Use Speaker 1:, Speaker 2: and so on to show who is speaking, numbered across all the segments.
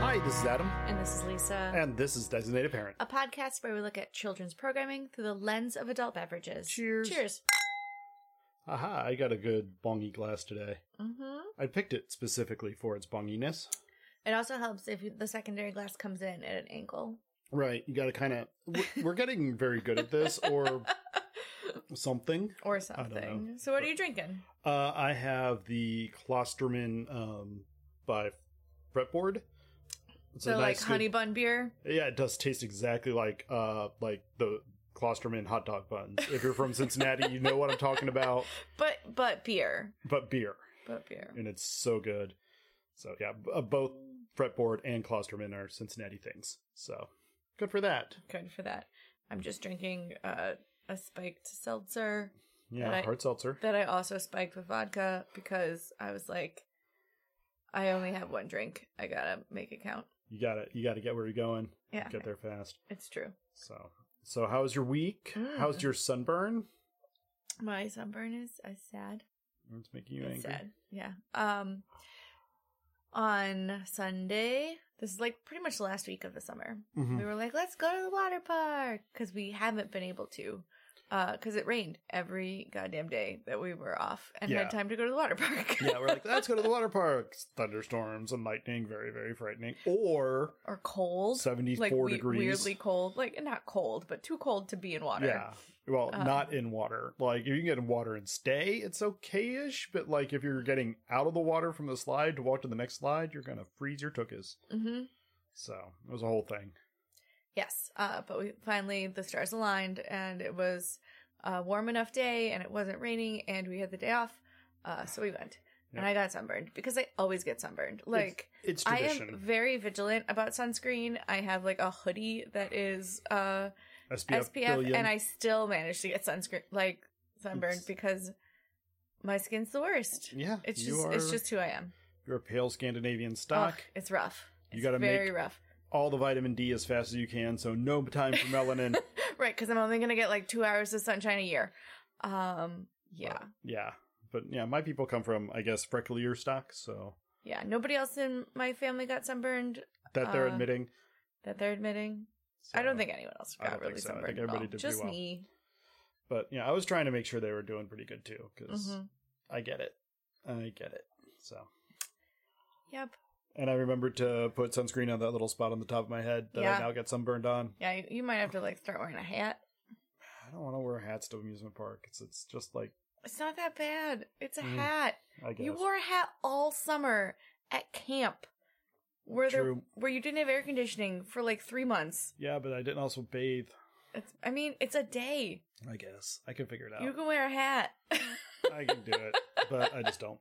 Speaker 1: Hi, this is Adam,
Speaker 2: And this is Lisa.
Speaker 1: and this is Designated Parent.
Speaker 2: a podcast where we look at children's programming through the lens of adult beverages.
Speaker 1: Cheers.
Speaker 2: Cheers.
Speaker 1: Aha, I got a good bongy glass today.
Speaker 3: Mm-hmm.
Speaker 2: hmm
Speaker 1: I picked it specifically for its bonginess.
Speaker 2: It also helps if you- the secondary glass comes in at an angle.
Speaker 1: Right, you gotta kind of. We're getting very good at this, or something.
Speaker 2: Or
Speaker 1: don't know.
Speaker 2: something. So what are you drinking?
Speaker 1: Uh, I have the Klosterman um, by Fretboard. It's a
Speaker 2: so like
Speaker 1: nice good-
Speaker 2: honey bun beer?
Speaker 1: Yeah, it does taste exactly like uh like the Klosterman hot dog buns. If you're from Cincinnati, you know what I'm talking about.
Speaker 2: But but beer.
Speaker 1: But beer,
Speaker 2: But beer.
Speaker 1: and it's so good. So yeah, b- uh, both fretboard and Klosterman are Cincinnati things. So good for that.
Speaker 2: Good for that. I'm just drinking uh, a spiked seltzer
Speaker 1: Yeah,
Speaker 2: And I-
Speaker 1: hard seltzer.
Speaker 2: that I also spiked with vodka because I was like, I only have one drink. I gotta make it count.
Speaker 1: You got to You got to get where you're going.
Speaker 2: Yeah.
Speaker 1: Get there fast.
Speaker 2: It's true.
Speaker 1: So so how was your week?
Speaker 2: Mm.
Speaker 1: How's your sunburn?
Speaker 2: My sunburn is uh, sad.
Speaker 1: It's making you
Speaker 2: It's
Speaker 1: angry.
Speaker 2: sad. Yeah. Um on Sunday, this is like pretty much the last week of the summer.
Speaker 1: Mhm.
Speaker 2: We were like, let's go to the water park cuz we haven't been able to uh cuz it rained every goddamn day that we were off and
Speaker 1: Yeah.
Speaker 2: had time to go to the water park
Speaker 1: yeah, we're like, let's go to the water park. Thunderstorms and lightning, very, very frightening. Or
Speaker 2: or cold.
Speaker 1: 74
Speaker 2: Like we-
Speaker 1: degrees.
Speaker 2: weirdly cold. Like not cold, but too cold to be in water.
Speaker 1: Yeah. Well,
Speaker 2: Um,
Speaker 1: not in water. Like, if you can get in water and stay, it's okay ish. But, like, if you're getting out of the water from the slide to walk to the next slide, you're going to freeze your tookus.
Speaker 2: Mhm.
Speaker 1: So, it was a whole thing.
Speaker 2: Yes, uh, but we finally the stars aligned, and it was a warm enough day, and it wasn't raining, and we had the day off, uh, so we went. And
Speaker 1: Yeah.
Speaker 2: I got sunburned because I always get sunburned. Like
Speaker 1: It's
Speaker 2: I
Speaker 1: tradition.
Speaker 2: am very vigilant about sunscreen. I have like a hoodie that is uh,
Speaker 1: SPF,
Speaker 2: SPF,
Speaker 1: billion.
Speaker 2: and I still manage to get sunscreen like sunburned
Speaker 1: It's-
Speaker 2: because my skin's the worst.
Speaker 1: Yeah.
Speaker 2: It's
Speaker 1: you
Speaker 2: just
Speaker 1: are,
Speaker 2: it's just who I am.
Speaker 1: You're a pale Scandinavian stock.
Speaker 2: Ugh, it's rough.
Speaker 1: You
Speaker 2: It's
Speaker 1: gotta
Speaker 2: very
Speaker 1: make-
Speaker 2: rough,
Speaker 1: All the vitamin D as fast as you can. So, no time for melanin.
Speaker 2: right? Because I'm only gonna get like two hours of sunshine a year. Um, yeah.
Speaker 1: But, yeah. But, yeah, my people come from, I guess, frecklier stock. So,
Speaker 2: Yeah, nobody else in my family got sunburned
Speaker 1: that they're
Speaker 2: Uh,
Speaker 1: admitting.
Speaker 2: that they're admitting. I
Speaker 1: So-
Speaker 2: don't think anyone else
Speaker 1: I don't
Speaker 2: got really
Speaker 1: think so. I think
Speaker 2: sunburned. at
Speaker 1: everybody
Speaker 2: all.
Speaker 1: did pretty
Speaker 2: Just
Speaker 1: well.
Speaker 2: me.
Speaker 1: But, yeah, I was trying to make sure they were doing pretty good, too, because
Speaker 2: hmm
Speaker 1: I get it. I get it. So.
Speaker 2: Yep.
Speaker 1: And I remembered to put sunscreen on that little spot on the top of my head that I
Speaker 2: Yeah.
Speaker 1: now get sunburned on.
Speaker 2: Yeah, you, you might have to like start wearing a hat.
Speaker 1: I don't want to wear hats to amusement park. It's it's just like
Speaker 2: It's not that bad. It's a
Speaker 1: Mm,
Speaker 2: hat.
Speaker 1: I guess
Speaker 2: You wore a hat all summer at camp, where there
Speaker 1: True.
Speaker 2: where you didn't have air conditioning for like three months.
Speaker 1: Yeah, but I didn't also bathe.
Speaker 2: It's, I mean, it's a day.
Speaker 1: I guess I can figure it out.
Speaker 2: You can wear a hat.
Speaker 1: I can do it, but I just don't.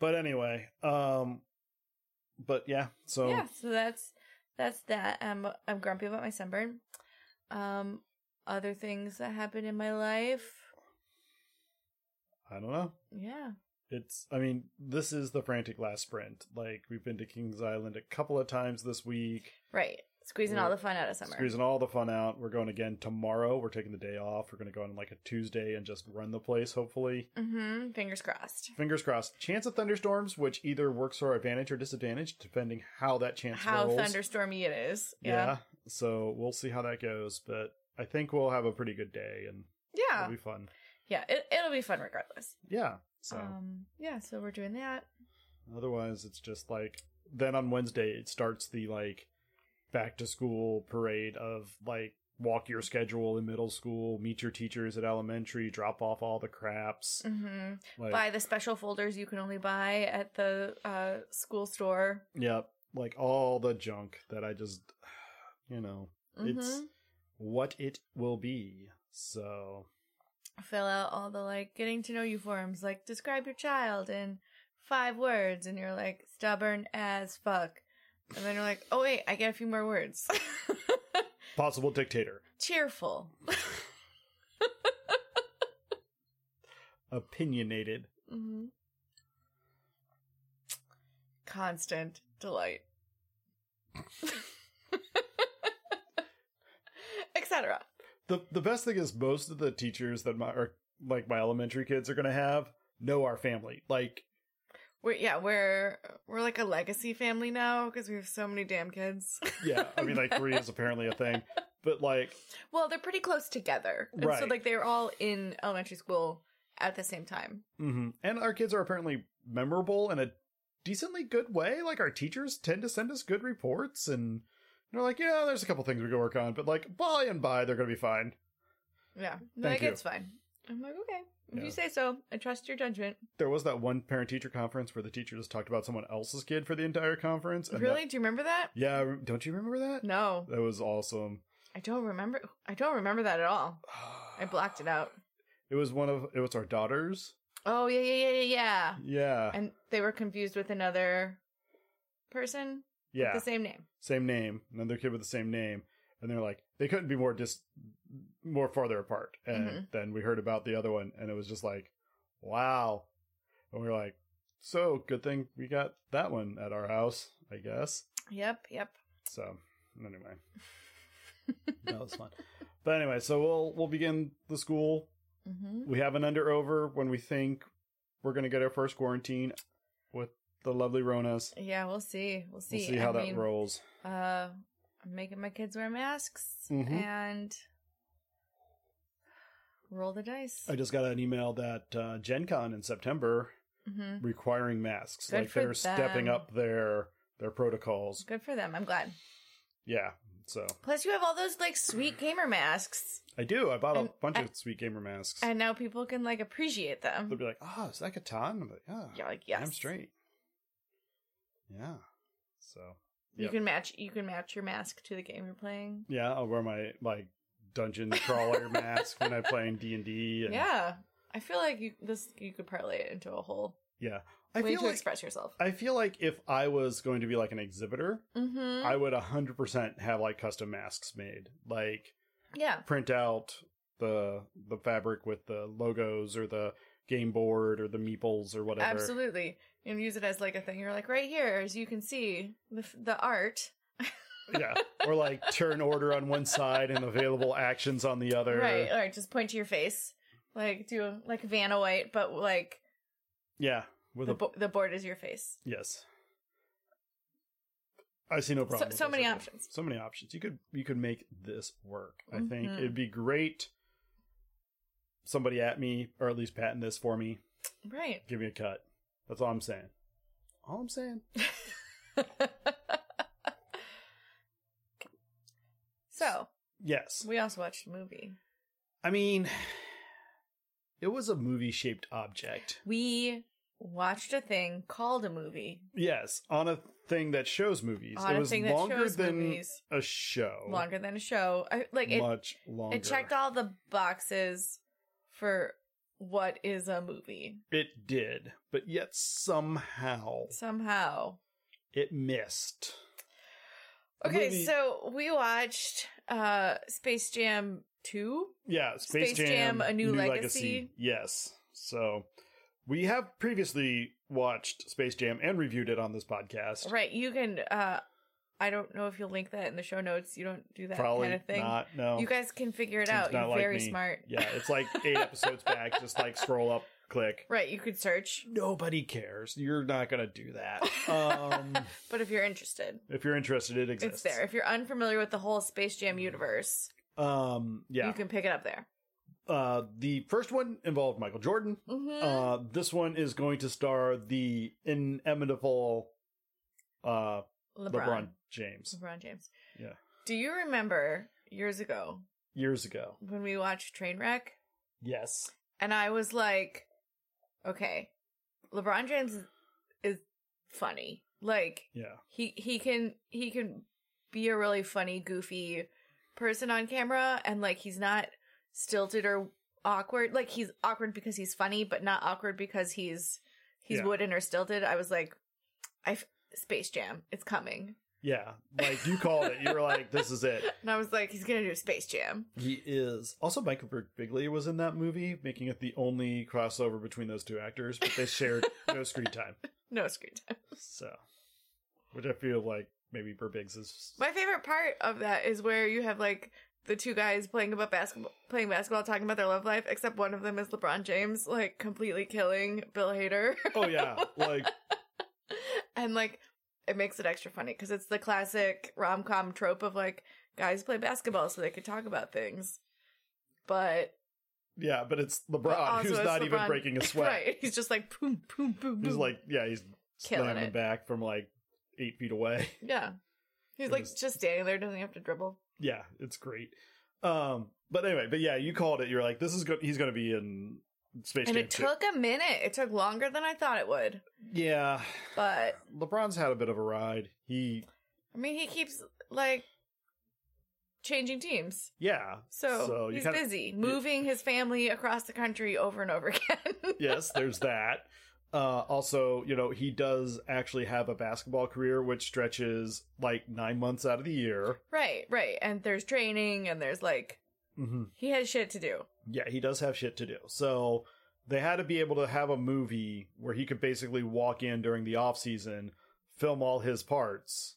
Speaker 1: But anyway, um, but yeah. So
Speaker 2: yeah so that's that's that i'm i'm grumpy about my sunburn um other things that happened in my life
Speaker 1: I don't know.
Speaker 2: yeah
Speaker 1: It's I mean this is the frantic last sprint. Like we've been to Kings Island a couple of times this week.
Speaker 2: right squeezing all the fun out of summer
Speaker 1: Squeezing all the fun out. We're going again tomorrow. We're taking the day off. We're going to go on like a Tuesday and just run the place, hopefully.
Speaker 2: mm-hmm fingers crossed
Speaker 1: Fingers crossed. Chance of thunderstorms, which either works to our advantage or disadvantage, depending how that chance
Speaker 2: how
Speaker 1: rolls.
Speaker 2: thunderstormy it is
Speaker 1: yeah.
Speaker 2: yeah
Speaker 1: So we'll see how that goes, but I think we'll have a pretty good day and
Speaker 2: yeah
Speaker 1: it'll be fun.
Speaker 2: yeah it, it'll be fun regardless
Speaker 1: Yeah. So
Speaker 2: um yeah so we're doing that
Speaker 1: otherwise, it's just like then on Wednesday it starts the like back to school parade of like walk your schedule in middle school, meet your teachers at elementary, drop off all the craps.
Speaker 2: mm-hmm.
Speaker 1: Like,
Speaker 2: buy the special folders you can only buy at the uh school store
Speaker 1: Yep. Like all the junk that I just, you know, it's
Speaker 2: Mhm.
Speaker 1: what it will be. So,
Speaker 2: fill out all the like getting to know you forms, like describe your child in five words, and you're like stubborn as fuck. And then you're like, oh, wait, I get a few more words.
Speaker 1: Possible dictator.
Speaker 2: Cheerful.
Speaker 1: Opinionated.
Speaker 2: hmm Constant delight. Etc.
Speaker 1: The the best thing is most of the teachers that my are like my elementary kids are gonna have know our family. Like
Speaker 2: We're yeah, we're we're like a legacy family now because we have so many damn kids.
Speaker 1: yeah, I mean like three is apparently a thing. But like
Speaker 2: well, they're pretty close together, and so
Speaker 1: Right.
Speaker 2: like they were all in elementary school at the same time.
Speaker 1: mhm. and our kids are apparently memorable in a decently good way. Like our teachers tend to send us good reports and they're like, yeah, there's a couple things we could work on, but like by and by they're gonna be fine.
Speaker 2: Yeah, like
Speaker 1: Thank you.
Speaker 2: it's fine. I'm like, okay, if
Speaker 1: Yeah.
Speaker 2: you say so, I trust your judgment.
Speaker 1: There was that one parent teacher conference where the teacher just talked about someone else's kid for the entire conference. And that-
Speaker 2: really? Do you remember that?
Speaker 1: yeah, don't you remember that?
Speaker 2: No,
Speaker 1: That was awesome.
Speaker 2: I don't remember. I don't remember that at all. I blocked it out.
Speaker 1: It was one of it was our daughters.
Speaker 2: Oh yeah, yeah, yeah, yeah,
Speaker 1: Yeah,
Speaker 2: yeah. And they were confused with another person
Speaker 1: yeah,
Speaker 2: with the same name.
Speaker 1: same name, another kid with the same name, and they're like they couldn't be more dis more farther apart. And
Speaker 2: Mhm.
Speaker 1: then we heard about the other one, and it was just like, wow. And we were like, so good thing we got that one at our house, I guess.
Speaker 2: Yep, yep.
Speaker 1: So anyway, that was fun. But anyway, so we'll we'll begin the school.
Speaker 2: Mm-hmm.
Speaker 1: We have an under over when we think we're gonna get our first quarantine with the lovely Ronas.
Speaker 2: Yeah, we'll see. We'll see.
Speaker 1: we'll see
Speaker 2: I
Speaker 1: how
Speaker 2: mean,
Speaker 1: that rolls.
Speaker 2: uh I'm making my kids wear masks
Speaker 1: Mhm.
Speaker 2: and roll the dice.
Speaker 1: I just got an email that uh, Gen Con in September
Speaker 2: hmm
Speaker 1: requiring masks.
Speaker 2: Good
Speaker 1: like
Speaker 2: for
Speaker 1: they're stepping
Speaker 2: them.
Speaker 1: up their their protocols.
Speaker 2: Good for them. I'm glad.
Speaker 1: Yeah. So
Speaker 2: Plus, you have all those like sweet gamer masks,
Speaker 1: I do. I bought a
Speaker 2: And
Speaker 1: bunch
Speaker 2: I-
Speaker 1: of sweet gamer masks.
Speaker 2: and now people can like appreciate
Speaker 1: They'll
Speaker 2: them.
Speaker 1: be like, "Oh, is that Catan?" I'm like, "Yeah,
Speaker 2: You're like, yes,
Speaker 1: I'm straight." Yeah. So
Speaker 2: You
Speaker 1: Yep.
Speaker 2: can match. You can match your mask to the game you're playing.
Speaker 1: yeah, I'll wear my like dungeon crawler mask when I'm playing D and D.
Speaker 2: Yeah. I feel like you this you could parlay it into a whole
Speaker 1: Yeah. I
Speaker 2: way
Speaker 1: feel
Speaker 2: to
Speaker 1: like
Speaker 2: express yourself.
Speaker 1: I feel like if I was going to be like an exhibitor,
Speaker 2: mm-hmm.
Speaker 1: I would 100% have like custom masks made. Like
Speaker 2: yeah.
Speaker 1: print out the the fabric with the logos or the game board or the meeples or whatever.
Speaker 2: Absolutely. And use it as like a thing. You're like, right here, as you can see, the, f- the art.
Speaker 1: Yeah. Or like turn order on one side and available actions on the other.
Speaker 2: Right. All right. Just point to your face. Like, do like Vanna White, but like
Speaker 1: Yeah. With
Speaker 2: the,
Speaker 1: a
Speaker 2: bo- the board is your face.
Speaker 1: yes. I see no problem. with
Speaker 2: so
Speaker 1: this
Speaker 2: many
Speaker 1: idea.
Speaker 2: options.
Speaker 1: So many options. You could you could make this work. I think
Speaker 2: Mhm.
Speaker 1: it'd be great. Somebody at me, or at least patent this for me.
Speaker 2: Right.
Speaker 1: Give me a cut. That's all I'm saying. All I'm saying.
Speaker 2: so,
Speaker 1: Yes.
Speaker 2: we also watched a movie.
Speaker 1: I mean, it was a movie shaped object.
Speaker 2: We watched a thing called a movie
Speaker 1: Yes, on a thing that shows movies.
Speaker 2: on
Speaker 1: it
Speaker 2: a
Speaker 1: was
Speaker 2: thing that
Speaker 1: longer
Speaker 2: shows
Speaker 1: than
Speaker 2: movies
Speaker 1: a show.
Speaker 2: longer than a show. I, like, it,
Speaker 1: much longer.
Speaker 2: it checked all the boxes for what is a movie
Speaker 1: It did, but yet somehow
Speaker 2: somehow.
Speaker 1: it missed. A
Speaker 2: Okay,
Speaker 1: movie-
Speaker 2: so we watched uh Space Jam 2.
Speaker 1: yeah, Space,
Speaker 2: Space Jam: A New Legacy.
Speaker 1: Yes. So we have previously watched Space Jam and reviewed it on this podcast.
Speaker 2: Right, you can uh I don't know if you'll link that in the show notes. You don't do that
Speaker 1: Probably
Speaker 2: kind of thing.
Speaker 1: not. No.
Speaker 2: You guys can figure it
Speaker 1: Tim's
Speaker 2: out.
Speaker 1: not
Speaker 2: You're
Speaker 1: like
Speaker 2: very
Speaker 1: me.
Speaker 2: smart.
Speaker 1: Yeah, it's like eight episodes back. Just like scroll up, click.
Speaker 2: Right, you could search.
Speaker 1: Nobody cares. You're not gonna do that. Um,
Speaker 2: But if you're interested,
Speaker 1: if you're interested, it
Speaker 2: it's
Speaker 1: exists.
Speaker 2: there. If you're unfamiliar with the whole Space Jam universe,
Speaker 1: Um, yeah.
Speaker 2: you can pick it up there.
Speaker 1: Uh, the first one involved Michael Jordan.
Speaker 2: Mm-hmm.
Speaker 1: Uh, this one is going to star the inimitable uh, LeBron.
Speaker 2: LeBron.
Speaker 1: James
Speaker 2: LeBron James.
Speaker 1: Yeah.
Speaker 2: Do you remember years ago
Speaker 1: years ago.
Speaker 2: when we watched Trainwreck?
Speaker 1: Yes.
Speaker 2: And I was like, okay, LeBron James is- is funny. Like
Speaker 1: Yeah.
Speaker 2: he he can he can be a really funny, goofy person on camera and like he's not stilted or awkward. Like he's awkward because he's funny, but not awkward because he's he's
Speaker 1: Yeah.
Speaker 2: wooden or stilted. I was like I f- Space Jam, it's coming.
Speaker 1: Yeah, like you called it. You were like, "This is it."
Speaker 2: And I was like, he's gonna do a Space Jam.
Speaker 1: He is. Also, Michael Br- Bigley was in that movie, making it the only crossover between those two actors, but they shared no screen time.
Speaker 2: No screen time.
Speaker 1: So, which I feel like maybe Burbiggs is.
Speaker 2: My favorite part of that is where you have like the two guys playing about basketball, playing basketball, talking about their love life. Except one of them is LeBron James, like completely killing Bill Hader,
Speaker 1: Oh, yeah. Like,
Speaker 2: and like it makes it extra funny because it's the classic rom com trope of like guys play basketball so they could talk about things, but
Speaker 1: yeah, but it's LeBron
Speaker 2: but also
Speaker 1: who's
Speaker 2: it's
Speaker 1: not even
Speaker 2: LeBron-
Speaker 1: breaking a sweat.
Speaker 2: right, he's just like boom, boom, boom, boom.
Speaker 1: He's like, yeah, he's
Speaker 2: Killing
Speaker 1: slamming
Speaker 2: it.
Speaker 1: back from like eight feet away.
Speaker 2: yeah, he's
Speaker 1: It
Speaker 2: like
Speaker 1: was-
Speaker 2: just standing there, doesn't have to dribble.
Speaker 1: yeah, it's great. Um, but anyway, but yeah, you called it. You're like, this is good. He's going to be in Space
Speaker 2: And
Speaker 1: Jam.
Speaker 2: it
Speaker 1: 2.
Speaker 2: took a minute. It took longer than I thought it would.
Speaker 1: yeah,
Speaker 2: But
Speaker 1: LeBron's had a bit of a ride. He,
Speaker 2: I mean, he keeps like changing teams.
Speaker 1: yeah.
Speaker 2: So,
Speaker 1: you
Speaker 2: he's
Speaker 1: kinda-
Speaker 2: busy moving his family across the country over and over again.
Speaker 1: yes, there's that. Uh, also, you know, he does actually have a basketball career which stretches like nine months out of the year.
Speaker 2: right, right. And there's training and there's like
Speaker 1: Mm-hmm.
Speaker 2: he has shit to do.
Speaker 1: Yeah, he does have shit to do. So they had to be able to have a movie where he could basically walk in during the off season, film all his parts,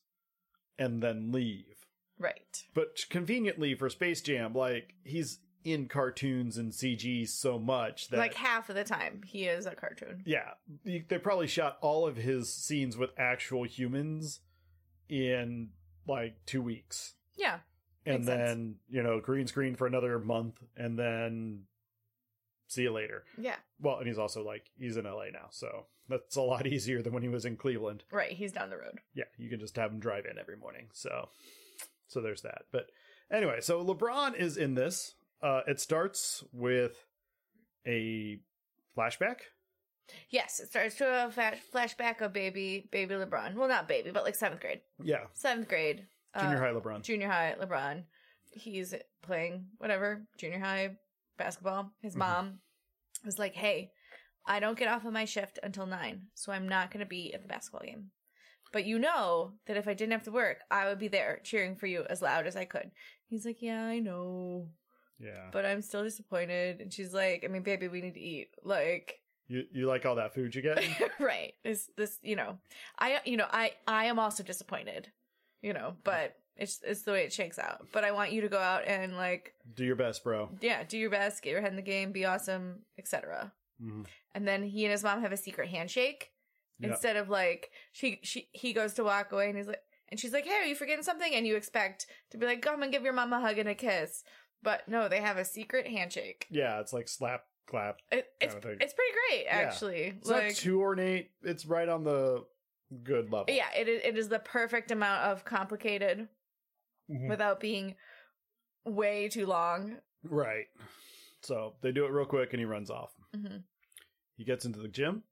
Speaker 1: and then leave.
Speaker 2: Right.
Speaker 1: But conveniently for Space Jam, like he's in cartoons and CG so much that
Speaker 2: like half of the time he is a cartoon.
Speaker 1: Yeah, they they probably shot all of his scenes with actual humans in like two weeks,
Speaker 2: Yeah.
Speaker 1: and
Speaker 2: Makes
Speaker 1: then
Speaker 2: sense.
Speaker 1: you know green screen for another month, and then see you later.
Speaker 2: Yeah.
Speaker 1: Well, and he's also like he's in LA now, so that's a lot easier than when he was in Cleveland.
Speaker 2: Right. He's down the road.
Speaker 1: Yeah, you can just have him drive in every morning. So, so there's that. But anyway, so LeBron is in this. Uh, it starts with a flashback.
Speaker 2: Yes. It starts to a fa- flashback of baby, baby LeBron. Well, not baby, but like seventh grade.
Speaker 1: Yeah,
Speaker 2: Seventh grade.
Speaker 1: junior
Speaker 2: uh,
Speaker 1: high LeBron.
Speaker 2: junior high LeBron. He's playing whatever junior high basketball. His mom was like, "Hey, I don't get off of my shift until 9, so I'm not going to be at the basketball game. But you know that if I didn't have to work, I would be there cheering for you as loud as I could." He's like, "Yeah, I know,
Speaker 1: yeah,
Speaker 2: but I'm still disappointed." And she's like, "I mean, baby, we need to eat." Like
Speaker 1: You you like all that food you get?
Speaker 2: right. This this, you know, I you know, I I am also disappointed, you know, but it's it's the way it shakes out. But I want you to go out and like,
Speaker 1: Do your best, bro.
Speaker 2: yeah, do your best, get your head in the game, be awesome, etc.
Speaker 1: Mhm.
Speaker 2: And then he and his mom have a secret handshake
Speaker 1: Yeah.
Speaker 2: instead of like she she he goes to walk away and he's like and she's like, "Hey, are you forgetting something?" and you expect to be like, "Come and give your mom a hug and a kiss." But no, they have a secret handshake.
Speaker 1: Yeah, it's like slap clap.
Speaker 2: It, it's
Speaker 1: Kinda thing.
Speaker 2: it's pretty great
Speaker 1: Yeah.
Speaker 2: actually.
Speaker 1: It's not too ornate. It's right on the good level.
Speaker 2: yeah it is, it is the perfect amount of complicated
Speaker 1: Mhm.
Speaker 2: without being way too long
Speaker 1: right. So they do it real quick, and he runs off.
Speaker 2: hmm
Speaker 1: He gets into the gym.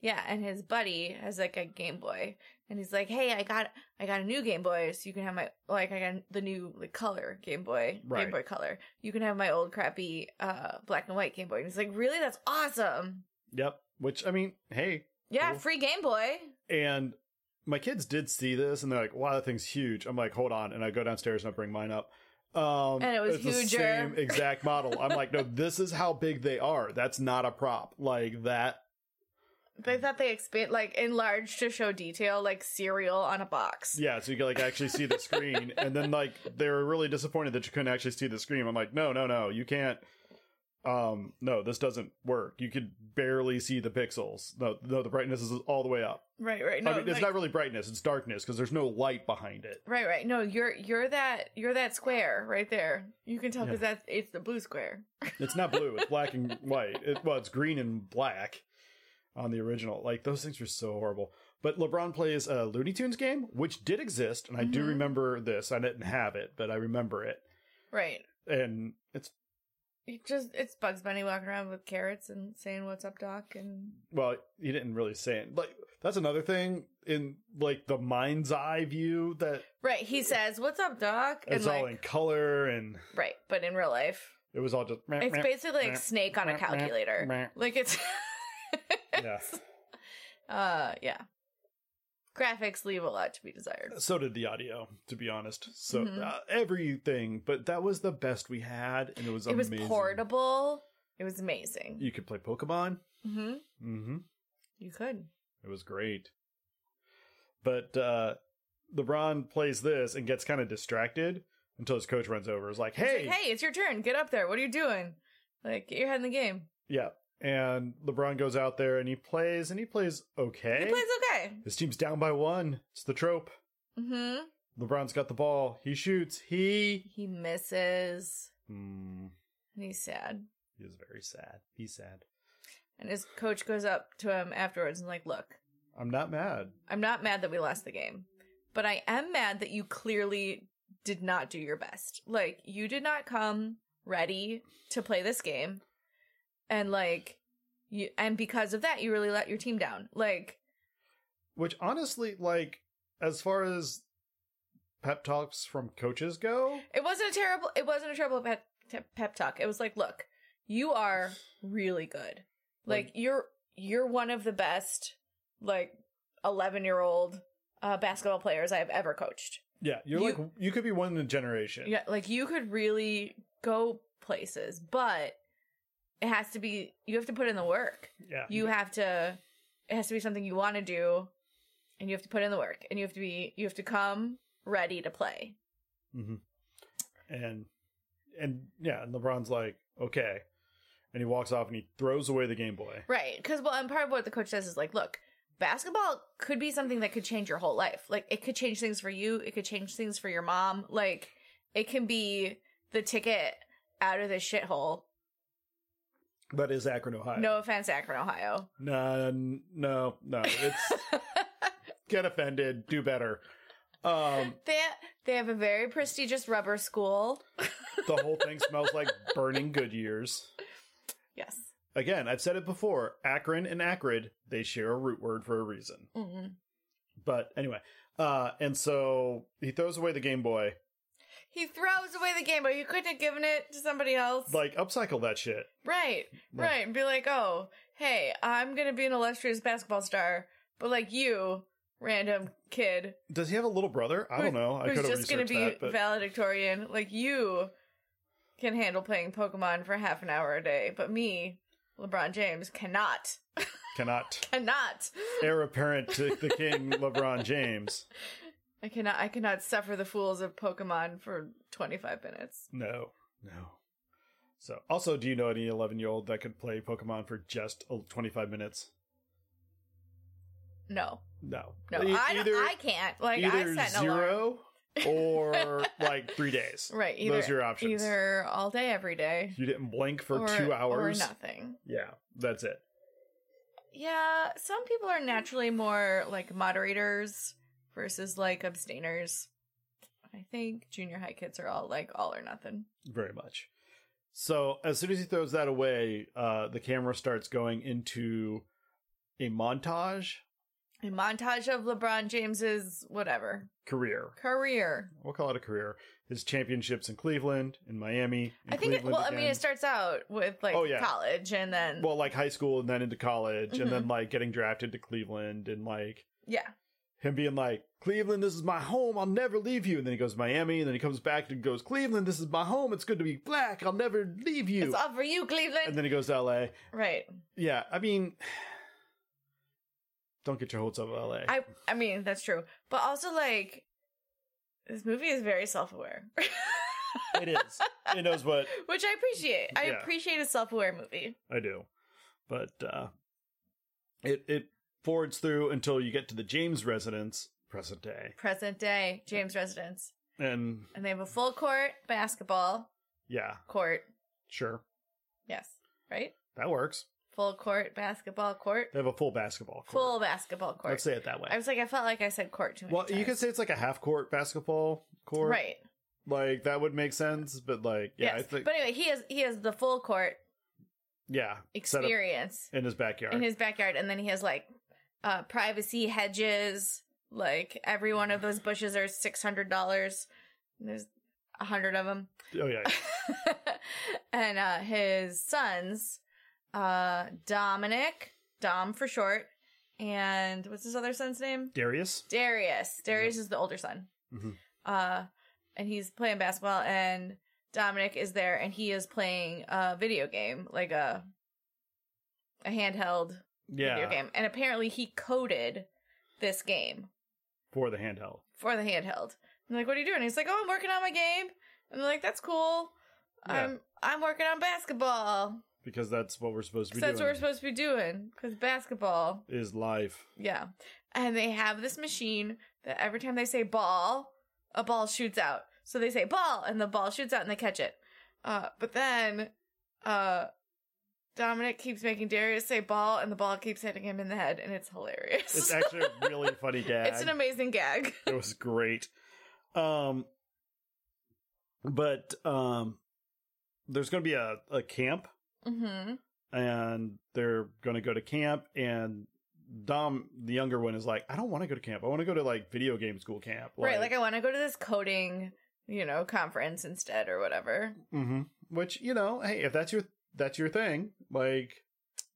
Speaker 2: yeah and his buddy has like a game boy and he's like hey i got i got a new game boy so you can have my like i got the new like color game boy
Speaker 1: Right.
Speaker 2: game boy color you can have my old crappy uh black and white game boy and he's like really that's awesome
Speaker 1: Yep. Which I mean, hey,
Speaker 2: yeah
Speaker 1: Cool.
Speaker 2: free game boy
Speaker 1: and my kids did see this, and they're like, "Wow, that thing's huge." I'm like, "Hold on," and I go downstairs and I bring mine up. Um,
Speaker 2: And it was
Speaker 1: it's the
Speaker 2: huger.
Speaker 1: same exact model. I'm like, "No, this is how big they are. That's not a prop. Like that
Speaker 2: but
Speaker 1: Mm-hmm.
Speaker 2: i thought they expand like enlarged to show detail like cereal on a box
Speaker 1: Yeah, so you can like actually see the screen, and then like they were really disappointed that you couldn't actually see the screen. I'm like, no, no, no, you can't. Um, no, this doesn't work. You could barely see the pixels. No, no, the brightness is all the way up.
Speaker 2: right right no
Speaker 1: I mean, it's
Speaker 2: like-
Speaker 1: not really brightness; it's darkness because there's no light behind it.
Speaker 2: Right, right. No, you're you're that you're that square right there. You can tell
Speaker 1: Yeah.
Speaker 2: because that's it's the blue square.
Speaker 1: It's not blue; it's black and white. It, well, it's green and black on the original. Like those things were so horrible. But LeBron plays a Looney Tunes game, which did exist, and I do
Speaker 2: Mhm.
Speaker 1: remember this. I didn't have it, but I remember it,
Speaker 2: Right.
Speaker 1: and it's
Speaker 2: You just it's Bugs Bunny walking around with carrots and saying "What's up, Doc?" and
Speaker 1: well he didn't really say it like that's another thing in like the mind's eye view that
Speaker 2: right. He says "What's up, Doc?" and
Speaker 1: it's all in
Speaker 2: like
Speaker 1: color and
Speaker 2: right, but in real life,
Speaker 1: it was all just meh,
Speaker 2: it's
Speaker 1: meh,
Speaker 2: basically
Speaker 1: meh,
Speaker 2: like Snake on a
Speaker 1: meh, meh,
Speaker 2: calculator.
Speaker 1: meh.
Speaker 2: Like it's
Speaker 1: yeah
Speaker 2: uh yeah, graphics leave a lot to be desired.
Speaker 1: So did the audio, to be honest. So
Speaker 2: Mhm.
Speaker 1: uh, everything, but that was the best we had, and it was
Speaker 2: It was
Speaker 1: amazing.
Speaker 2: portable. It was amazing.
Speaker 1: You could play Pokemon.
Speaker 2: hmm
Speaker 1: Mm-hmm.
Speaker 2: You could.
Speaker 1: It was great. But uh LeBron plays this and gets kind of distracted until his coach runs over. Is like,
Speaker 2: It's
Speaker 1: "Hey,
Speaker 2: like, hey, it's your turn. Get up there. What are you doing? Like, get your head in the game.
Speaker 1: yeah." And LeBron goes out there and he plays and he plays okay.
Speaker 2: He plays okay.
Speaker 1: his team's down by one. It's the trope.
Speaker 2: Mm-hmm.
Speaker 1: LeBron's got the ball. He shoots. He
Speaker 2: He misses.
Speaker 1: mm,
Speaker 2: And he's sad.
Speaker 1: he is very sad. He's sad.
Speaker 2: And his coach goes up to him afterwards and like, look,
Speaker 1: I'm not mad.
Speaker 2: I'm not mad that we lost the game, but I am mad that you clearly did not do your best. Like, you did not come ready to play this game. And like, you, and because of that, you really let your team down. Like,
Speaker 1: Which honestly, like, as far as pep talks from coaches go,
Speaker 2: It wasn't a terrible. It wasn't a terrible pep, te- pep talk. It was like, look, you are really good. Like
Speaker 1: Like-
Speaker 2: you're you're one of the best like eleven year old uh, basketball players I have ever coached.
Speaker 1: yeah, you're
Speaker 2: You-
Speaker 1: like you could be one in a generation.
Speaker 2: Yeah, like you could really go places, but it has to be. You have to put in the work.
Speaker 1: yeah.
Speaker 2: You have to. It has to be something you want to do, and you have to put in the work, and you have to be. You have to come ready to play.
Speaker 1: hmm And and yeah, and LeBron's like, okay, and he walks off and he throws away the Game Boy.
Speaker 2: Right. Because, well, and part of what the coach says is like, look, basketball could be something that could change your whole life. Like, it could change things for you, it could change things for your mom. Like, it can be the ticket out of this shithole.
Speaker 1: That is Akron, Ohio.
Speaker 2: No offense, Akron, Ohio.
Speaker 1: no, n- no, no. It's get offended, do better. Um,
Speaker 2: they, they have a very prestigious rubber school.
Speaker 1: the whole thing smells like burning Goodyears.
Speaker 2: Yes.
Speaker 1: Again, I've said it before. Akron and Acrid, they share a root word for a reason.
Speaker 2: Mm.
Speaker 1: But anyway, uh, and so he throws away the Game Boy.
Speaker 2: He throws away the game, but you couldn't have given it to somebody else.
Speaker 1: Like upcycle that shit.
Speaker 2: Right,
Speaker 1: No.
Speaker 2: right. And be like, oh, hey, I'm going to be an illustrious basketball star, but like you, random kid,
Speaker 1: Does he have a little brother? I don't know. I could
Speaker 2: who's
Speaker 1: have
Speaker 2: just
Speaker 1: researched
Speaker 2: going to be
Speaker 1: that. But
Speaker 2: valedictorian, like you can handle playing Pokemon for half an hour a day, but me, LeBron James, cannot.
Speaker 1: cannot.
Speaker 2: Cannot.
Speaker 1: heir apparent to the king LeBron James.
Speaker 2: I cannot I cannot suffer the fools of Pokemon for 25 minutes.
Speaker 1: No, no. So, also, do you know any 11 year old that could play Pokemon for just uh, 25 minutes?
Speaker 2: No.
Speaker 1: No,
Speaker 2: No,
Speaker 1: E-
Speaker 2: I,
Speaker 1: either,
Speaker 2: don't, I can't. Like I
Speaker 1: either
Speaker 2: set an alarm.
Speaker 1: zero or like three days.
Speaker 2: Right, either
Speaker 1: Those are your options.
Speaker 2: either all day every day
Speaker 1: You didn't blink for
Speaker 2: or-
Speaker 1: two
Speaker 2: or
Speaker 1: hours.
Speaker 2: nothing.
Speaker 1: Yeah, that's it.
Speaker 2: Yeah, some people are naturally more like moderators versus like abstainers. I think junior high kids are all like all or nothing.
Speaker 1: Very much. So, as soon as he throws that away, uh, the camera starts going into a montage
Speaker 2: A montage of LeBron James's whatever
Speaker 1: career.
Speaker 2: career.
Speaker 1: We'll call it a career. His championships in Cleveland, in Miami. in
Speaker 2: I think. It,
Speaker 1: Cleveland
Speaker 2: well, I mean,
Speaker 1: again.
Speaker 2: it starts out with like
Speaker 1: Oh, yeah.
Speaker 2: college, and then
Speaker 1: well like high school and then into college
Speaker 2: Mm-hmm.
Speaker 1: and then like getting drafted to cleveland and like
Speaker 2: yeah,
Speaker 1: him being like cleveland this is my home i'll never leave you and then he goes to miami and then he comes back and goes cleveland this is my home it's good to be black i'll never leave you
Speaker 2: it's all for you, Cleveland.
Speaker 1: and then he goes to la
Speaker 2: right.
Speaker 1: yeah i mean don't get your hopes up of la
Speaker 2: I. I mean, that's true, but also like this movie is very self-aware,
Speaker 1: it is it knows what
Speaker 2: which I appreciate. I
Speaker 1: Yeah.
Speaker 2: appreciate a self-aware movie.
Speaker 1: i do but uh it it forwards through until you get to the james residence present day
Speaker 2: Present day James residence.
Speaker 1: and
Speaker 2: And they have a full court basketball
Speaker 1: yeah
Speaker 2: court.
Speaker 1: sure
Speaker 2: Yes. Right?
Speaker 1: that works
Speaker 2: Full court basketball court.
Speaker 1: They have a full basketball court.
Speaker 2: Full basketball court.
Speaker 1: Let's say it that way.
Speaker 2: I was like, I felt like I said court too many
Speaker 1: well, you
Speaker 2: times.
Speaker 1: could say it's like a half court basketball court.
Speaker 2: Right.
Speaker 1: Like that would make sense, but like yeah,
Speaker 2: yes.
Speaker 1: I think
Speaker 2: but anyway, he has he has the full court
Speaker 1: yeah, set up
Speaker 2: experience
Speaker 1: in his backyard.
Speaker 2: in his backyard, and then he has like uh privacy hedges. Like every one of those bushes are six hundred dollars. There's a hundred of them.
Speaker 1: oh yeah.
Speaker 2: and uh, his sons, uh, Dominic, Dom for short, and what's his other son's name?
Speaker 1: Darius.
Speaker 2: Darius. Darius is the older son.
Speaker 1: Mhm.
Speaker 2: Uh, and he's playing basketball, and Dominic is there, and he is playing a video game, like a a handheld video
Speaker 1: Yeah,
Speaker 2: game. And apparently, he coded this game
Speaker 1: for the handheld.
Speaker 2: for the handheld. I'm like, "What are you doing?" He's like, "Oh, I'm working on my game." I'm like, "That's cool.
Speaker 1: Yeah.
Speaker 2: I'm I'm working on basketball.
Speaker 1: because that's what we're supposed to be
Speaker 2: 'Cause that's what
Speaker 1: doing.
Speaker 2: we're supposed to be doing. Because basketball."
Speaker 1: is life.
Speaker 2: Yeah. And they have this machine that every time they say ball, a ball shoots out. So they say ball and the ball shoots out and they catch it. Uh, but then uh, Dominic keeps making Darius say ball and the ball keeps hitting him in the head and it's hilarious.
Speaker 1: It's actually a really funny gag.
Speaker 2: It's an amazing gag.
Speaker 1: it was great. Um, but um, there's going to be a, a camp,
Speaker 2: Mm-hmm.
Speaker 1: and they're going to go to camp, and Dom, the younger one, is like, I don't want to go to camp. I want to go to like video game school camp.
Speaker 2: right. Like I want to go to this coding, you know, conference instead or whatever.
Speaker 1: hmm Which you know, hey, if that's your that's your thing, like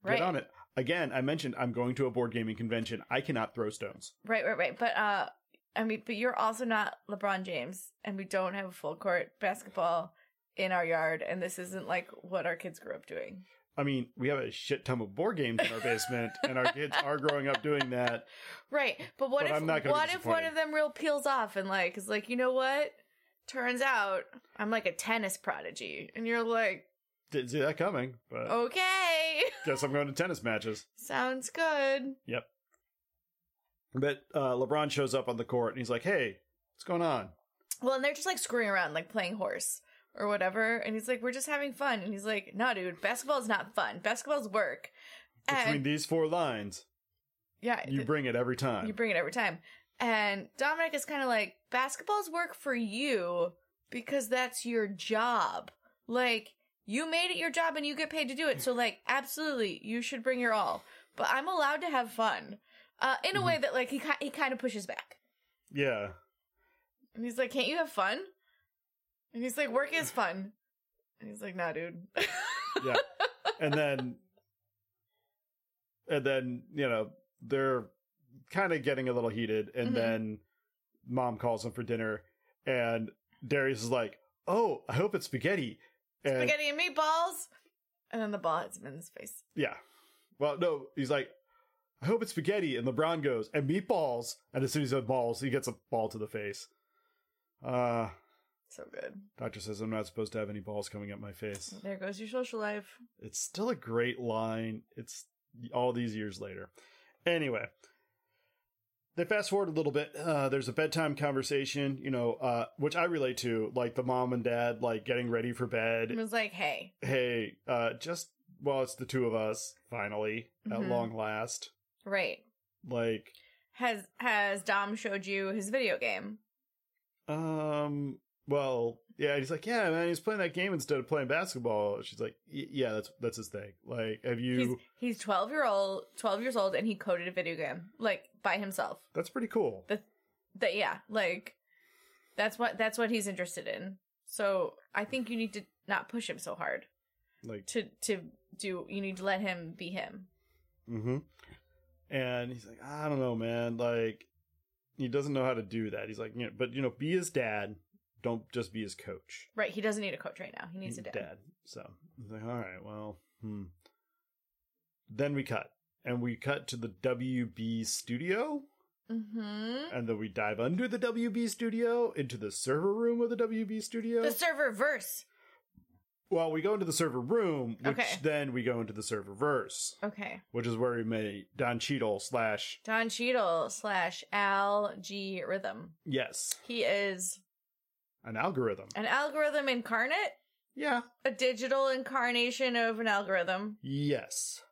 Speaker 2: Right.
Speaker 1: get on it. Again, I mentioned I'm going to a board gaming convention. I cannot throw stones.
Speaker 2: Right, right, right. But uh I mean, but you're also not LeBron James and we don't have a full court basketball in our yard and this isn't like what our kids grew up doing.
Speaker 1: I mean, we have a shit ton of board games in our basement, and our kids are growing up doing that.
Speaker 2: Right. But what
Speaker 1: But
Speaker 2: if
Speaker 1: I'm not gonna be
Speaker 2: what if one
Speaker 1: disappointed.
Speaker 2: of them real peels off and like is like, "You know what? Turns out I'm like a tennis prodigy." And you're like,
Speaker 1: Didn't see that coming, but
Speaker 2: Oh. "Okay.
Speaker 1: guess I'm going to tennis matches.
Speaker 2: Sounds good."
Speaker 1: But uh, LeBron shows up on the court, and he's like, "Hey, what's going on?"
Speaker 2: Well, and they're just like screwing around like playing horse. Or whatever, and he's like, "We're just having fun," and he's like, "No, dude, basketball's not fun. Basketball's work."
Speaker 1: Between
Speaker 2: Uh, And
Speaker 1: these four lines,
Speaker 2: yeah,
Speaker 1: you bring it every time.
Speaker 2: You bring it every time. And Dominic is kind of like, basketball's work for you because that's your job. Like, you made it your job and you get paid to do it. So, like, absolutely, you should bring your all. But I'm allowed to have fun uh, in a
Speaker 1: Mm-hmm.
Speaker 2: way that, like, he, ki- he kind of pushes back.
Speaker 1: yeah,
Speaker 2: And he's like, can't you have fun? And he's like, work is fun. And he's like, nah, dude.
Speaker 1: yeah, and then, and then you know they're kind of getting a little heated, and
Speaker 2: Mhm.
Speaker 1: then mom calls him for dinner, and Darius is like, "Oh, I hope it's spaghetti." And,
Speaker 2: Spaghetti and meatballs. And then the ball hits him in his face.
Speaker 1: Yeah. Well, no, he's like, I hope it's spaghetti. And LeBron goes, and meatballs. And as soon as he said balls, he gets a ball to the face. Uh,
Speaker 2: So good.
Speaker 1: doctor says, I'm not supposed to have any balls coming up my face.
Speaker 2: There goes your social life.
Speaker 1: It's still a great line. It's all these years later. Anyway, they fast forward a little bit. Uh, there's a bedtime conversation, you know, uh, which I relate to, like the mom and dad, like getting ready for
Speaker 2: It
Speaker 1: bed.
Speaker 2: was like, hey,
Speaker 1: Hey, uh, just, well, it's the two of us, finally, at
Speaker 2: Mhm.
Speaker 1: long last.
Speaker 2: Right.
Speaker 1: Like,
Speaker 2: Has has Dom showed you his video game?
Speaker 1: um well yeah he's like yeah man he's playing that game instead of playing basketball she's like "Y- yeah that's that's his thing like have you
Speaker 2: He's he's twelve year old twelve years old and he coded a video game. Like by himself.
Speaker 1: that's pretty cool
Speaker 2: The- That yeah, like that's what that's what he's interested in. So I think you need to not push him so hard.
Speaker 1: like
Speaker 2: To to do you need to let him be him.
Speaker 1: mm-hmm and he's like i don't know man like he doesn't know how to do that he's like you know, but you know be his dad don't just be his coach
Speaker 2: Right, he doesn't need a coach right now. He needs a dad.
Speaker 1: so he's like all right well hmm then we cut and we cut to the wb studio
Speaker 2: Mm-hmm.
Speaker 1: And then we dive under the WB studio into the server room of the WB studio.
Speaker 2: The server verse.
Speaker 1: well, we go into the server room, which
Speaker 2: Okay.
Speaker 1: then we go into the server verse,
Speaker 2: Okay.
Speaker 1: which is where we made Don Cheadle slash
Speaker 2: Don Cheadle slash Al G Rhythm.
Speaker 1: yes,
Speaker 2: He is
Speaker 1: an algorithm.
Speaker 2: an algorithm incarnate.
Speaker 1: Yeah,
Speaker 2: a digital incarnation of an algorithm.
Speaker 1: yes,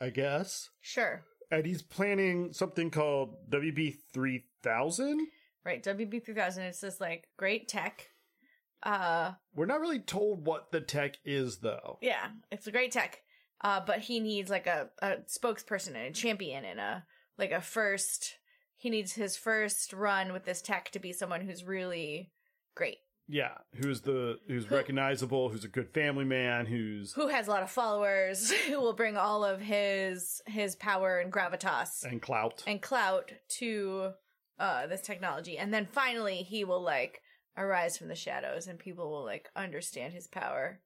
Speaker 1: I guess.
Speaker 2: Sure.
Speaker 1: And he's planning something called WB three thousand.
Speaker 2: Right. WB 3000, it's this like great tech. Uh,
Speaker 1: We're not really told what the tech is though.
Speaker 2: yeah, it's a great tech. Uh, but he needs like a, a spokesperson and a champion and a, like a first, he needs his first run with this tech to be someone who's really great.
Speaker 1: yeah, who's the who's recognizable, who's a good family man, who's
Speaker 2: Who has a lot of followers? Who will bring all of his his power and gravitas
Speaker 1: and clout.
Speaker 2: and clout to uh, this technology, and then finally he will like arise from the shadows, and people will like understand his power.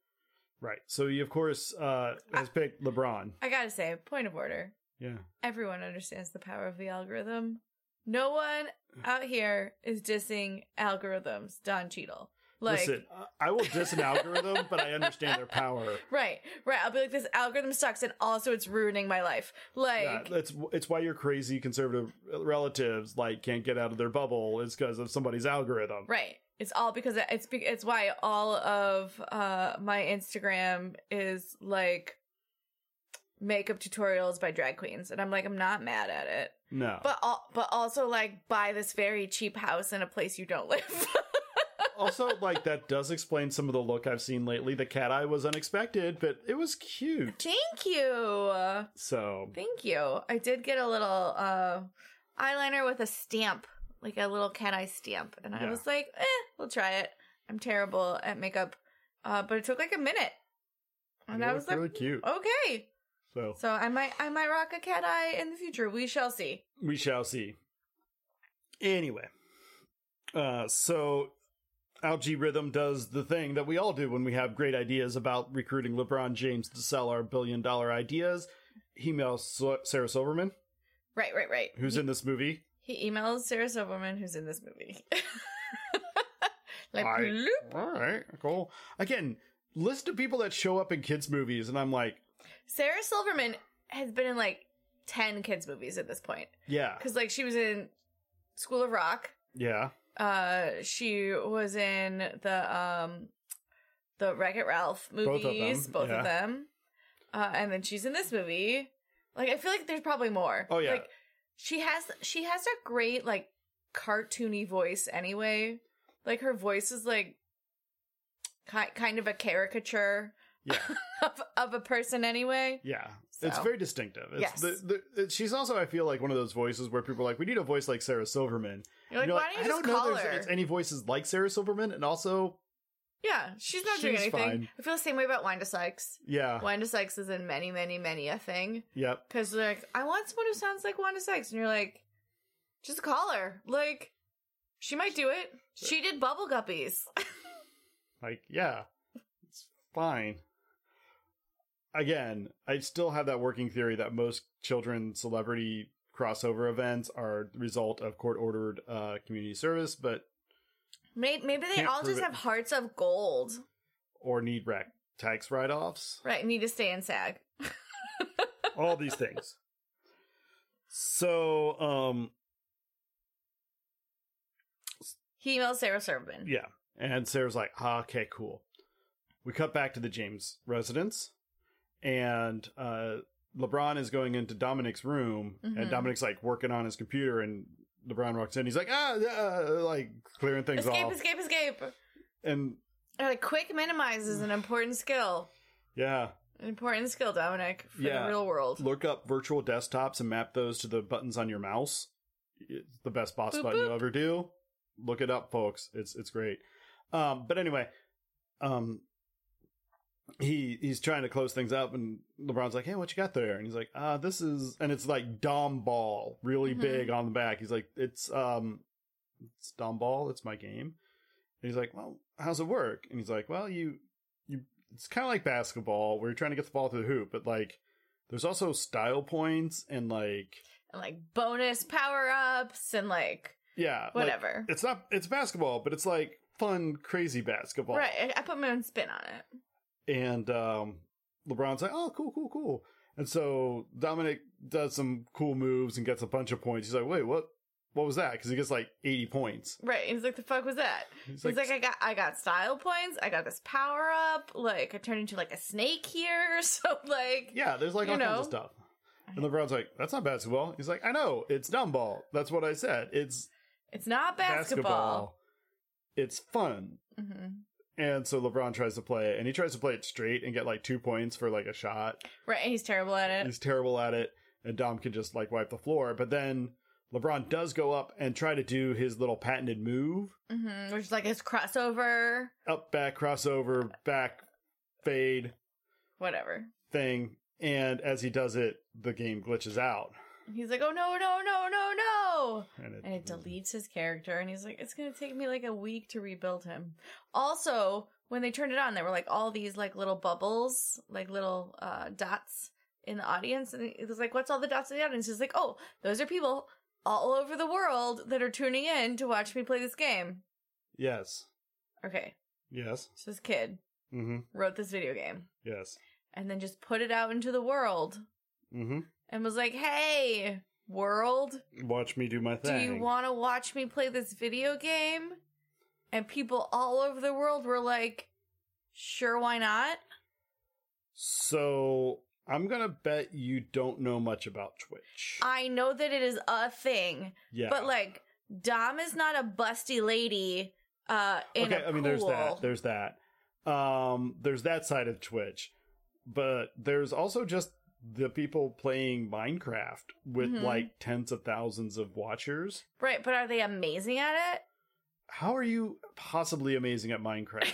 Speaker 1: right. So he of course uh has picked LeBron.
Speaker 2: I gotta say, point of order.
Speaker 1: Yeah.
Speaker 2: everyone understands the power of the algorithm. No one out here is dissing algorithms, Don Cheadle. Like,
Speaker 1: Listen, I- I will diss an algorithm, but I understand their power.
Speaker 2: right, right. I'll be like, this algorithm sucks, and also it's ruining my life.
Speaker 1: Yeah,
Speaker 2: Like,
Speaker 1: that's it's why your crazy conservative relatives like can't get out of their bubble is because of somebody's algorithm.
Speaker 2: right. It's all because it's be- it's why all of uh my Instagram is like makeup tutorials by drag queens, and I'm like, I'm not mad at it,
Speaker 1: No,
Speaker 2: but al- but also like buy this very cheap house in a place you don't live.
Speaker 1: also like that does explain some of the look I've seen lately. The cat eye was unexpected, but it was cute.
Speaker 2: Thank you.
Speaker 1: So
Speaker 2: Thank you. I did get a little uh, eyeliner with a stamp, like a little cat eye stamp, and I
Speaker 1: Yeah.
Speaker 2: was like, "Eh, we'll try it." I'm terrible at makeup, uh, but it took like a minute, and
Speaker 1: it
Speaker 2: I
Speaker 1: was
Speaker 2: Oh, was
Speaker 1: really
Speaker 2: like,
Speaker 1: cute.
Speaker 2: "Okay."
Speaker 1: So
Speaker 2: So I might, I might rock a cat eye in the future. We shall see.
Speaker 1: we shall see. Anyway, uh, so Algae Rhythm does the thing that we all do when we have great ideas about recruiting LeBron James to sell our billion dollar ideas. He emails Sa- Sarah Silverman,
Speaker 2: Right, right, right.
Speaker 1: who's
Speaker 2: he,
Speaker 1: in this movie.
Speaker 2: He emails Sarah Silverman, who's in this movie. like,
Speaker 1: I-
Speaker 2: bloop.
Speaker 1: All right, cool. Again, list of people that show up in kids' movies, and I'm like,
Speaker 2: Sarah Silverman has been in like ten kids movies at this point
Speaker 1: yeah,
Speaker 2: because like she was in School of Rock.
Speaker 1: yeah,
Speaker 2: uh she was in the um the Wreck It Ralph
Speaker 1: of them,
Speaker 2: movies, both of them.
Speaker 1: yeah.
Speaker 2: Uh and then she's in this movie. Like I feel like there's probably more.
Speaker 1: oh yeah,
Speaker 2: Like she has she has a great like cartoony voice anyway. Like her voice is like ki- kind of a caricature
Speaker 1: yeah,
Speaker 2: of of a person anyway.
Speaker 1: yeah. It's
Speaker 2: So.
Speaker 1: very distinctive. It's
Speaker 2: Yes.
Speaker 1: the, the, it, she's also, I feel like, one of those voices where people are like, we need a voice like Sarah Silverman.
Speaker 2: You're like,
Speaker 1: You know,
Speaker 2: why don't you just call
Speaker 1: there's
Speaker 2: her?
Speaker 1: it's any voices like Sarah Silverman, and also,
Speaker 2: yeah, she's not doing
Speaker 1: She's
Speaker 2: anything.
Speaker 1: fine. Ah.
Speaker 2: I feel the same way about Wanda Sykes.
Speaker 1: yeah,
Speaker 2: Wanda Sykes is in many, many, many a thing.
Speaker 1: yep,
Speaker 2: Because they're like, I want someone who sounds like Wanda Sykes. And you're like, just call her. Like, she might do it. She did Bubble Guppies.
Speaker 1: like yeah, it's fine. Again, I still have that working theory that most children celebrity crossover events are the result of court ordered uh, community service, but
Speaker 2: May- Maybe they
Speaker 1: Can't
Speaker 2: all
Speaker 1: prove
Speaker 2: just
Speaker 1: it.
Speaker 2: have hearts of gold.
Speaker 1: or need rec tax write offs,
Speaker 2: Right, need to stay in SAG.
Speaker 1: all these things. So, um,
Speaker 2: He emails Sarah Servman.
Speaker 1: yeah. And Sarah's like, ah, okay, cool. We cut back to the James residence, and uh, LeBron is going into Dominic's room,
Speaker 2: Mhm.
Speaker 1: and Dominic's like working on his computer, and LeBron walks in. He's like, ah, yeah, like clearing things
Speaker 2: escape,
Speaker 1: off.
Speaker 2: escape, escape.
Speaker 1: And
Speaker 2: Or like, quick minimize is an important skill.
Speaker 1: yeah,
Speaker 2: An important skill, Dominic, for
Speaker 1: Yeah.
Speaker 2: the real world.
Speaker 1: look up virtual desktops and map those to the buttons on your mouse. It's the best boss
Speaker 2: Boop,
Speaker 1: button you'll
Speaker 2: boop.
Speaker 1: ever do. Look it up, folks. It's it's great. Um, but anyway, um, he he's trying to close things up, and LeBron's like, "Hey, what you got there?" And he's like, "Uh, this is," and it's like Dom Ball, really
Speaker 2: Mhm.
Speaker 1: big on the back. He's like, "It's um, it's Dom Ball. It's my game." And he's like, "Well, how's it work?" And he's like, "Well, you you it's kind of like basketball where you're trying to get the ball through the hoop, but like there's also style points and like
Speaker 2: And like, bonus power ups and like,
Speaker 1: yeah, like,
Speaker 2: whatever.
Speaker 1: it's not it's basketball, but it's like fun, crazy basketball.
Speaker 2: right, I- I put my own spin on it.
Speaker 1: And um, LeBron's like, oh, cool, cool, cool. And so Dominic does some cool moves and gets a bunch of points. He's like, wait, what? What was that? Because he gets like 80 points.
Speaker 2: Right. He's like, the fuck was that?
Speaker 1: He's
Speaker 2: He's like, I got I got style points, I got this power up, like I turned into like a snake here, so like
Speaker 1: yeah, there's like
Speaker 2: you
Speaker 1: all kinds
Speaker 2: know.
Speaker 1: of stuff. And LeBron's like, that's not basketball. He's like, I know, it's dumb ball. That's what I said. It's
Speaker 2: it's not basketball.
Speaker 1: basketball. It's fun.
Speaker 2: hmm
Speaker 1: And so LeBron tries to play it, and he tries to play it straight and get like two points for like a shot.
Speaker 2: Right, and he's terrible at it.
Speaker 1: He's terrible at it, and Dom can just like wipe the floor. But then LeBron does go up and try to do his little patented move
Speaker 2: Mm-hmm. Which is like his crossover,
Speaker 1: up, back, crossover, back, fade
Speaker 2: whatever.
Speaker 1: thing. And as he does it, the game glitches out.
Speaker 2: He's like, oh no, no, no, no, no.
Speaker 1: And it,
Speaker 2: And it deletes his character. And he's like, it's going to take me like a week to rebuild him. Also, when they turned it on, there were like all these like little bubbles, like little uh, dots in the audience. And it was like, what's all the dots in the audience? He's like, oh, those are people all over the world that are tuning in to watch me play this game.
Speaker 1: Yes.
Speaker 2: Okay.
Speaker 1: Yes.
Speaker 2: So this kid
Speaker 1: Mm-hmm.
Speaker 2: wrote this video game
Speaker 1: Yes.
Speaker 2: and then just put it out into the world
Speaker 1: Mm-hmm.
Speaker 2: and was like, hey, world,
Speaker 1: Watch me do my
Speaker 2: do
Speaker 1: thing.
Speaker 2: you want to watch me play this video game? And people all over the world were like, sure, why not?
Speaker 1: So I'm gonna bet you don't know much about Twitch.
Speaker 2: I know that it is a thing,
Speaker 1: yeah,
Speaker 2: but like, Dom is not a busty lady. Uh, in
Speaker 1: okay,
Speaker 2: a
Speaker 1: I mean, there's that.
Speaker 2: pool.
Speaker 1: There's that. Um, there's that side of Twitch, but there's also just the people playing Minecraft with
Speaker 2: Mhm.
Speaker 1: like tens of thousands of watchers.
Speaker 2: right, but are they amazing at it?
Speaker 1: How are you possibly amazing at Minecraft?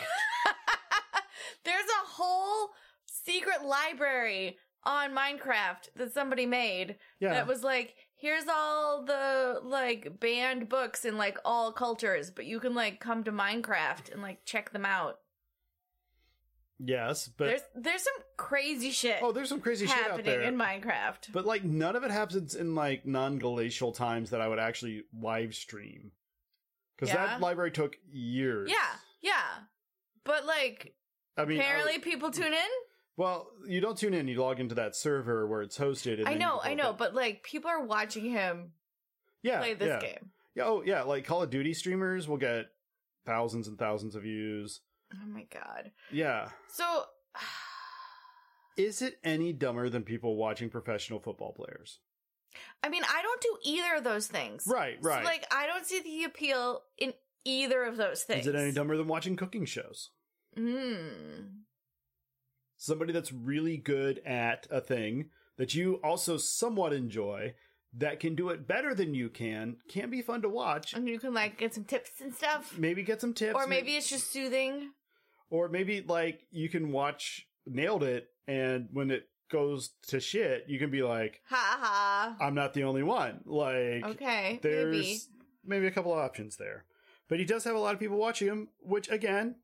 Speaker 2: There's a whole secret library on Minecraft that somebody made
Speaker 1: Yeah,
Speaker 2: that was like, here's all the like banned books in like all cultures, but you can like come to Minecraft and like check them out.
Speaker 1: yes, but
Speaker 2: there's there's some crazy shit
Speaker 1: oh, there's some crazy shit out
Speaker 2: happening
Speaker 1: there.
Speaker 2: in Minecraft.
Speaker 1: but like none of it happens in like non-glacial times that I would actually live stream because
Speaker 2: Yeah.
Speaker 1: that library took years.
Speaker 2: yeah, yeah. But like
Speaker 1: I mean, I-
Speaker 2: apparently people tune in.
Speaker 1: well, you don't tune in. You log into that server where it's hosted. And
Speaker 2: I
Speaker 1: then
Speaker 2: know,
Speaker 1: you
Speaker 2: I
Speaker 1: build
Speaker 2: know,
Speaker 1: it.
Speaker 2: but like people are watching him
Speaker 1: yeah,
Speaker 2: play this
Speaker 1: yeah.
Speaker 2: game.
Speaker 1: Yeah, oh yeah, like Call of Duty streamers will get thousands and thousands of views.
Speaker 2: Oh my god.
Speaker 1: Yeah,
Speaker 2: So
Speaker 1: is it any dumber than people watching professional football players?
Speaker 2: I mean, I don't do either of those things.
Speaker 1: Right, right.
Speaker 2: So, like, I don't see the appeal in either of those things.
Speaker 1: is it any dumber than watching cooking shows?
Speaker 2: Mm.
Speaker 1: Somebody that's really good at a thing that you also somewhat enjoy that can do it better than you can can be fun to watch.
Speaker 2: And you can, like, get some tips and stuff.
Speaker 1: Maybe get some tips,
Speaker 2: Mm. or maybe it's just soothing.
Speaker 1: or maybe like you can watch nailed it and when it goes to shit you can be like
Speaker 2: Ha ha.
Speaker 1: i'm not the only one like
Speaker 2: Okay.
Speaker 1: there's
Speaker 2: Maybe.
Speaker 1: maybe a couple of options there but he does have a lot of people watching him which again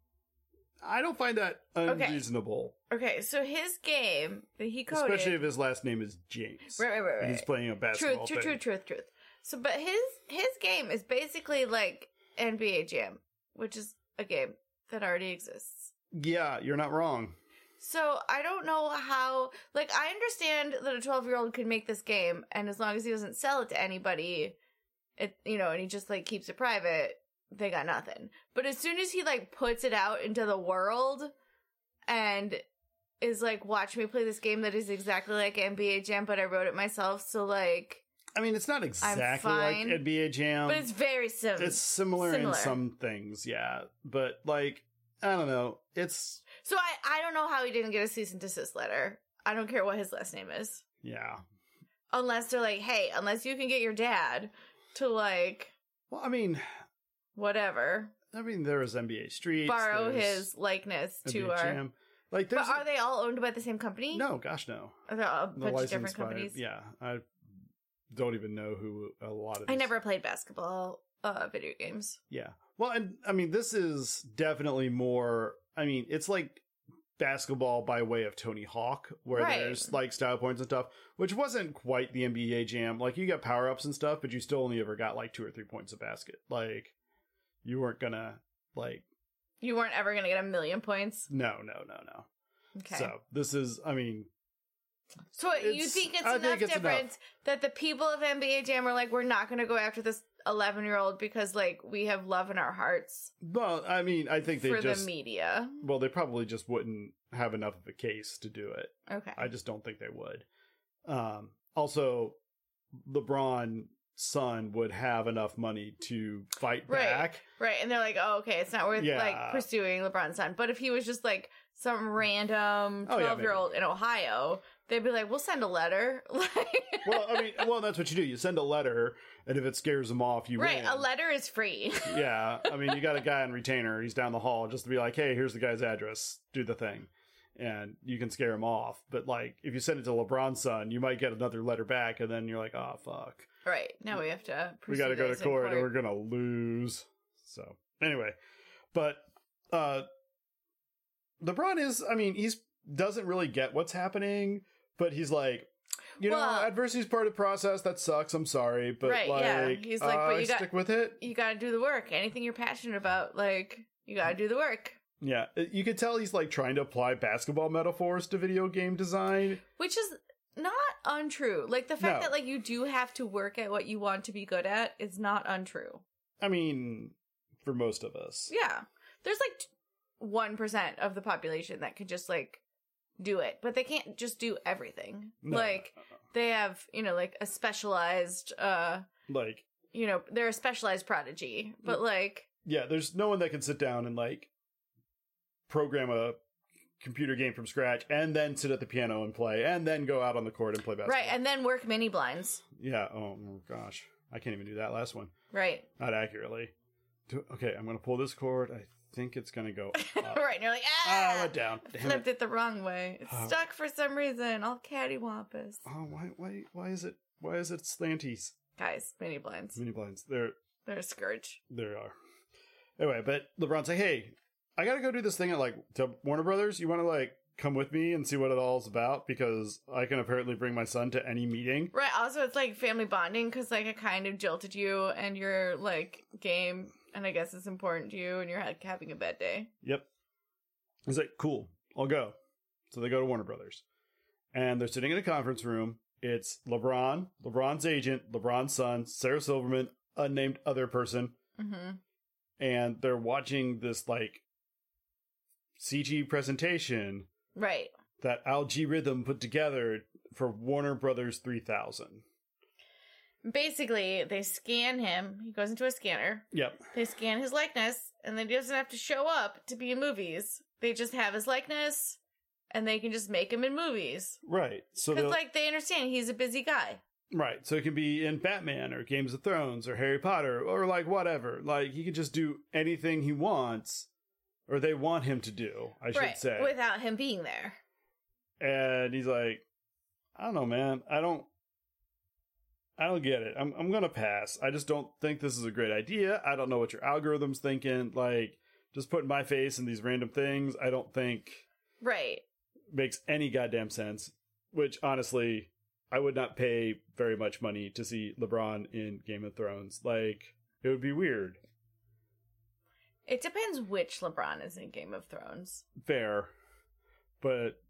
Speaker 1: i don't find that
Speaker 2: Okay.
Speaker 1: unreasonable
Speaker 2: Okay, so his game that he coded.
Speaker 1: especially if his last name is james
Speaker 2: right, right, right,
Speaker 1: and
Speaker 2: right.
Speaker 1: he's playing a
Speaker 2: truth,
Speaker 1: basketball
Speaker 2: truth,
Speaker 1: thing.
Speaker 2: truth, truth, truth. So, but his his game is basically like NBA Jam, which is a game that already exists.
Speaker 1: yeah you're not wrong
Speaker 2: So I don't know how. Like I understand that a twelve year old can make this game, and as long as he doesn't sell it to anybody, it you know, and he just like keeps it private, they got nothing. But as soon as he like puts it out into the world, and is like, watch me play this game that is exactly like NBA Jam, but I wrote it myself, so like,
Speaker 1: i mean it's not exactly like
Speaker 2: fine.
Speaker 1: nba jam
Speaker 2: but it's very similar.
Speaker 1: Um, it's similar,
Speaker 2: similar.
Speaker 1: in some things yeah but like i don't know it's
Speaker 2: so I I don't know how he didn't get a cease and desist letter. I don't care what his last name is.
Speaker 1: yeah
Speaker 2: unless they're like, hey, unless you can get your dad to like
Speaker 1: well i mean
Speaker 2: whatever
Speaker 1: I mean, there was NBA Streets.
Speaker 2: borrow
Speaker 1: there's
Speaker 2: his likeness
Speaker 1: NBA
Speaker 2: to our.
Speaker 1: Jam. Like,
Speaker 2: But
Speaker 1: there's
Speaker 2: are they all owned by the same company?
Speaker 1: no, gosh, no.
Speaker 2: are there a
Speaker 1: The
Speaker 2: bunch of different
Speaker 1: by-
Speaker 2: companies?
Speaker 1: yeah, I don't even know who a lot of.
Speaker 2: I
Speaker 1: these-
Speaker 2: never played basketball uh, video games.
Speaker 1: Yeah, well, and I mean, this is definitely more. I mean, it's like basketball by way of Tony Hawk, where
Speaker 2: Right.
Speaker 1: there's like style points and stuff, which wasn't quite the NBA Jam. Like, you got power ups and stuff, but you still only ever got like two or three points a basket. Like, you weren't gonna like
Speaker 2: You weren't ever gonna get a million points.
Speaker 1: no, no, no, no.
Speaker 2: Okay, so,
Speaker 1: So this is, I mean,
Speaker 2: you
Speaker 1: it's-
Speaker 2: think it's
Speaker 1: I
Speaker 2: enough
Speaker 1: think it's enough.
Speaker 2: difference that the people of NBA Jam are like, we're not gonna go after this eleven year old because like we have love in our hearts
Speaker 1: Well, I mean, I think they
Speaker 2: for
Speaker 1: just
Speaker 2: the media.
Speaker 1: well, they probably just wouldn't have enough of a case to do it.
Speaker 2: Okay,
Speaker 1: I just don't think they would. Um, also, LeBron's son would have enough money to fight
Speaker 2: Right.
Speaker 1: back.
Speaker 2: Right, and they're like, "Oh, okay, it's not worth
Speaker 1: Yeah. Mm.
Speaker 2: like pursuing LeBron's son." But if he was just like some random
Speaker 1: Oh, yeah,
Speaker 2: twelve year old in Ohio They'd be like, "We'll send a letter." Like,
Speaker 1: Well, I mean, well, that's what you do. You send a letter, and if it scares them off, you
Speaker 2: right?
Speaker 1: win.
Speaker 2: A letter is free.
Speaker 1: yeah, I mean, you got a guy on retainer. He's down the hall just to be like, "Hey, here's the guy's address. Do the thing," and you can scare him off. But like, if you send it to LeBron's son, you might get another letter back, and then you're like, "Oh fuck,
Speaker 2: right now we have to.
Speaker 1: we got to
Speaker 2: pursue
Speaker 1: go to
Speaker 2: this in
Speaker 1: court, and we're gonna lose." So anyway, but uh LeBron is. I mean, he's doesn't really get what's happening, but he's like. You know,
Speaker 2: Well-
Speaker 1: adversity is part of the process. That sucks. I'm sorry, but
Speaker 2: Right,
Speaker 1: like,
Speaker 2: yeah. He's like,
Speaker 1: uh,
Speaker 2: but you got-
Speaker 1: stick with it.
Speaker 2: you got to do the work. Anything you're passionate about, like you got to do the work.
Speaker 1: Yeah, uh, you could tell he's like trying to apply basketball metaphors to video game design.
Speaker 2: which is not untrue. Like the fact
Speaker 1: No.
Speaker 2: that like you do have to work at what you want to be good at is not untrue.
Speaker 1: I mean, for most of us.
Speaker 2: Yeah, there's like one percent of the population that could just like do it, but they can't just do everything.
Speaker 1: No.
Speaker 2: Like they have, you know, like a specialized, uh,
Speaker 1: Like,
Speaker 2: you know, they're a specialized prodigy, but like
Speaker 1: yeah, there's no one that can sit down and like program a computer game from scratch and then sit at the piano and play and then go out on the court and play basketball.
Speaker 2: right, and then work mini blinds.
Speaker 1: yeah, oh oh, gosh. I can't even do that last one.
Speaker 2: Right,
Speaker 1: Not accurately. Do, okay, I'm going to pull this chord. I think it's going to go up.
Speaker 2: right, and you're like,
Speaker 1: ah, I
Speaker 2: ah,
Speaker 1: went down. Damn it.
Speaker 2: flipped it the wrong way. It's
Speaker 1: Oh.
Speaker 2: stuck for some reason. All cattywampus.
Speaker 1: Oh, why why why is it why is it slanties?
Speaker 2: Guys, mini blinds.
Speaker 1: Mini blinds. They're
Speaker 2: They're a scourge.
Speaker 1: There are. Anyway, but LeBron's like, hey, I gotta go do this thing at like to Warner Brothers. You wanna like come with me and see what it all is about? Because I can apparently bring my son to any meeting.
Speaker 2: Right. Also, it's like family bonding because like I kind of jilted you and your like game, and I guess it's important to you, and you're like having a bad day.
Speaker 1: Yep. He's like, cool, I'll go. So they go to Warner Brothers. And they're sitting in a conference room. It's LeBron, LeBron's agent, LeBron's son, Sarah Silverman, unnamed other person,
Speaker 2: Mm-hmm.
Speaker 1: and they're watching this like CG presentation
Speaker 2: Right.
Speaker 1: that algorithm put together for Warner Brothers 3000.
Speaker 2: Basically, they scan him. He goes into a scanner.
Speaker 1: Yep.
Speaker 2: They scan his likeness, and then he doesn't have to show up to be in movies. They just have his likeness, and they can just make him in movies.
Speaker 1: Right. So
Speaker 2: Because
Speaker 1: they'll-
Speaker 2: like they understand he's a busy guy.
Speaker 1: right. So it can be in Batman or Games of Thrones or Harry Potter or like whatever. Like he could just do anything he wants or they want him to do, I
Speaker 2: right.
Speaker 1: should say.
Speaker 2: Without him being there.
Speaker 1: and he's like, I don't know, man. I don't I don't get it. I'm I'm gonna pass. I just don't think this is a great idea. I don't know what your algorithm's thinking. Like, just putting my face in these random things, I don't think
Speaker 2: Right.
Speaker 1: makes any goddamn sense. Which honestly, I would not pay very much money to see LeBron in Game of Thrones. Like it would be weird.
Speaker 2: It depends which LeBron is in Game of Thrones.
Speaker 1: Fair. But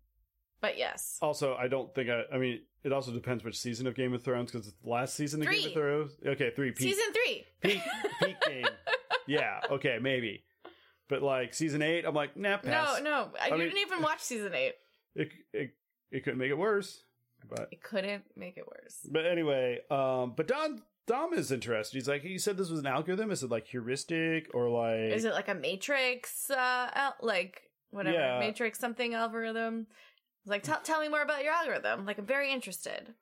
Speaker 2: But yes.
Speaker 1: also, I don't think I. I mean, it also depends which season of Game of Thrones because it's the last season of Game
Speaker 2: Three.
Speaker 1: of Thrones. Okay, three peak
Speaker 2: Season three.
Speaker 1: peak peak game. Yeah. Okay, maybe. But like season eight, I'm like, nah, pass.
Speaker 2: No, no. I,
Speaker 1: I mean-
Speaker 2: didn't even watch season eight.
Speaker 1: It, it it couldn't make it worse. But
Speaker 2: It couldn't make it worse.
Speaker 1: But anyway, um, but Don Dom is interested. He's like, you said this was an algorithm. Is it like heuristic or like?
Speaker 2: Is it like a Matrix, uh, al- like whatever
Speaker 1: Yeah.
Speaker 2: Matrix something algorithm? It's Like, tell tell me more about your algorithm. Like, I'm very interested.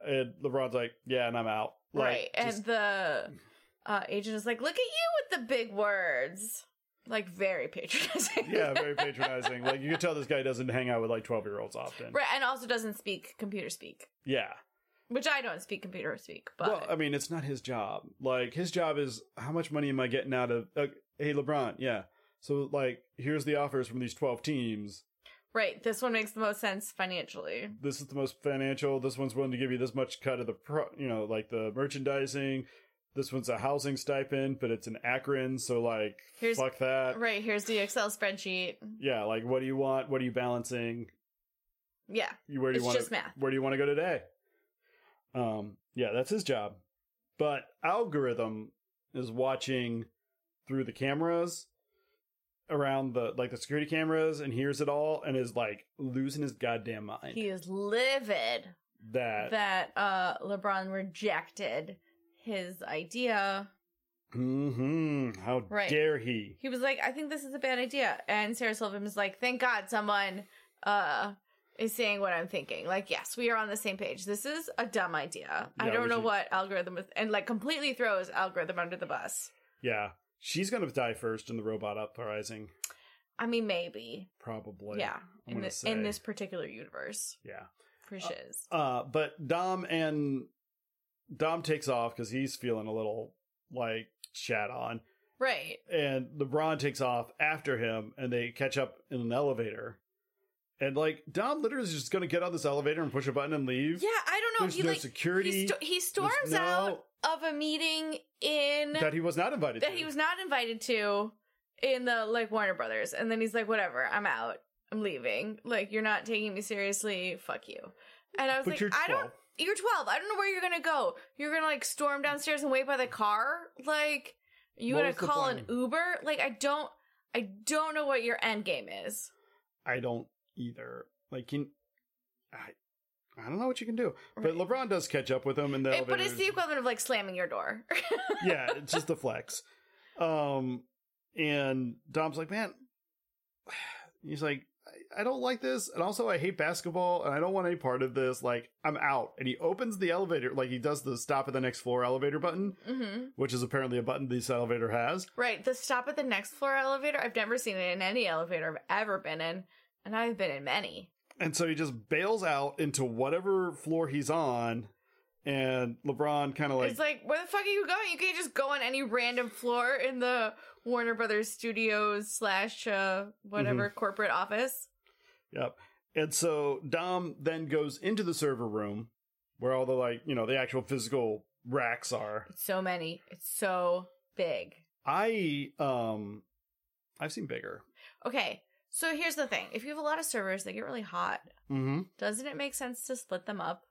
Speaker 1: And LeBron's like, yeah, and I'm out. Like,
Speaker 2: right, and
Speaker 1: just-
Speaker 2: the uh, agent is like, "Look at you with the big words." Like, very patronizing.
Speaker 1: yeah, very patronizing. like you can tell this guy doesn't hang out with like twelve year olds often.
Speaker 2: right, and also doesn't speak computer speak,
Speaker 1: Yeah.
Speaker 2: which I don't speak computer speak, but
Speaker 1: Well, uh, I mean, it's not his job. Like his job is how much money am I getting out of? Uh, hey, LeBron, yeah. So like, here's the offers from these twelve teams.
Speaker 2: right, this one makes the most sense financially.
Speaker 1: this is the most financial. This one's willing to give you this much cut of the, pro, you know, like the merchandising. This one's a housing stipend, but it's an Akron, so like,
Speaker 2: Here's-
Speaker 1: fuck that.
Speaker 2: Right, here's the Excel spreadsheet.
Speaker 1: Yeah, like, what do you want? What are you balancing?
Speaker 2: Yeah,
Speaker 1: You where do you
Speaker 2: It's
Speaker 1: want?
Speaker 2: just math.
Speaker 1: Where do you want to go today? Um, yeah, that's his job. But algorithm is watching through the cameras around the like the security cameras and hears it all and is like losing his goddamn mind
Speaker 2: he is livid
Speaker 1: that
Speaker 2: that uh LeBron rejected his idea.
Speaker 1: hmm How
Speaker 2: Right.
Speaker 1: dare he?
Speaker 2: He was like, I think this is a bad idea. And Sarah Silverman was like, Thank God someone uh is saying what I'm thinking. Like, yes, we are on the same page. This is a dumb idea. I
Speaker 1: Yeah,
Speaker 2: don't
Speaker 1: we
Speaker 2: know
Speaker 1: should-
Speaker 2: what algorithm is, and like completely throws algorithm under the bus.
Speaker 1: Yeah. She's going to die first in the robot uprising,
Speaker 2: I mean, maybe.
Speaker 1: probably.
Speaker 2: yeah.
Speaker 1: I'm
Speaker 2: In
Speaker 1: gonna
Speaker 2: this, in
Speaker 1: say-
Speaker 2: this particular universe.
Speaker 1: Yeah.
Speaker 2: For shiz.
Speaker 1: Uh, but Dom and Dom takes off because he's feeling a little like chat on,
Speaker 2: right.
Speaker 1: and LeBron takes off after him, and they catch up in an elevator. And like Dom literally is just going to get on this elevator and push a button and leave.
Speaker 2: Yeah, I don't know.
Speaker 1: There's
Speaker 2: he
Speaker 1: no
Speaker 2: like
Speaker 1: security.
Speaker 2: He, sto- he storms
Speaker 1: no-
Speaker 2: out of a meeting in
Speaker 1: that he was not invited.
Speaker 2: that
Speaker 1: to.
Speaker 2: he was not invited to in the like Warner Brothers, and then he's like, "Whatever, I'm out. I'm leaving. Like, you're not taking me seriously. Fuck you." And I was
Speaker 1: But
Speaker 2: like,
Speaker 1: you're
Speaker 2: "I
Speaker 1: 12.
Speaker 2: don't. You're 12. I don't know where you're gonna go. You're gonna like storm downstairs and wait by the car. Like, you
Speaker 1: What
Speaker 2: gonna
Speaker 1: was the
Speaker 2: call an
Speaker 1: plan?
Speaker 2: Uber? Like, I don't. I don't know what your end game is.
Speaker 1: I don't either. Like, can I? I don't know what you can do.
Speaker 2: Right.
Speaker 1: But LeBron does catch up with him in the
Speaker 2: It-
Speaker 1: elevator.
Speaker 2: but it's the equivalent of like slamming your door.
Speaker 1: yeah, it's just the flex. Um, and Dom's like, man, he's like, I, I don't like this, and also I hate basketball, and I don't want any part of this. Like, I'm out. And he opens the elevator, like he does the stop at the next floor elevator button,
Speaker 2: mm-hmm.
Speaker 1: which is apparently a button this elevator has.
Speaker 2: Right. The stop at the next floor elevator, I've never seen it in any elevator I've ever been in, and I've been in many.
Speaker 1: And so he just bails out into whatever floor he's on, and LeBron kind of like,
Speaker 2: it's like, where the fuck are you going? You can't just go on any random floor in the Warner Brothers Studios slash uh, whatever corporate office.
Speaker 1: Yep. And so Dom then goes into the server room where all the like, you know, the actual physical racks are.
Speaker 2: It's so many. It's so big.
Speaker 1: I um I've seen bigger.
Speaker 2: Okay. So here's the thing. If you have a lot of servers, they get really hot.
Speaker 1: Mm-hmm.
Speaker 2: Doesn't it make sense to split them up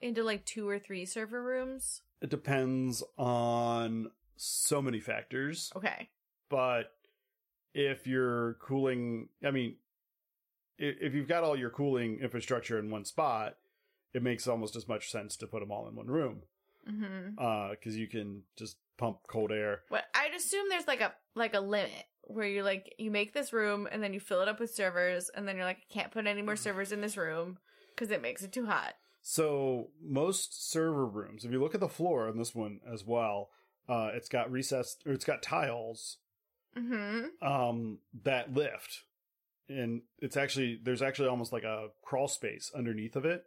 Speaker 2: into like two or three server rooms?
Speaker 1: It depends on so many factors.
Speaker 2: Okay.
Speaker 1: But if you're cooling I mean i- if you've got all your cooling infrastructure in one spot, it makes almost as much sense to put them all in one room.
Speaker 2: Mm-hmm.
Speaker 1: Uh, cause you can just pump cold air.
Speaker 2: Well, I'd assume there's like a like a limit where you like you make this room and then you fill it up with servers and then you're like I can't put
Speaker 1: Mm.
Speaker 2: any more servers in this room because it makes it too hot.
Speaker 1: So most server rooms, if you look at the floor in this one as well, uh, it's got recessed or it's got tiles
Speaker 2: Mm-hmm.
Speaker 1: um, that lift, and it's actually there's actually almost like a crawl space underneath of it.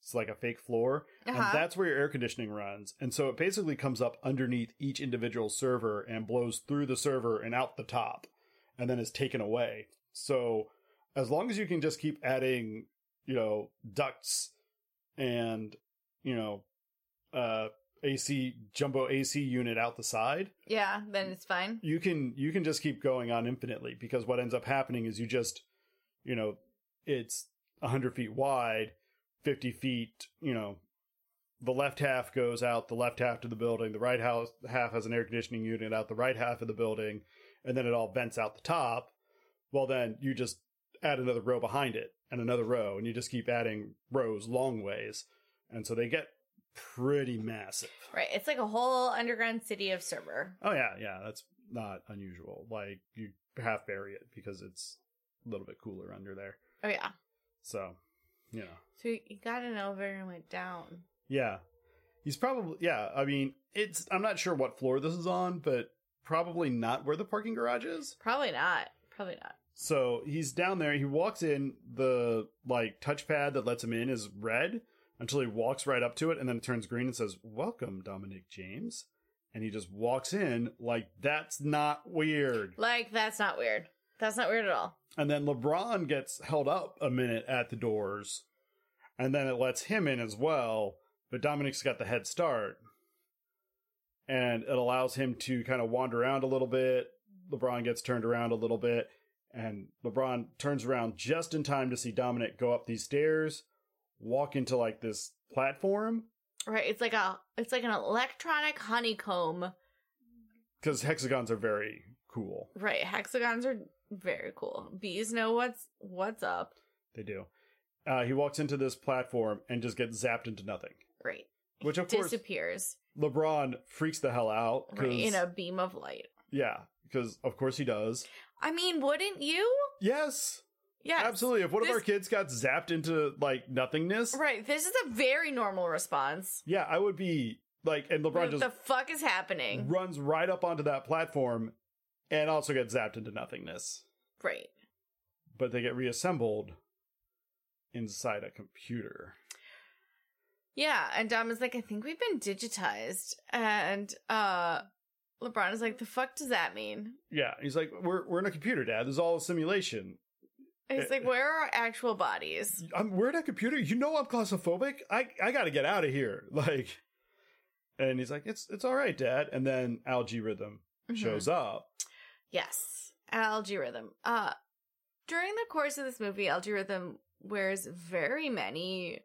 Speaker 1: It's like a fake floor,
Speaker 2: Uh-huh.
Speaker 1: and that's where your air conditioning runs. And so it basically comes up underneath each individual server and blows through the server and out the top, and then is taken away. So as long as you can just keep adding, you know, ducts and you know, uh, AC jumbo AC unit out the side,
Speaker 2: Yeah, then it's fine.
Speaker 1: you can you can just keep going on infinitely because what ends up happening is you just you know it's 100 feet wide 50 feet you know the left half goes out the left half to the building the right house, half has an air conditioning unit out the right half of the building and then it all vents out the top well then you just add another row behind it and another row and you just keep adding rows long ways and so they get pretty massive
Speaker 2: Right, it's like a whole underground city of server.
Speaker 1: Oh yeah, yeah, that's not unusual. Like you half bury it because it's a little bit cooler under there.
Speaker 2: Oh yeah,
Speaker 1: So, you know.
Speaker 2: so you got an elevator and went down.
Speaker 1: Yeah. He's probably yeah, I mean, it's I'm not sure what floor this is on, but probably not where the parking garage is.
Speaker 2: Probably not. Probably not.
Speaker 1: So, he's down there, he walks in, the like touchpad that lets him in is red until he walks right up to it and then it turns green and says, "Welcome, Dominic James." And he just walks in like that's not weird.
Speaker 2: Like that's not weird. That's not weird at all.
Speaker 1: And then LeBron gets held up a minute at the doors. And then it lets him in as well. But Dominic's got the head start. And it allows him to kind of wander around a little bit. LeBron gets turned around a little bit. And LeBron turns around just in time to see Dominic go up these stairs, walk into like this platform.
Speaker 2: Right, it's like a it's like an electronic honeycomb.
Speaker 1: Because hexagons are very cool.
Speaker 2: Right, hexagons are very cool. Bees know what's what's up.
Speaker 1: They do. Uh, he walks into this platform and just gets zapped into nothing.
Speaker 2: Great.
Speaker 1: Which, of course,
Speaker 2: disappears
Speaker 1: LeBron freaks the hell out. 'cause-
Speaker 2: right, in a beam of light.
Speaker 1: yeah, because of course he does.
Speaker 2: I mean, wouldn't you?
Speaker 1: Yes,
Speaker 2: Yes.
Speaker 1: Absolutely. If one of
Speaker 2: This-
Speaker 1: our kids got zapped into like nothingness,
Speaker 2: Right. This is a very normal response.
Speaker 1: yeah, I would be like, and LeBron
Speaker 2: What
Speaker 1: just
Speaker 2: the fuck is happening?
Speaker 1: runs right up onto that platform and also gets zapped into nothingness.
Speaker 2: Right.
Speaker 1: But they get reassembled inside a computer.
Speaker 2: Yeah. And Dom is like, I think we've been digitized. And uh LeBron is like, the fuck does that mean?
Speaker 1: Yeah, he's like, we're we're in a computer, Dad. This is all a simulation.
Speaker 2: And He's
Speaker 1: Eh.
Speaker 2: like, where are our actual bodies?
Speaker 1: I'm, we're in a computer. You know I'm claustrophobic. I I got to get out of here. Like, and he's like, it's it's all right, Dad. And then algae rhythm
Speaker 2: Mhm.
Speaker 1: shows up.
Speaker 2: Yes. Algorithm. Uh during the course of this movie, Algorithm wears very many,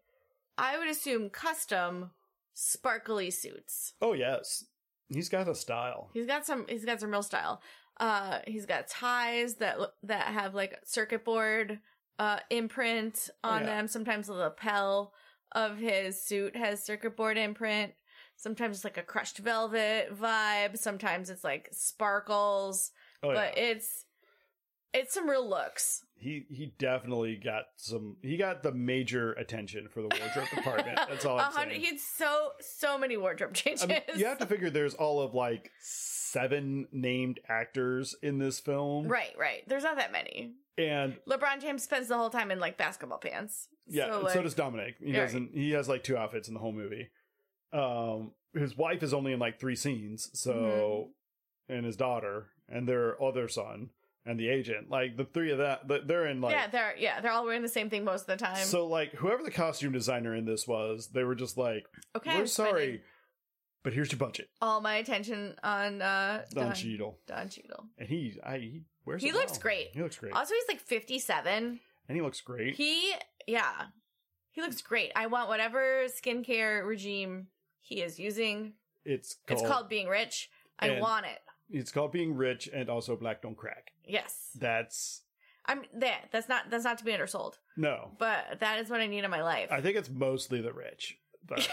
Speaker 2: I would assume custom sparkly suits.
Speaker 1: Oh yes, he's got a style.
Speaker 2: He's got some he's got some real style. Uh he's got ties that l- that have like circuit board uh imprint
Speaker 1: Oh,
Speaker 2: on
Speaker 1: yeah.
Speaker 2: them. Sometimes the lapel of his suit has circuit board imprint. Sometimes it's like a crushed velvet vibe. Sometimes it's like sparkles
Speaker 1: Oh yeah,
Speaker 2: but it's it's some real looks.
Speaker 1: he he definitely got some. He got the major attention for the wardrobe department. That's all
Speaker 2: A
Speaker 1: I'm
Speaker 2: hundred-
Speaker 1: saying.
Speaker 2: He had so so many wardrobe changes.
Speaker 1: I mean, you have to figure there's all of like seven named actors in this film,
Speaker 2: right, right. There's not that many.
Speaker 1: And
Speaker 2: LeBron James spends the whole time in like basketball pants.
Speaker 1: Yeah, so,
Speaker 2: so, like,
Speaker 1: does Dominic. He
Speaker 2: Yeah, right.
Speaker 1: doesn't. He has like two outfits in the whole movie. Um, his wife is only in like three scenes, so
Speaker 2: Mm-hmm.
Speaker 1: and his daughter and their other son and the agent. Like the three of that, th- they're in like.
Speaker 2: yeah, they're yeah they're all wearing the same thing most of the time.
Speaker 1: so like whoever the costume designer in this was, they were just like,
Speaker 2: okay,
Speaker 1: "We're
Speaker 2: I'm spending
Speaker 1: sorry, but here's your budget."
Speaker 2: All my attention on uh,
Speaker 1: Don
Speaker 2: Don
Speaker 1: Cheadle,
Speaker 2: Don Cheadle.
Speaker 1: and he, I, he wears.
Speaker 2: He
Speaker 1: it
Speaker 2: looks
Speaker 1: well.
Speaker 2: great.
Speaker 1: He looks great,
Speaker 2: Also, he's like 57.
Speaker 1: and he looks great.
Speaker 2: He yeah, he looks great. I want whatever skincare regime he is using.
Speaker 1: it's called,
Speaker 2: It's called being rich. I
Speaker 1: And-
Speaker 2: want it.
Speaker 1: it's called being rich and also black don't crack.
Speaker 2: Yes.
Speaker 1: That's
Speaker 2: I'm there. That's not that's not to be undersold,
Speaker 1: no.
Speaker 2: but that is what I need in my life.
Speaker 1: I think it's mostly the rich. But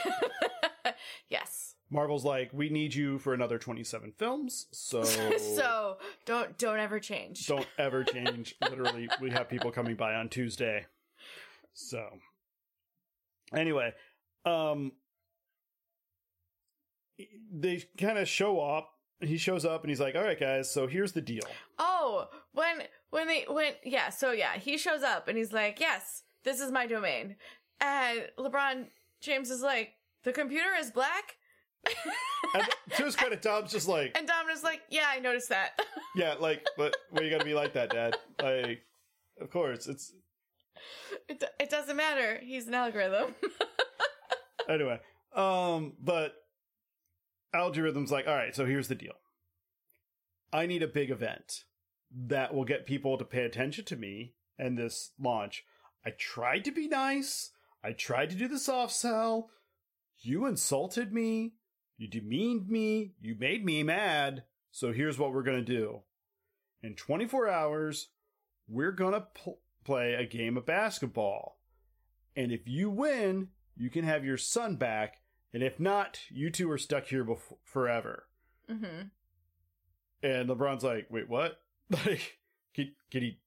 Speaker 2: yes.
Speaker 1: Marvel's like, we need you for another 27 films, so,
Speaker 2: so don't don't ever change.
Speaker 1: don't ever change. Literally, we have people coming by on Tuesday. So, anyway, um, they kind of show up. He shows up and he's like, all right, guys, so here's the deal.
Speaker 2: Oh, when when they when yeah, so yeah, he shows up and he's like, "Yes, this is my domain." And LeBron James is like, "The computer is black?"
Speaker 1: And to his credit, Tom's just like,
Speaker 2: And Domino's like, "Yeah, I noticed that."
Speaker 1: yeah, like, but why you gotta be like that, Dad? Like, of course, it's
Speaker 2: it, do- it doesn't matter. He's an algorithm.
Speaker 1: anyway, um, but algorithms like, all right, so here's the deal. I need a big event that will get people to pay attention to me and this launch. I tried to be nice. I tried to do the soft sell. You insulted me. You demeaned me. You made me mad. So here's what we're going to do. In 24 hours, we're going to pl- play a game of basketball. And if you win, you can have your son back. And if not, you two are stuck here bef- forever.
Speaker 2: mm-hmm.
Speaker 1: And LeBron's like, wait, what? Like, can, can he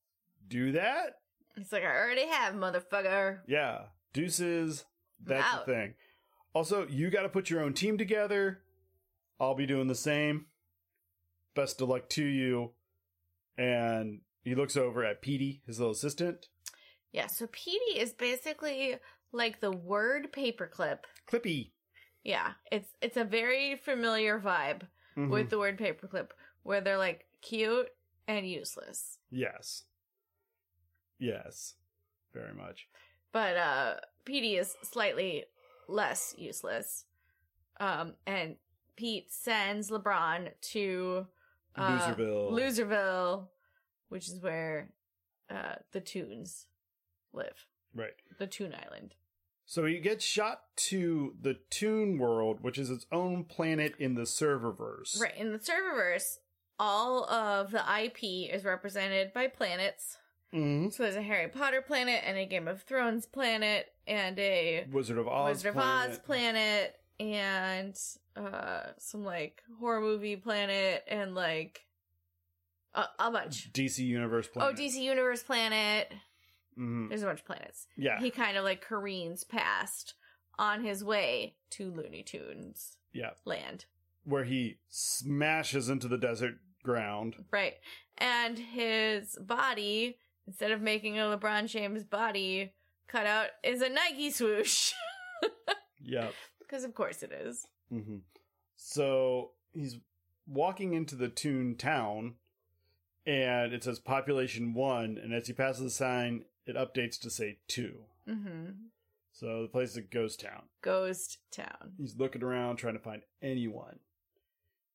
Speaker 1: do that?
Speaker 2: He's like, "I already have, motherfucker."
Speaker 1: Yeah. Deuces. That's
Speaker 2: Out.
Speaker 1: the thing. Also, you got to put your own team together. I'll be doing the same. Best of luck to you. And he looks over at Petey, his little assistant.
Speaker 2: Yeah, so Petey is basically like the word paperclip.
Speaker 1: Clippy.
Speaker 2: Yeah, it's it's a very familiar vibe
Speaker 1: Mhm.
Speaker 2: with the word paperclip, where they're like cute and useless.
Speaker 1: yes. Yes. Very much.
Speaker 2: But uh Petey is slightly less useless. Um and Pete sends LeBron to uh,
Speaker 1: Loserville.
Speaker 2: Loserville, which is where uh the Toons live.
Speaker 1: right.
Speaker 2: The Toon Island.
Speaker 1: So he gets shot to the Toon World, which is its own planet in the serververse.
Speaker 2: Right. In the serververse, all of the IP is represented by planets.
Speaker 1: hmm
Speaker 2: So there's a Harry Potter planet and a Game of Thrones planet and a
Speaker 1: Wizard of Oz.
Speaker 2: Wizard of
Speaker 1: planet.
Speaker 2: Oz planet and uh some like horror movie planet and like a, a bunch.
Speaker 1: DC Universe planet.
Speaker 2: Oh, DC Universe planet.
Speaker 1: hmm
Speaker 2: There's a bunch of planets.
Speaker 1: Yeah.
Speaker 2: He kind of like careens past on his way to Looney Tunes
Speaker 1: yeah.
Speaker 2: land.
Speaker 1: Where he smashes into the desert ground.
Speaker 2: Right. And his body, instead of making a LeBron James body cutout, is a Nike swoosh.
Speaker 1: Yep.
Speaker 2: Because of course it is.
Speaker 1: hmm So he's walking into the Toon Town, and it says population one, and as he passes the sign, it updates to say two.
Speaker 2: Mm-hmm.
Speaker 1: So the place is a ghost town.
Speaker 2: Ghost town.
Speaker 1: He's looking around trying to find anyone,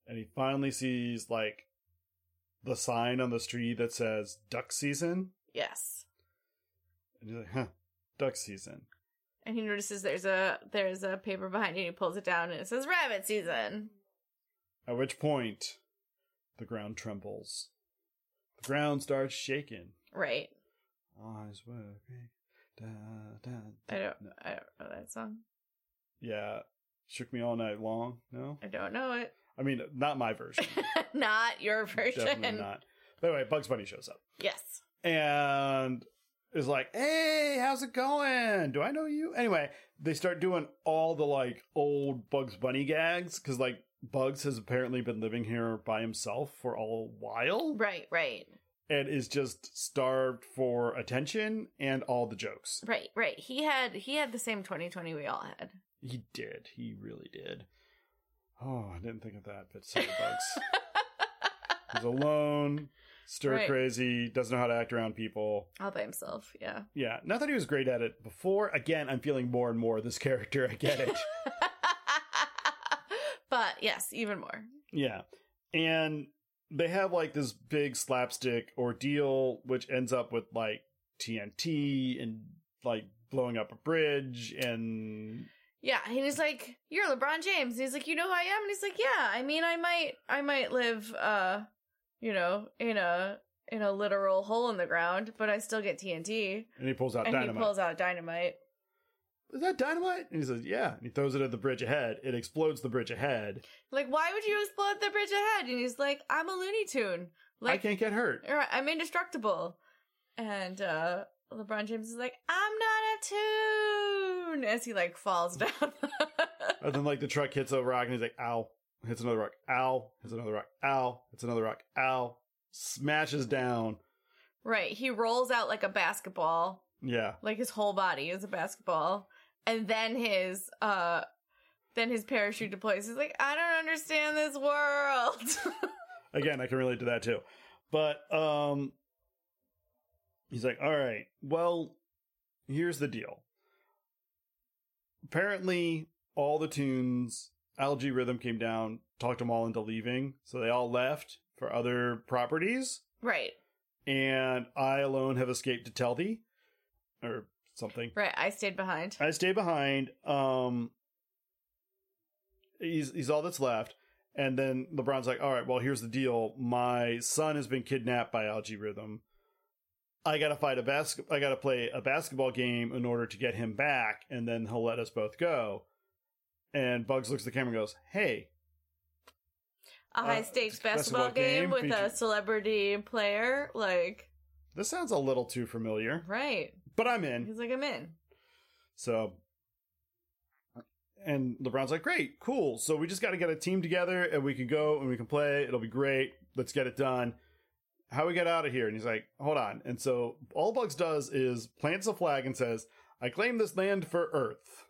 Speaker 1: and he finally sees like the sign on the street that says duck season,
Speaker 2: Yes.
Speaker 1: and he's like, "Huh, duck season."
Speaker 2: And he notices there's a there's a paper behind it. And he pulls it down and it says rabbit season.
Speaker 1: At which point, the ground trembles. The ground starts shaking.
Speaker 2: Right.
Speaker 1: Eyes were great. Da, da, da.
Speaker 2: I don't
Speaker 1: No.
Speaker 2: I don't know that song.
Speaker 1: Yeah. Shook me all night long. No?
Speaker 2: I don't know it.
Speaker 1: I mean, not my version.
Speaker 2: not your version.
Speaker 1: Definitely not. But anyway, Bugs Bunny shows up
Speaker 2: Yes.
Speaker 1: and is like, hey, how's it going? Do I know you? Anyway, they start doing all the like old Bugs Bunny gags because like Bugs has apparently been living here by himself for a while
Speaker 2: Right, right.
Speaker 1: and is just starved for attention and all the jokes.
Speaker 2: Right, right. He had he had the same 2020 we all had.
Speaker 1: He did. He really did. Oh, I didn't think of that, but sorry, Bugs. He's alone, stir
Speaker 2: Right.
Speaker 1: crazy, doesn't know how to act around people.
Speaker 2: all by himself, yeah.
Speaker 1: Yeah, not that he was great at it before. Again, I'm feeling more and more this character. I get it.
Speaker 2: but yes, even more.
Speaker 1: yeah. And they have like this big slapstick ordeal, which ends up with like TNT and like blowing up a bridge and
Speaker 2: Yeah, and he's like, "You're LeBron James." And he's like, "You know who I am?" And he's like, "Yeah, I mean, I might, I might live, uh, you know, in a in a literal hole in the ground, but I still get TNT."
Speaker 1: and he pulls out
Speaker 2: and
Speaker 1: dynamite.
Speaker 2: he pulls out dynamite.
Speaker 1: Is that dynamite? And he says, Yeah. And he throws it at the bridge ahead. It explodes the bridge ahead.
Speaker 2: Like, why would you explode the bridge ahead? And he's like, "I'm a Looney Tune.
Speaker 1: I
Speaker 2: Like,
Speaker 1: can't get hurt.
Speaker 2: or I'm indestructible." And uh LeBron James is like, "I'm not a tune," as he like falls down.
Speaker 1: And then like the truck hits a rock and he's like, ow, hits another rock, ow, hits another rock, ow, hits another rock, ow, smashes down.
Speaker 2: right, he rolls out like a basketball.
Speaker 1: Yeah.
Speaker 2: like his whole body is a basketball and then his uh then his parachute deploys he's like i don't understand this world
Speaker 1: Again, I can relate to that too. But um he's like, All right, well, here's the deal. Apparently all the tunes Algae Rhythm came down, talked them all into leaving, so they all left for other properties.
Speaker 2: right
Speaker 1: and I alone have escaped to tell thee, or something.
Speaker 2: right i stayed behind
Speaker 1: I stay behind. Um, he's he's all that's left, and then LeBron's like, "All right, well, here's the deal. My son has been kidnapped by Algae Rhythm. I gotta fight a basket. I gotta play a basketball game in order to get him back, and then he'll let us both go." And Bugs looks at the camera and goes, "Hey,
Speaker 2: a high
Speaker 1: uh,
Speaker 2: stakes
Speaker 1: just
Speaker 2: basketball,
Speaker 1: basketball
Speaker 2: game,
Speaker 1: game
Speaker 2: with a
Speaker 1: feature-
Speaker 2: celebrity player like
Speaker 1: this sounds a little too familiar,
Speaker 2: right
Speaker 1: but I'm in."
Speaker 2: he's like i'm in
Speaker 1: So, and LeBron's like, great, cool. So we just got to get a team together and we can go and we can play. It'll be great. Let's get it done. How we get out of here? And he's like, hold on. And so all Bugs does is plants a flag and says, I claim this land for Earth.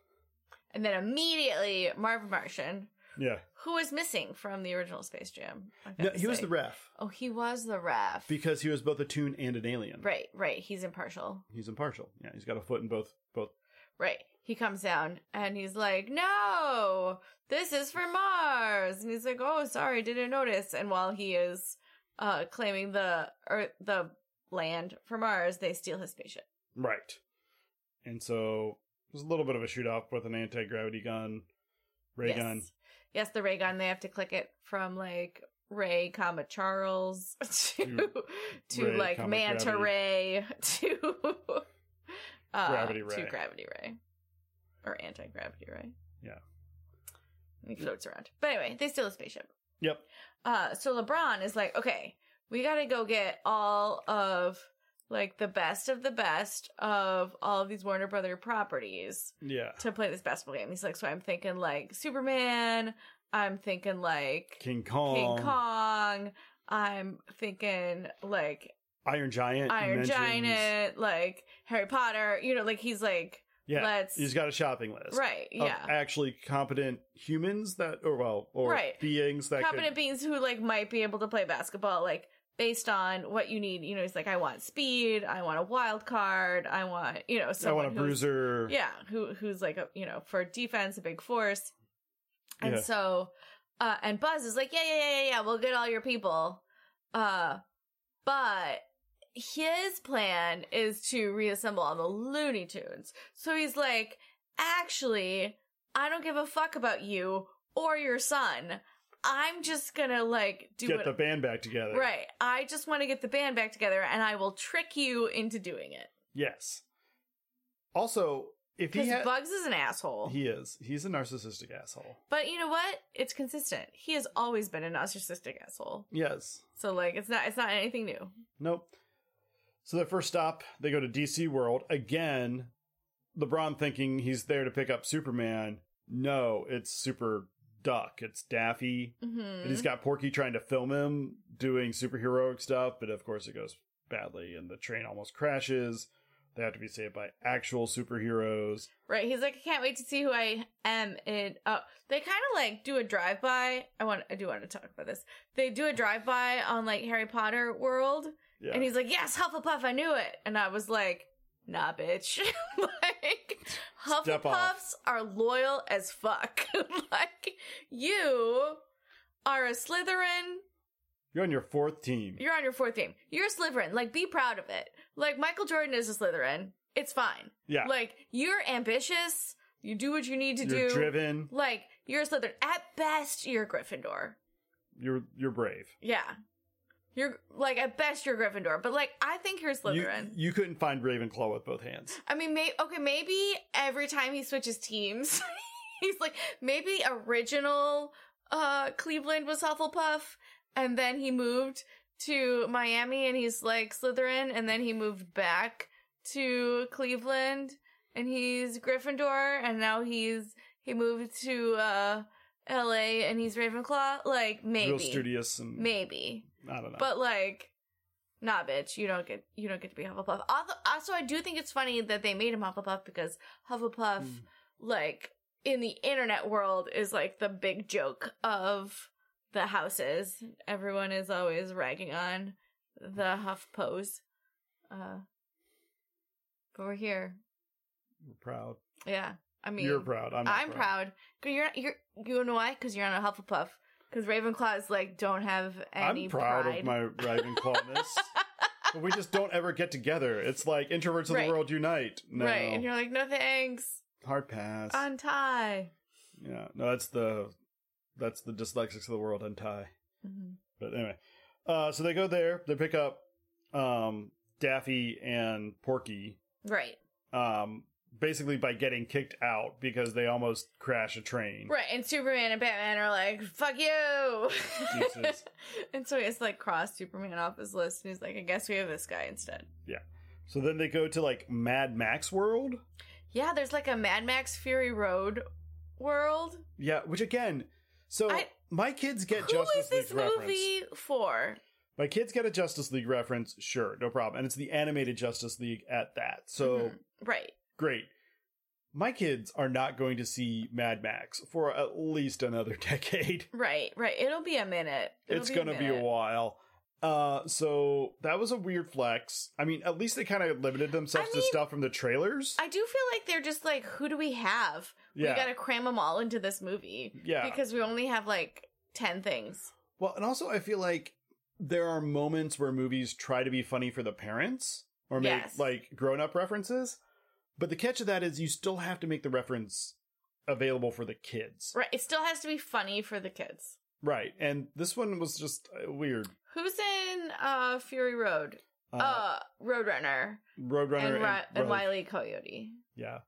Speaker 2: and then immediately marvin martian
Speaker 1: Yeah.
Speaker 2: who was missing from the original space jam I
Speaker 1: No,
Speaker 2: gotta
Speaker 1: he was
Speaker 2: say.
Speaker 1: the ref
Speaker 2: oh he was the ref
Speaker 1: because he was both a tune and an alien.
Speaker 2: right right he's impartial
Speaker 1: He's impartial. Yeah. He's got a foot in both, both.
Speaker 2: Right. He comes down and he's like, No, this is for Mars. And he's like, Oh, sorry, didn't notice. And while he is uh, claiming the or the land for Mars, they steal his spaceship.
Speaker 1: Right. And so there's a little bit of a shoot off with an anti gravity gun, ray
Speaker 2: yes.
Speaker 1: gun.
Speaker 2: Yes, the ray gun. They have to click it from like Ray, comma Charles to
Speaker 1: To
Speaker 2: to
Speaker 1: Ray,
Speaker 2: like
Speaker 1: comma,
Speaker 2: Manta
Speaker 1: gravity.
Speaker 2: Ray to uh,
Speaker 1: Gravity
Speaker 2: to
Speaker 1: ray.
Speaker 2: gravity ray or anti gravity ray.
Speaker 1: Yeah.
Speaker 2: And he floats around. But anyway, they steal a spaceship.
Speaker 1: Yep.
Speaker 2: Uh, so LeBron is like, okay, we got to go get all of like the best of the best of all of these Warner Brother properties
Speaker 1: Yeah.
Speaker 2: to play this basketball game. He's like, so I'm thinking like Superman. I'm thinking like
Speaker 1: King Kong,
Speaker 2: King Kong. I'm thinking like
Speaker 1: Iron Giant, you
Speaker 2: Iron
Speaker 1: mentioned.
Speaker 2: Giant, like Harry Potter. You know, like he's like
Speaker 1: Yeah,
Speaker 2: let's-
Speaker 1: he's got Oh, a shopping list.
Speaker 2: right,
Speaker 1: of
Speaker 2: yeah,
Speaker 1: actually competent humans that, or well, or
Speaker 2: Right.
Speaker 1: beings that
Speaker 2: competent beings who like might be able to play basketball, like based on what you need. You know, he's like, I want speed. I want a wild card. I want you know,
Speaker 1: could. I
Speaker 2: someone
Speaker 1: want a
Speaker 2: who's-
Speaker 1: bruiser.
Speaker 2: Yeah, who who's like a you know for defense a big force, and
Speaker 1: Yeah.
Speaker 2: so uh, and Buzz is like yeah yeah yeah yeah, yeah we'll get all your people, uh, but his plan is to reassemble all the Looney Tunes. So he's like, actually, I don't give a fuck about you or your son. I'm just gonna like do
Speaker 1: Get
Speaker 2: what-
Speaker 1: the band back together.
Speaker 2: right. I just want to get the band back together, and I will trick you into doing it
Speaker 1: Yes. Also, if he
Speaker 2: because
Speaker 1: had,
Speaker 2: Bugs is an asshole.
Speaker 1: he is, he's a narcissistic asshole.
Speaker 2: But you know what? It's consistent. He has always been a narcissistic asshole.
Speaker 1: Yes.
Speaker 2: So like it's not it's not anything new.
Speaker 1: Nope. So their first stop, they go to DC World again. LeBron thinking he's there to pick up Superman. No, it's Super Duck. It's Daffy. And
Speaker 2: Mm-hmm.
Speaker 1: he's got Porky trying to film him doing superheroic stuff, but of course it goes badly and the train almost crashes. They have to be saved by actual superheroes.
Speaker 2: Right. He's like, I can't wait to see who I am in oh they kinda like do a drive by. I want I do want to talk about this. They do a drive by on like Harry Potter world
Speaker 1: Yeah.
Speaker 2: and he's like, Yes, Hufflepuff, I knew it and I was like, nah bitch. like
Speaker 1: Step off.
Speaker 2: Hufflepuffs are loyal as fuck. like you are a Slytherin
Speaker 1: You're on your fourth team.
Speaker 2: You're on your fourth game. You're a Slytherin. Like, be proud of it. Like, Michael Jordan is a Slytherin. It's fine.
Speaker 1: yeah.
Speaker 2: Like, you're ambitious. You do what you need to
Speaker 1: you're
Speaker 2: do.
Speaker 1: driven.
Speaker 2: Like, you're a Slytherin. At best, you're Gryffindor.
Speaker 1: You're you're brave.
Speaker 2: Yeah. You're, like, at best, you're Gryffindor. But, like, I think you're
Speaker 1: You,
Speaker 2: Slytherin.
Speaker 1: you couldn't find Ravenclaw with both hands.
Speaker 2: I mean, may- okay, maybe every time he switches teams, he's like, maybe original uh, Cleveland was Hufflepuff, and then he moved to Miami and he's like Slytherin, and then he moved back to Cleveland and he's Gryffindor, and now he's he moved to uh, L.A. and he's Ravenclaw. Like
Speaker 1: Real
Speaker 2: maybe,
Speaker 1: studious and
Speaker 2: maybe.
Speaker 1: I don't know.
Speaker 2: But like, nah, bitch, you don't get you don't get to be Hufflepuff. Also, also, I do think it's funny that they made him Hufflepuff because Hufflepuff,
Speaker 1: Mm.
Speaker 2: like in the internet world, is like the big joke of the houses. Everyone is always ragging on the Huff pose. Uh, but we're here.
Speaker 1: We're proud.
Speaker 2: Yeah, I mean,
Speaker 1: you're proud. I'm, not
Speaker 2: I'm proud. 'Cause You're you're you know why? Because you're on a Hufflepuff. Because Ravenclaw is like don't have any
Speaker 1: I'm proud
Speaker 2: pride.
Speaker 1: of my Ravenclawness. but we just don't ever get together. It's like introverts of
Speaker 2: Right.
Speaker 1: the world unite. No.
Speaker 2: Right. And you're like, no thanks.
Speaker 1: Hard pass.
Speaker 2: Untie.
Speaker 1: Yeah, no, that's the that's the dyslexics of the world untie. But anyway, uh, so they go there. They pick up um, Daffy and Porky,
Speaker 2: Right.
Speaker 1: um, basically by getting kicked out because they almost crash a train.
Speaker 2: Right. And Superman and Batman are like, fuck you.
Speaker 1: Jesus.
Speaker 2: and so he has to like cross Superman off his list and he's like, I guess we have this guy instead.
Speaker 1: So then they go to like Mad Max World.
Speaker 2: Yeah, there's like a Mad Max Fury Road world.
Speaker 1: Yeah, which again, so
Speaker 2: I-
Speaker 1: my kids get
Speaker 2: Who
Speaker 1: Justice
Speaker 2: is this
Speaker 1: League reference.
Speaker 2: movie for?
Speaker 1: My kids get a Justice League reference, sure, no problem, and it's the animated Justice League at that. So.
Speaker 2: Mhm. Right.
Speaker 1: great. My kids are not going to see Mad Max for at least another decade.
Speaker 2: Right. Right. It'll be a minute. It'll
Speaker 1: it's going to be a
Speaker 2: minute.
Speaker 1: while. Uh, so that was a weird flex. I mean, at least they kind of limited themselves
Speaker 2: I
Speaker 1: to
Speaker 2: mean-
Speaker 1: stuff from the trailers.
Speaker 2: I do feel like they're just like, who do we have?
Speaker 1: yeah,
Speaker 2: We got to cram them all into this movie.
Speaker 1: yeah.
Speaker 2: Because we only have like 10 things.
Speaker 1: well, and also I feel like there are moments where movies try to be funny for the parents or make
Speaker 2: Yes.
Speaker 1: like grown-up references, but the catch of that is you still have to make the reference available for the kids,
Speaker 2: Right. It still has to be funny for the kids.
Speaker 1: right? And this one was just uh, weird.
Speaker 2: Who's in uh Fury Road?
Speaker 1: Uh,
Speaker 2: Uh, Roadrunner
Speaker 1: Roadrunner
Speaker 2: and,
Speaker 1: and,
Speaker 2: Ri- and
Speaker 1: Rogue.
Speaker 2: Wiley Coyote.
Speaker 1: Yeah,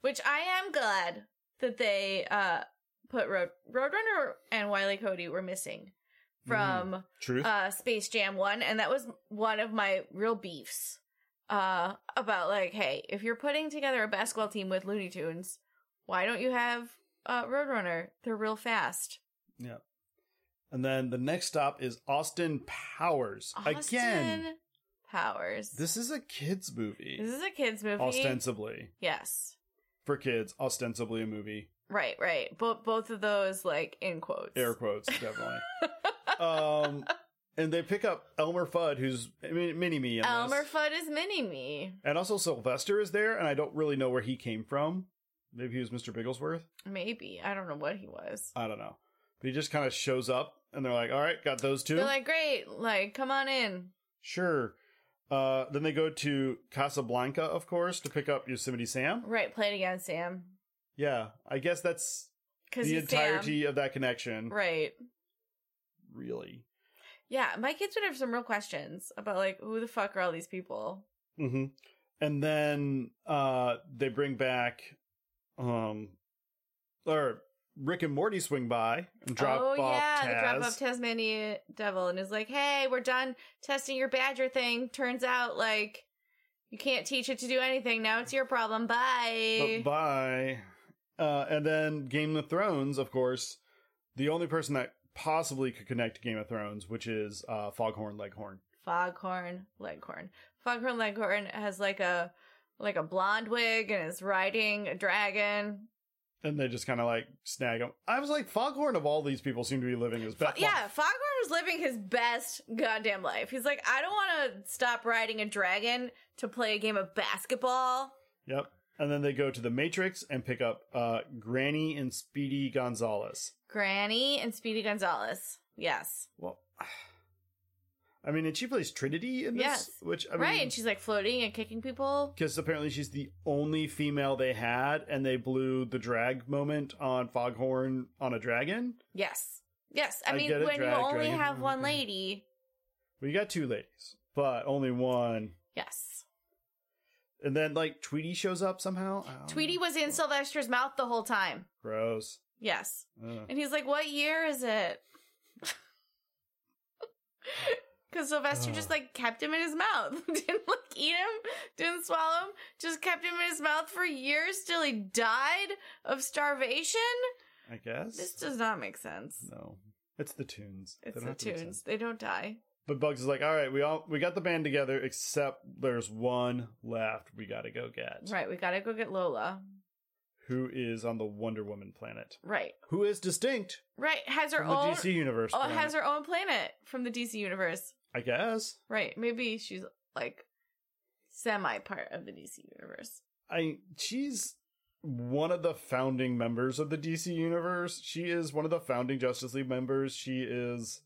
Speaker 2: Which I am glad that they uh put Road Roadrunner and Wiley Coyote were missing from
Speaker 1: Truth.
Speaker 2: uh Space Jam 1 and that was one of my real beefs uh about like hey if you're putting together a basketball team with Looney Tunes why don't you have uh Roadrunner they're real fast
Speaker 1: yeah. And then the next stop is Austin Powers. Again,
Speaker 2: Austin Powers
Speaker 1: this is a kids movie,
Speaker 2: This is a kids movie
Speaker 1: ostensibly
Speaker 2: yes
Speaker 1: for kids, ostensibly a movie.
Speaker 2: right right but both of those like in quotes
Speaker 1: Air quotes, definitely. um, and they pick up Elmer Fudd, who's mini me.
Speaker 2: Elmer Fudd is mini me
Speaker 1: And also Sylvester is there, and I don't really know where he came from. Maybe he was Mr. Bigglesworth.
Speaker 2: maybe I don't know what he was
Speaker 1: I don't know. But he just kind of shows up, and they're like, "All right, got those 2
Speaker 2: they're like great like come on in
Speaker 1: sure. Uh, then they go to Casablanca, of course, to pick up Yosemite Sam.
Speaker 2: right played again Sam
Speaker 1: Yeah, I guess that's
Speaker 2: because
Speaker 1: the
Speaker 2: he's Sam
Speaker 1: entirety of that connection.
Speaker 2: right
Speaker 1: Really.
Speaker 2: Yeah, my kids would have some real questions about like who the fuck are all these people?
Speaker 1: hmm And then uh, they bring back, um, or Rick and Morty swing by and drop
Speaker 2: oh
Speaker 1: off
Speaker 2: yeah,
Speaker 1: Taz.
Speaker 2: the drop off Tasmania devil and is like, Hey, we're done testing your badger thing. Turns out like you can't teach it to do anything. Now it's your problem. Bye.
Speaker 1: But bye. Uh, and then Game of Thrones, of course, the only person that possibly could connect to Game of Thrones, which is uh, Foghorn Leghorn.
Speaker 2: Foghorn Leghorn. Foghorn Leghorn has like a like a blonde wig and is riding a dragon.
Speaker 1: And they just kind of like snag him. I was like, Foghorn of all these people seem to be living his best
Speaker 2: Yeah,
Speaker 1: life.
Speaker 2: Foghorn was living his best goddamn life. He's like, I don't want to stop riding a dragon to play a game of basketball.
Speaker 1: Yep. And then they go to the Matrix and pick up uh, Granny and Speedy Gonzalez.
Speaker 2: Granny and Speedy Gonzalez. Yes.
Speaker 1: Well, I mean, and she plays Trinity in this,
Speaker 2: Yes.
Speaker 1: which I mean,
Speaker 2: right. And she's like floating and kicking people.
Speaker 1: because apparently she's the only female they had, and they blew the drag moment on Foghorn on a dragon.
Speaker 2: Yes. Yes. I,
Speaker 1: I
Speaker 2: mean,
Speaker 1: get it,
Speaker 2: when you
Speaker 1: drag,
Speaker 2: only
Speaker 1: dragon, Mm-hmm.
Speaker 2: have one
Speaker 1: okay.
Speaker 2: lady.
Speaker 1: We got two ladies, but only one.
Speaker 2: Yes.
Speaker 1: And then like Tweety shows up somehow. I don't
Speaker 2: Tweety
Speaker 1: know.
Speaker 2: was in Sylvester's mouth the whole time.
Speaker 1: gross.
Speaker 2: Yes.
Speaker 1: Ugh.
Speaker 2: And he's like, what year is it? Because Sylvester just
Speaker 1: Ugh.
Speaker 2: like kept him in his mouth. didn't like eat him, didn't swallow him, just kept him in his mouth for years till he died of starvation.
Speaker 1: I guess
Speaker 2: This does not make sense.
Speaker 1: no. It's the tunes. They
Speaker 2: It's
Speaker 1: don't
Speaker 2: the
Speaker 1: have to make
Speaker 2: tunes.
Speaker 1: sense.
Speaker 2: They don't die.
Speaker 1: But Bugs is like, all right, we all we got the band together, except there's one left. We got to go get
Speaker 2: Right, we gotta go get Lola.
Speaker 1: who is on the Wonder Woman planet,
Speaker 2: Right.
Speaker 1: who is distinct
Speaker 2: Right. Has her
Speaker 1: from the
Speaker 2: own
Speaker 1: DC universe.
Speaker 2: Oh,
Speaker 1: planet.
Speaker 2: has her own planet from the DC universe.
Speaker 1: I guess.
Speaker 2: Right. Maybe she's like semi part of the DC universe.
Speaker 1: I she's one of the founding members of the DC universe. She is one of the founding Justice League members. She is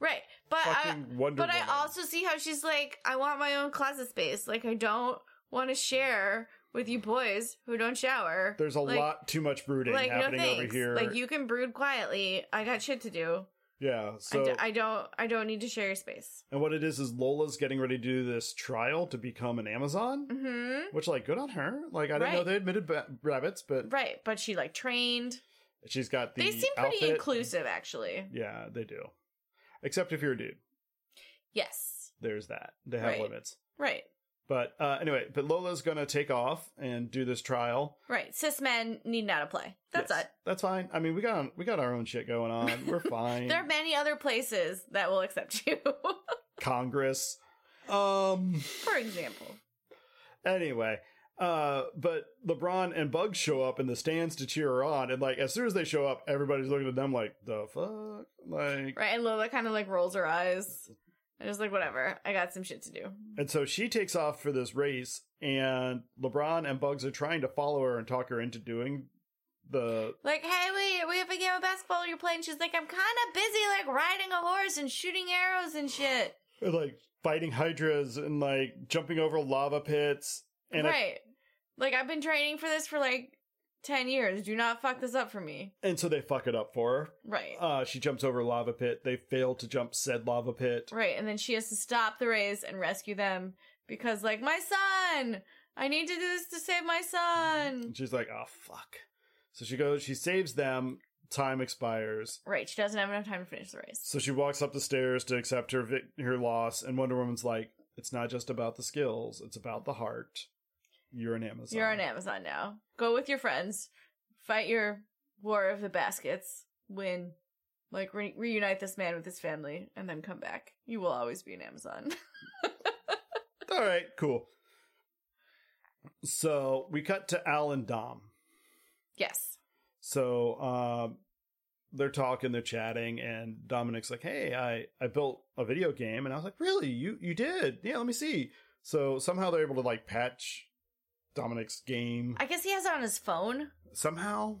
Speaker 2: Right. But I,
Speaker 1: fucking Wonder
Speaker 2: but
Speaker 1: Woman.
Speaker 2: I also see how she's like, I want my own closet space. Like I don't want to share with you boys who don't shower.
Speaker 1: There's a
Speaker 2: Like-
Speaker 1: lot too much brooding
Speaker 2: like
Speaker 1: happening
Speaker 2: no
Speaker 1: over
Speaker 2: thanks.
Speaker 1: here.
Speaker 2: Like you can brood quietly. I got shit to do.
Speaker 1: yeah.
Speaker 2: I
Speaker 1: So
Speaker 2: d- I don't. I don't need to share your space.
Speaker 1: and what it is is Lola's getting ready to do this trial to become an Amazon,
Speaker 2: Hmm.
Speaker 1: which like good on her. Like I didn't know
Speaker 2: Right.
Speaker 1: they admitted ba- rabbits, but
Speaker 2: Right. But she like trained.
Speaker 1: she's got the
Speaker 2: they seem pretty
Speaker 1: outfit.
Speaker 2: inclusive, actually.
Speaker 1: Yeah, they do. Except if you're a dude,
Speaker 2: Yes.
Speaker 1: there's that. They have
Speaker 2: Right.
Speaker 1: limits.
Speaker 2: Right.
Speaker 1: But uh, anyway, but Lola's gonna take off and do this trial.
Speaker 2: Right. Cis men need not apply. That's
Speaker 1: Yes.
Speaker 2: it.
Speaker 1: That's fine. I mean, we got we got our own shit going on. We're fine.
Speaker 2: There are many other places that will accept you.
Speaker 1: Congress. Um.
Speaker 2: For example.
Speaker 1: Anyway, uh, but LeBron and Bugs show up in the stands to cheer her on, and like as soon as they show up, everybody's looking at them like the fuck, like.
Speaker 2: Right. And Lola kind of like rolls her eyes. And is like, whatever. I got some shit to do.
Speaker 1: And so she takes off for this race, and LeBron and Bugs are trying to follow her and talk her into doing the.
Speaker 2: Like, hey, we we have a game of basketball you're playing. She's like, I'm kind of busy, like riding a horse and shooting arrows and shit.
Speaker 1: Like fighting hydras and like jumping over lava pits, and
Speaker 2: right. like, I've been training for this for like ten years. Do not fuck this up for me.
Speaker 1: and so they fuck it up for her.
Speaker 2: Right.
Speaker 1: Uh, she jumps over a lava pit. They fail to jump said lava pit.
Speaker 2: Right, and then she has to stop the rays and rescue them because, like, my son! I need to do this to save my son!
Speaker 1: Mm. And she's like, oh, fuck. So she goes, she saves them, Time expires.
Speaker 2: Right. She doesn't have enough time to finish the race.
Speaker 1: So she walks up the stairs to accept her vic- her loss, and Wonder Woman's like, "It's not just about the skills; it's about the heart." You're an Amazon.
Speaker 2: You're on Amazon now. Go with your friends. Fight your war of the baskets. Win. Like, re- reunite this man with his family and then come back. You will always be an Amazon.
Speaker 1: All right, cool. So we cut to Al and Dom.
Speaker 2: yes.
Speaker 1: So um, they're talking, they're chatting, and Dominic's like, "Hey, I I built a video game," and I was like, "Really? You you did? Yeah, let me see." So somehow they're able to like patch Dominic's game.
Speaker 2: I guess he has it on his phone
Speaker 1: somehow,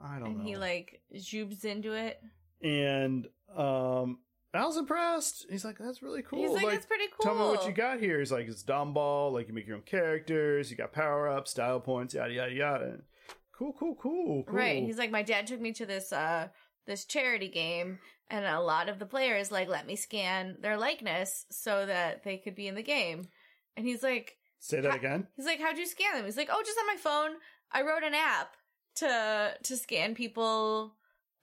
Speaker 1: I don't
Speaker 2: and
Speaker 1: know.
Speaker 2: he, like, zoobs into it.
Speaker 1: and um, Al's impressed. He's like, "That's really cool."
Speaker 2: He's like,
Speaker 1: Like,
Speaker 2: that's pretty cool.
Speaker 1: Tell me what you got here. He's like, it's Dom Ball. Like, you make your own characters. You got power ups, style points, yada yada yada. Cool, cool, cool, cool.
Speaker 2: Right. He's like, my dad took me to this uh this charity game, and a lot of the players like let me scan their likeness so that they could be in the game. And he's like,
Speaker 1: Say that again.
Speaker 2: he's like, how'd you scan them? He's like, oh, just on my phone. I wrote an app to to scan people,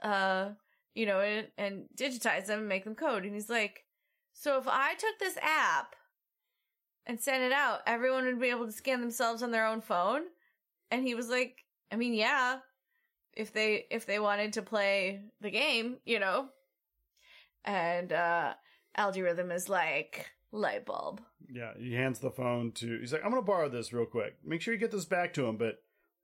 Speaker 2: uh, you know, and, and digitize them and make them code. And he's like, so if I took this app and sent it out, everyone would be able to scan themselves on their own phone. And he was like, I mean, yeah, if they if they wanted to play the game, you know. And uh, algorithm is like light bulb.
Speaker 1: Yeah, he hands the phone to. He's like, I'm gonna borrow this real quick. Make sure you get this back to him, but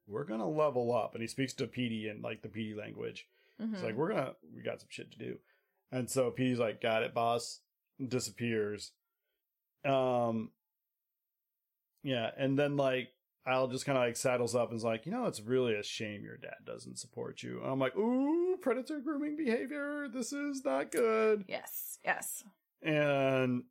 Speaker 1: we're gonna level up. And he speaks to PD in like the PD language. He's
Speaker 2: Mhm.
Speaker 1: like, we're gonna, we got some shit to do. And so PD's like, got it, boss. and Disappears. Um. Yeah, and then like Al just kind of like saddles up and is like, you know, it's really a shame your dad doesn't support you. And I'm like, ooh, predator grooming behavior. This is not good
Speaker 2: yes, yes.
Speaker 1: and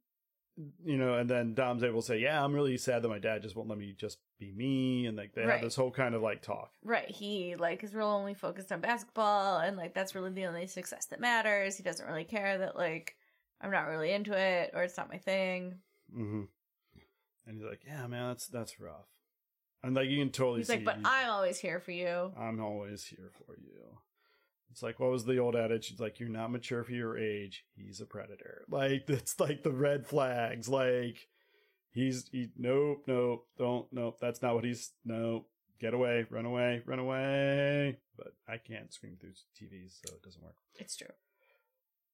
Speaker 1: you know, and then Dom's able to say, "Yeah, I'm really sad that my dad just won't let me just be me," and like they
Speaker 2: Right.
Speaker 1: have this whole kind of like talk.
Speaker 2: Right. He like is real only focused on basketball and like that's really the only success that matters. He doesn't really care that like I'm not really into it or it's not my thing.
Speaker 1: Mm-hmm. And he's like, "Yeah, man, that's that's rough," and like you Uh, can totally
Speaker 2: He's
Speaker 1: see.
Speaker 2: like, But I'm always here for you.
Speaker 1: I'm always here for you." It's like, what was the old adage? It's like, "You're not mature for your age." He's a predator. Like that's like the red flags. Like he's he, nope, nope, don't nope. That's not what he's nope. get away, run away, run away. But I can't scream through TVs, so it doesn't work.
Speaker 2: It's true.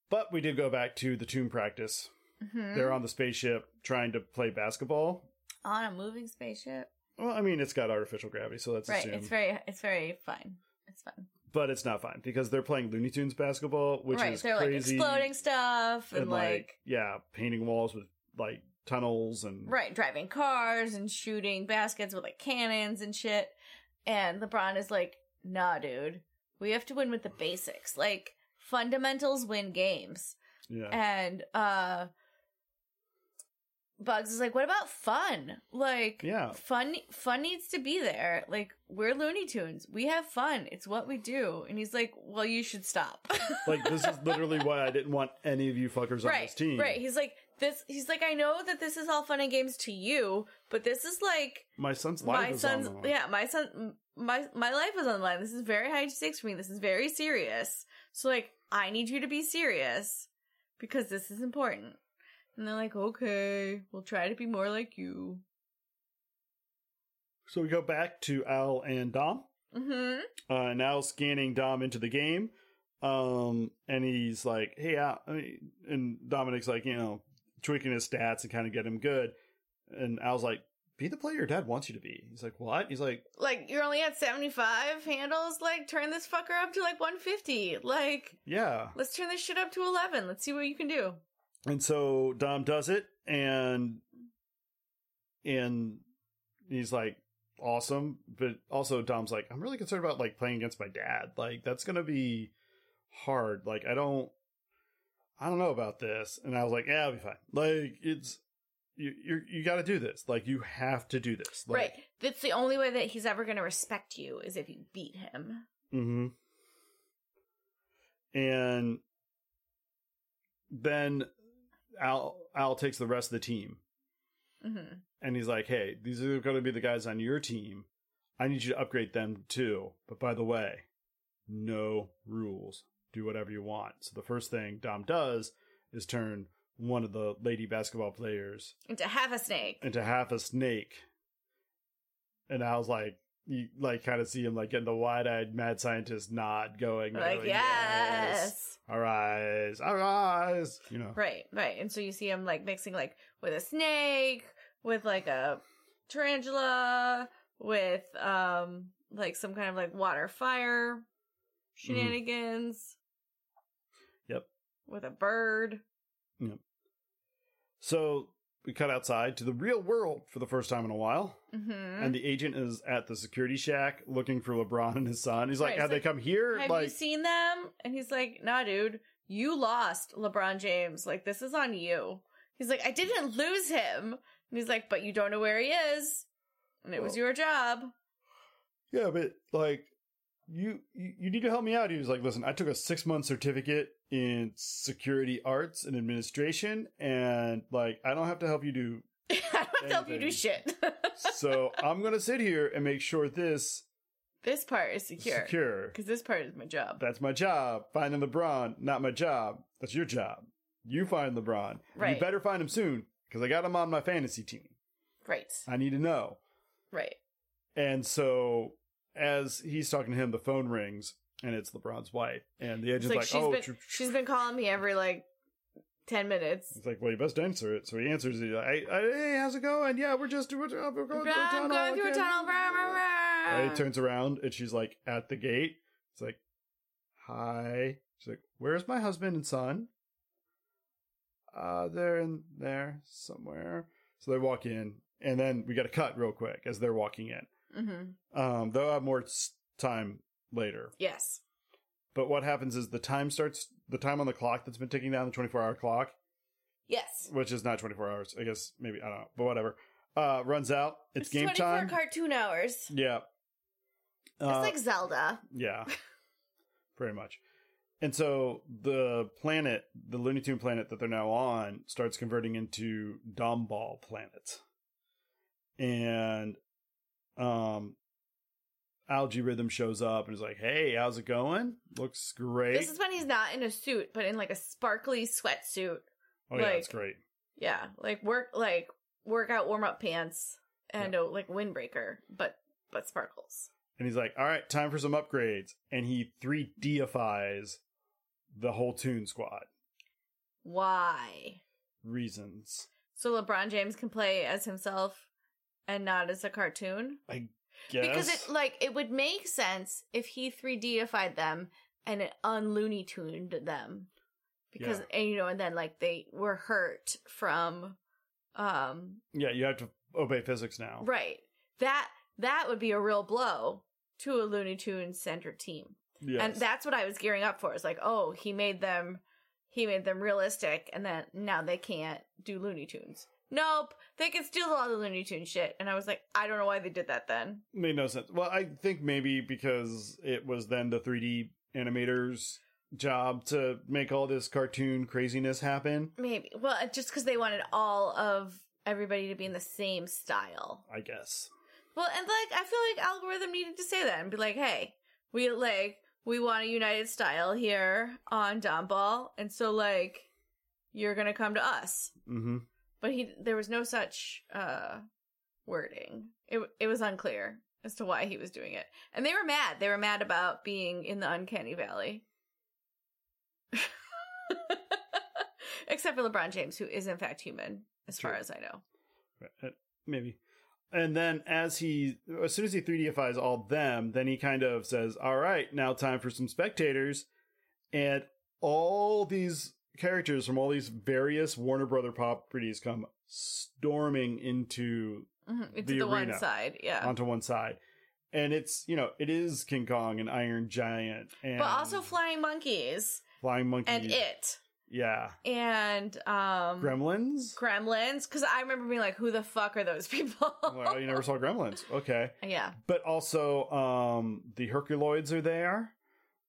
Speaker 1: But we did go back to the tomb practice.
Speaker 2: Mhm.
Speaker 1: They're on the spaceship trying to play basketball.
Speaker 2: on a moving spaceship.
Speaker 1: Well, I mean, it's got artificial gravity, so that's
Speaker 2: Right.
Speaker 1: assumed.
Speaker 2: It's very it's very fun. It's fun.
Speaker 1: but it's not fine because they're playing Looney Tunes basketball, which
Speaker 2: right.
Speaker 1: is
Speaker 2: They're
Speaker 1: crazy.
Speaker 2: like exploding stuff and, like,
Speaker 1: yeah, painting walls with like tunnels and
Speaker 2: Right, driving cars and shooting baskets with like cannons and shit. And LeBron is like, nah, dude, we have to win with the basics. Like, fundamentals win games.
Speaker 1: yeah.
Speaker 2: And, uh, Bugs is like, what about fun? Like,
Speaker 1: Yeah.
Speaker 2: fun, fun needs to be there. Like, we're Looney Tunes. We have fun. It's what we do. And he's like, well, you should stop.
Speaker 1: like this is literally why I didn't want any of you fuckers on
Speaker 2: right,
Speaker 1: this team.
Speaker 2: right. He's like, this, he's like, I know that this is all fun and games to you, but this is like,
Speaker 1: My son's life
Speaker 2: my
Speaker 1: is
Speaker 2: son's
Speaker 1: on the line.
Speaker 2: yeah my son m- my my life is on the line this is very high stakes for me this is very serious so like i need you to be serious because this is important and they're like okay we'll try to be more like you
Speaker 1: So we go back to Al and Dom.
Speaker 2: mm-hmm
Speaker 1: uh, now scanning Dom into the game. Um, and he's like, "Hey, Al," I mean, and Dominic's like, you know, tweaking his stats and kind of get him good. And Al's like, "Be the player your dad wants you to be." He's like, "What?" He's like,
Speaker 2: like you're only at 75 handles like turn this fucker up to like 150 like
Speaker 1: "Yeah."
Speaker 2: let's turn this shit up to 11 let's see what you can do
Speaker 1: And so Dom does it, and and he's like, "Awesome," but also Dom's like, "I'm really concerned about like playing against my dad. Like that's gonna be hard. Like I don't, I don't know about this." And I was like, "Yeah, it'll be fine. Like it's you you you got to do this. Like you have to do this. Like,
Speaker 2: right that's the only way that he's ever going to respect you is if you beat him
Speaker 1: Mm-hmm. And then Al Al takes the rest of the team.
Speaker 2: mm-hmm
Speaker 1: and he's like, "Hey, these are going to be the guys on your team. I need you to upgrade them too. But by the way, no rules. Do whatever you want. So the first thing Dom does is turn one of the lady basketball players
Speaker 2: Into half a snake.
Speaker 1: into half a snake. And I was like, you like kind of see him like getting the wide eyed mad scientist nod going.
Speaker 2: Like, yes.
Speaker 1: Arise, arise. You know,
Speaker 2: Right, right. And so you see him like mixing like with a snake, with like a tarantula, with um like some kind of like water fire shenanigans.
Speaker 1: Mm-hmm. Yep.
Speaker 2: With a bird.
Speaker 1: So we cut outside to the real world for the first time in a while.
Speaker 2: Mm-hmm.
Speaker 1: And the agent is at the security shack looking for LeBron and his son. He's like,
Speaker 2: Right,
Speaker 1: Have
Speaker 2: it's
Speaker 1: they come here?
Speaker 2: Have
Speaker 1: like,
Speaker 2: you seen them? And he's like, Nah, dude, you lost LeBron James. Like this is on you. He's like, I didn't lose him. And he's like, But you don't know where he is. And it was
Speaker 1: Well-
Speaker 2: your job.
Speaker 1: yeah, but like, you, you you need to help me out. He was like, Listen, I took a six month certificate in security arts and administration, and like, I don't have to help you do.
Speaker 2: I don't help you do shit.
Speaker 1: So I'm going to sit here and make sure this
Speaker 2: this part is
Speaker 1: is
Speaker 2: secure.
Speaker 1: secure.
Speaker 2: Because this part is my job.
Speaker 1: That's my job. Finding LeBron, not my job. That's your job. You find LeBron.
Speaker 2: Right.
Speaker 1: You better find him soon because I got him on my fantasy team.
Speaker 2: right.
Speaker 1: I need to know.
Speaker 2: Right.
Speaker 1: And so, as he's talking to him, the phone rings and it's LeBron's wife. And the
Speaker 2: It's
Speaker 1: agent's
Speaker 2: like,
Speaker 1: like,
Speaker 2: she's
Speaker 1: oh,
Speaker 2: been
Speaker 1: tr- tr-
Speaker 2: she's been calling me every like ten minutes.
Speaker 1: it's like, well, you best answer it. So he answers it. Like, I, I, hey, how's it going? Yeah, we're just we're, we're going through a
Speaker 2: I'm
Speaker 1: tunnel.
Speaker 2: going through a
Speaker 1: okay."
Speaker 2: tunnel. Rah, rah, rah.
Speaker 1: And he turns around and she's like at the gate. It's like, hi. She's like, where's my husband and son? Uh, they're in there somewhere. So they walk in, and then we got to cut real quick as they're walking in.
Speaker 2: Mm-hmm.
Speaker 1: Um, they'll have more s- time later.
Speaker 2: Yes.
Speaker 1: But what happens is the time starts, the time on the clock that's been ticking down, the 24 hour clock,
Speaker 2: Yes.
Speaker 1: which is not 24 hours, I guess, maybe, I don't know, but whatever, uh, runs out. It's, game
Speaker 2: 24
Speaker 1: time.
Speaker 2: cartoon hours.
Speaker 1: yeah. Uh,
Speaker 2: it's like Zelda.
Speaker 1: yeah. Pretty much. And so the planet, the Looney Tune planet that they're now on, starts converting into Domball planet. And um Algae Rhythm shows up and is like, Hey, how's it going? Looks great.
Speaker 2: This is when he's not in a suit, but in like a sparkly sweatsuit.
Speaker 1: oh yeah,
Speaker 2: like-
Speaker 1: it's great.
Speaker 2: Yeah. Like work like workout warm up pants and a like windbreaker, but but sparkles.
Speaker 1: And he's like, all right, time for some upgrades. And he 3Difies the whole Toon Squad.
Speaker 2: Why?
Speaker 1: Reasons.
Speaker 2: So LeBron James can play as himself and not as a cartoon?
Speaker 1: I guess.
Speaker 2: Because it like it would make sense if he 3Dified them and it unlooney tuned them. Because
Speaker 1: Yeah.
Speaker 2: and you know, and then like they were hurt from um
Speaker 1: yeah, you have to obey physics now.
Speaker 2: right. That that would be a real blow to a Looney Tunes centered team.
Speaker 1: Yes.
Speaker 2: And that's what I was gearing up for. It's like, oh, he made them he made them realistic and then now they can't do Looney Tunes. Nope. They can steal all the Looney Tunes shit. And I was like, I don't know why they did that then.
Speaker 1: made no sense. Well, I think maybe because it was then the 3D animators' job to make all this cartoon craziness happen.
Speaker 2: Maybe. Well, it- just because they wanted all of everybody to be in the same style.
Speaker 1: I guess.
Speaker 2: Well, and like I feel like algorithm needed to say that and be like, hey, we like we want a united style here on Domball, and so like you're gonna come to us.
Speaker 1: Mm-hmm.
Speaker 2: But he there was no such uh wording. It it was unclear as to why he was doing it, and they were mad. They were mad about being in the uncanny valley. Except for LeBron James, who is in fact human, as far
Speaker 1: True.
Speaker 2: as I know.
Speaker 1: Uh, Maybe. And then as he, as soon as he 3Difies all them, then he kind of says, all right, now time for some spectators. And all these characters from all these various Warner Brother properties come storming into
Speaker 2: Mhm. It's
Speaker 1: The
Speaker 2: the, one
Speaker 1: arena.
Speaker 2: side, yeah.
Speaker 1: onto one side. And it's, you know, it is King Kong and Iron Giant and
Speaker 2: but also flying monkeys
Speaker 1: Flying Monkey.
Speaker 2: and it
Speaker 1: Yeah.
Speaker 2: and um
Speaker 1: Gremlins?
Speaker 2: Gremlins. Because I remember being like, "Who the fuck are those people?"
Speaker 1: I'm like, oh, you never saw Gremlins. Okay.
Speaker 2: yeah,
Speaker 1: But also um the Herculoids are there.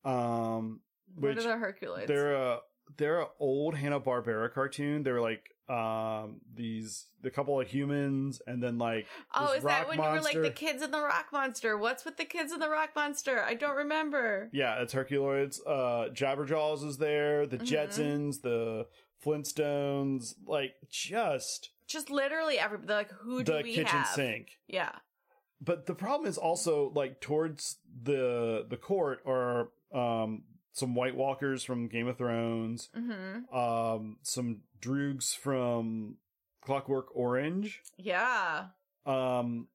Speaker 1: Um
Speaker 2: what
Speaker 1: Which-
Speaker 2: are the Hercules?
Speaker 1: they're a they're a old Hanna-Barbera cartoon. They're like um these the couple of humans and then like
Speaker 2: Oh,
Speaker 1: this
Speaker 2: is that
Speaker 1: rock
Speaker 2: when you were like
Speaker 1: monster.
Speaker 2: the kids in the rock monster? What's with the kids in the rock monster? I don't remember.
Speaker 1: yeah it's herculoids uh jabberjaws is there the
Speaker 2: Mhm.
Speaker 1: jetsons the flintstones like just
Speaker 2: Just literally every they're like who do
Speaker 1: the
Speaker 2: we
Speaker 1: kitchen
Speaker 2: have?
Speaker 1: sink
Speaker 2: Yeah.
Speaker 1: but the problem is also like towards the the court are um some white walkers from game of thrones
Speaker 2: Mm-hmm.
Speaker 1: um some droogs from clockwork orange
Speaker 2: Yeah.
Speaker 1: um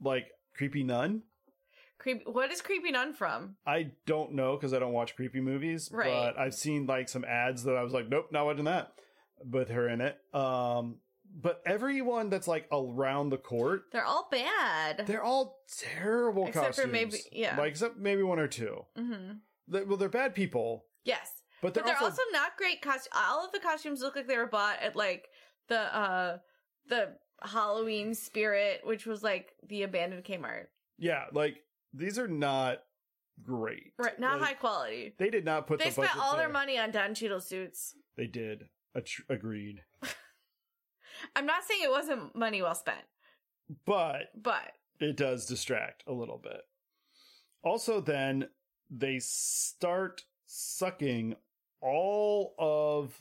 Speaker 1: like creepy nun
Speaker 2: Creep what is creepy nun from?
Speaker 1: i don't know because i don't watch creepy movies
Speaker 2: Right.
Speaker 1: but i've seen like some ads that i was like nope not watching that with her in it um but everyone that's like around the court
Speaker 2: They're all bad.
Speaker 1: they're all terrible
Speaker 2: Except for
Speaker 1: costumes
Speaker 2: maybe- yeah.
Speaker 1: like except maybe one or two
Speaker 2: mm-hmm.
Speaker 1: they, well they're bad people
Speaker 2: Yes.
Speaker 1: but they're,
Speaker 2: but they're also,
Speaker 1: also,
Speaker 2: not great costumes. All of the costumes look like they were bought at like the uh the Halloween spirit, which was like the abandoned Kmart.
Speaker 1: yeah like these are not great
Speaker 2: Right, not
Speaker 1: Like,
Speaker 2: high quality.
Speaker 1: they did not put
Speaker 2: They
Speaker 1: the
Speaker 2: spent
Speaker 1: budget
Speaker 2: all their
Speaker 1: there.
Speaker 2: money on Don Cheadle suits.
Speaker 1: They did. Atr- agreed.
Speaker 2: I'm not saying it wasn't money well spent,
Speaker 1: But
Speaker 2: but
Speaker 1: it does distract a little bit. Also, then they start sucking all of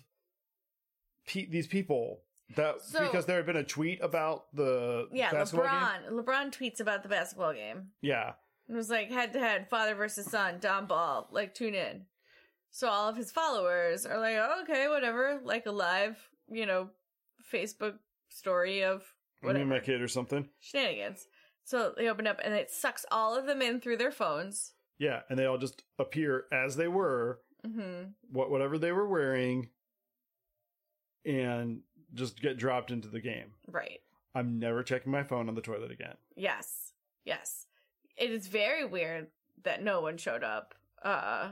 Speaker 1: pe- these people that
Speaker 2: So-
Speaker 1: because there had been a tweet about the
Speaker 2: yeah,
Speaker 1: basketball game.
Speaker 2: LeBron. LeBron tweets about the basketball game.
Speaker 1: Yeah,
Speaker 2: It was like head to head, father versus son, Don Ball. Like tune in. So all of his followers are like, oh, okay, whatever. Like a live, you know, Facebook story of
Speaker 1: me and my
Speaker 2: whatever
Speaker 1: kid or something.
Speaker 2: shenanigans. So they open up and it sucks all of them in through their phones.
Speaker 1: Yeah, and they all just appear as they were,
Speaker 2: Mm-hmm.
Speaker 1: what whatever they were wearing, and just get dropped into the game.
Speaker 2: Right.
Speaker 1: I'm never checking my phone on the toilet again.
Speaker 2: Yes. Yes. It is very weird that no one showed up. Uh,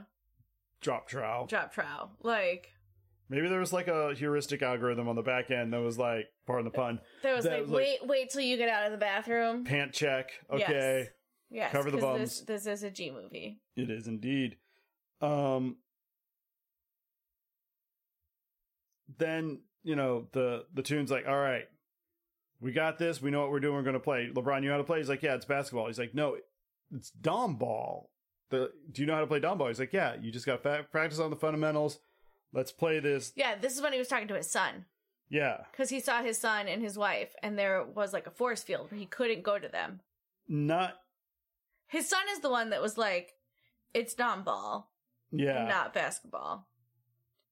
Speaker 1: Drop trowel.
Speaker 2: drop trow. Like
Speaker 1: Maybe there was like a heuristic algorithm on the back end that was like, pardon the pun,
Speaker 2: there was
Speaker 1: That
Speaker 2: like,
Speaker 1: was like-
Speaker 2: wait, wait till you get out of the bathroom.
Speaker 1: pant check. Okay,
Speaker 2: Yes.
Speaker 1: Cover the
Speaker 2: 'cause
Speaker 1: bums.
Speaker 2: This, this is a G movie.
Speaker 1: it is indeed. Um, then you know the the tune's like, all right, we got this. We know what we're doing. We're gonna play. LeBron, you know how to play? He's like, yeah, it's basketball. He's like, no, it's dom ball. The do you know how to play dom ball? He's like, yeah, you just got fa- practice on the fundamentals. Let's play this.
Speaker 2: Yeah, this is when he was talking to his son
Speaker 1: Yeah.
Speaker 2: because he saw his son and his wife, and there was like a force field where he couldn't go to them.
Speaker 1: Not.
Speaker 2: His son is the one that was like, "It's non ball,
Speaker 1: Yeah.
Speaker 2: not basketball."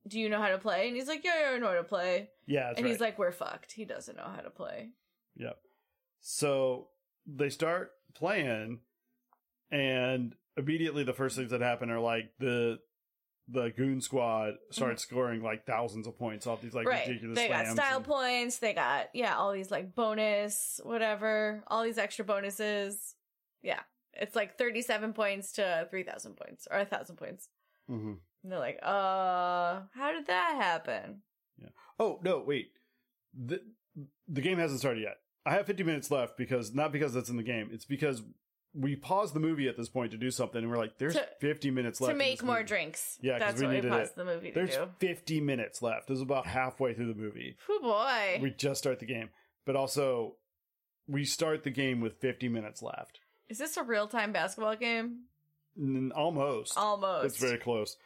Speaker 2: Do you know how to play? And he's like, "Yeah, yeah, I know how to play."
Speaker 1: yeah. That's
Speaker 2: and
Speaker 1: right.
Speaker 2: he's like, "We're fucked. He doesn't know how to play."
Speaker 1: So they start playing, and immediately the first things that happen are like the the goon squad starts scoring like thousands of points off these like
Speaker 2: Mm-hmm. right?
Speaker 1: ridiculous
Speaker 2: They got
Speaker 1: slams
Speaker 2: style
Speaker 1: and-
Speaker 2: points. They got yeah, all these like bonus whatever, all these extra bonuses. Yeah, it's like thirty-seven points to three thousand points or a thousand points.
Speaker 1: Mhm.
Speaker 2: And they're like, uh, how did that happen?
Speaker 1: Oh no, wait. The the game hasn't started yet. I have 50 minutes left because not because that's in the game. It's because we paused the movie at this point to do something, and we're like, "There's
Speaker 2: To-
Speaker 1: 50 minutes left
Speaker 2: to
Speaker 1: in
Speaker 2: make
Speaker 1: this
Speaker 2: more
Speaker 1: movie.
Speaker 2: drinks.
Speaker 1: Yeah, 'cause
Speaker 2: that's
Speaker 1: we
Speaker 2: what we
Speaker 1: needed
Speaker 2: paused
Speaker 1: it.
Speaker 2: the movie to
Speaker 1: There's
Speaker 2: do.
Speaker 1: 50 minutes left. This is about halfway through the movie.
Speaker 2: Oh boy.
Speaker 1: we just start the game but also we start the game with 50 minutes left
Speaker 2: Is this a real time basketball game?
Speaker 1: N- almost
Speaker 2: Almost.
Speaker 1: it's very close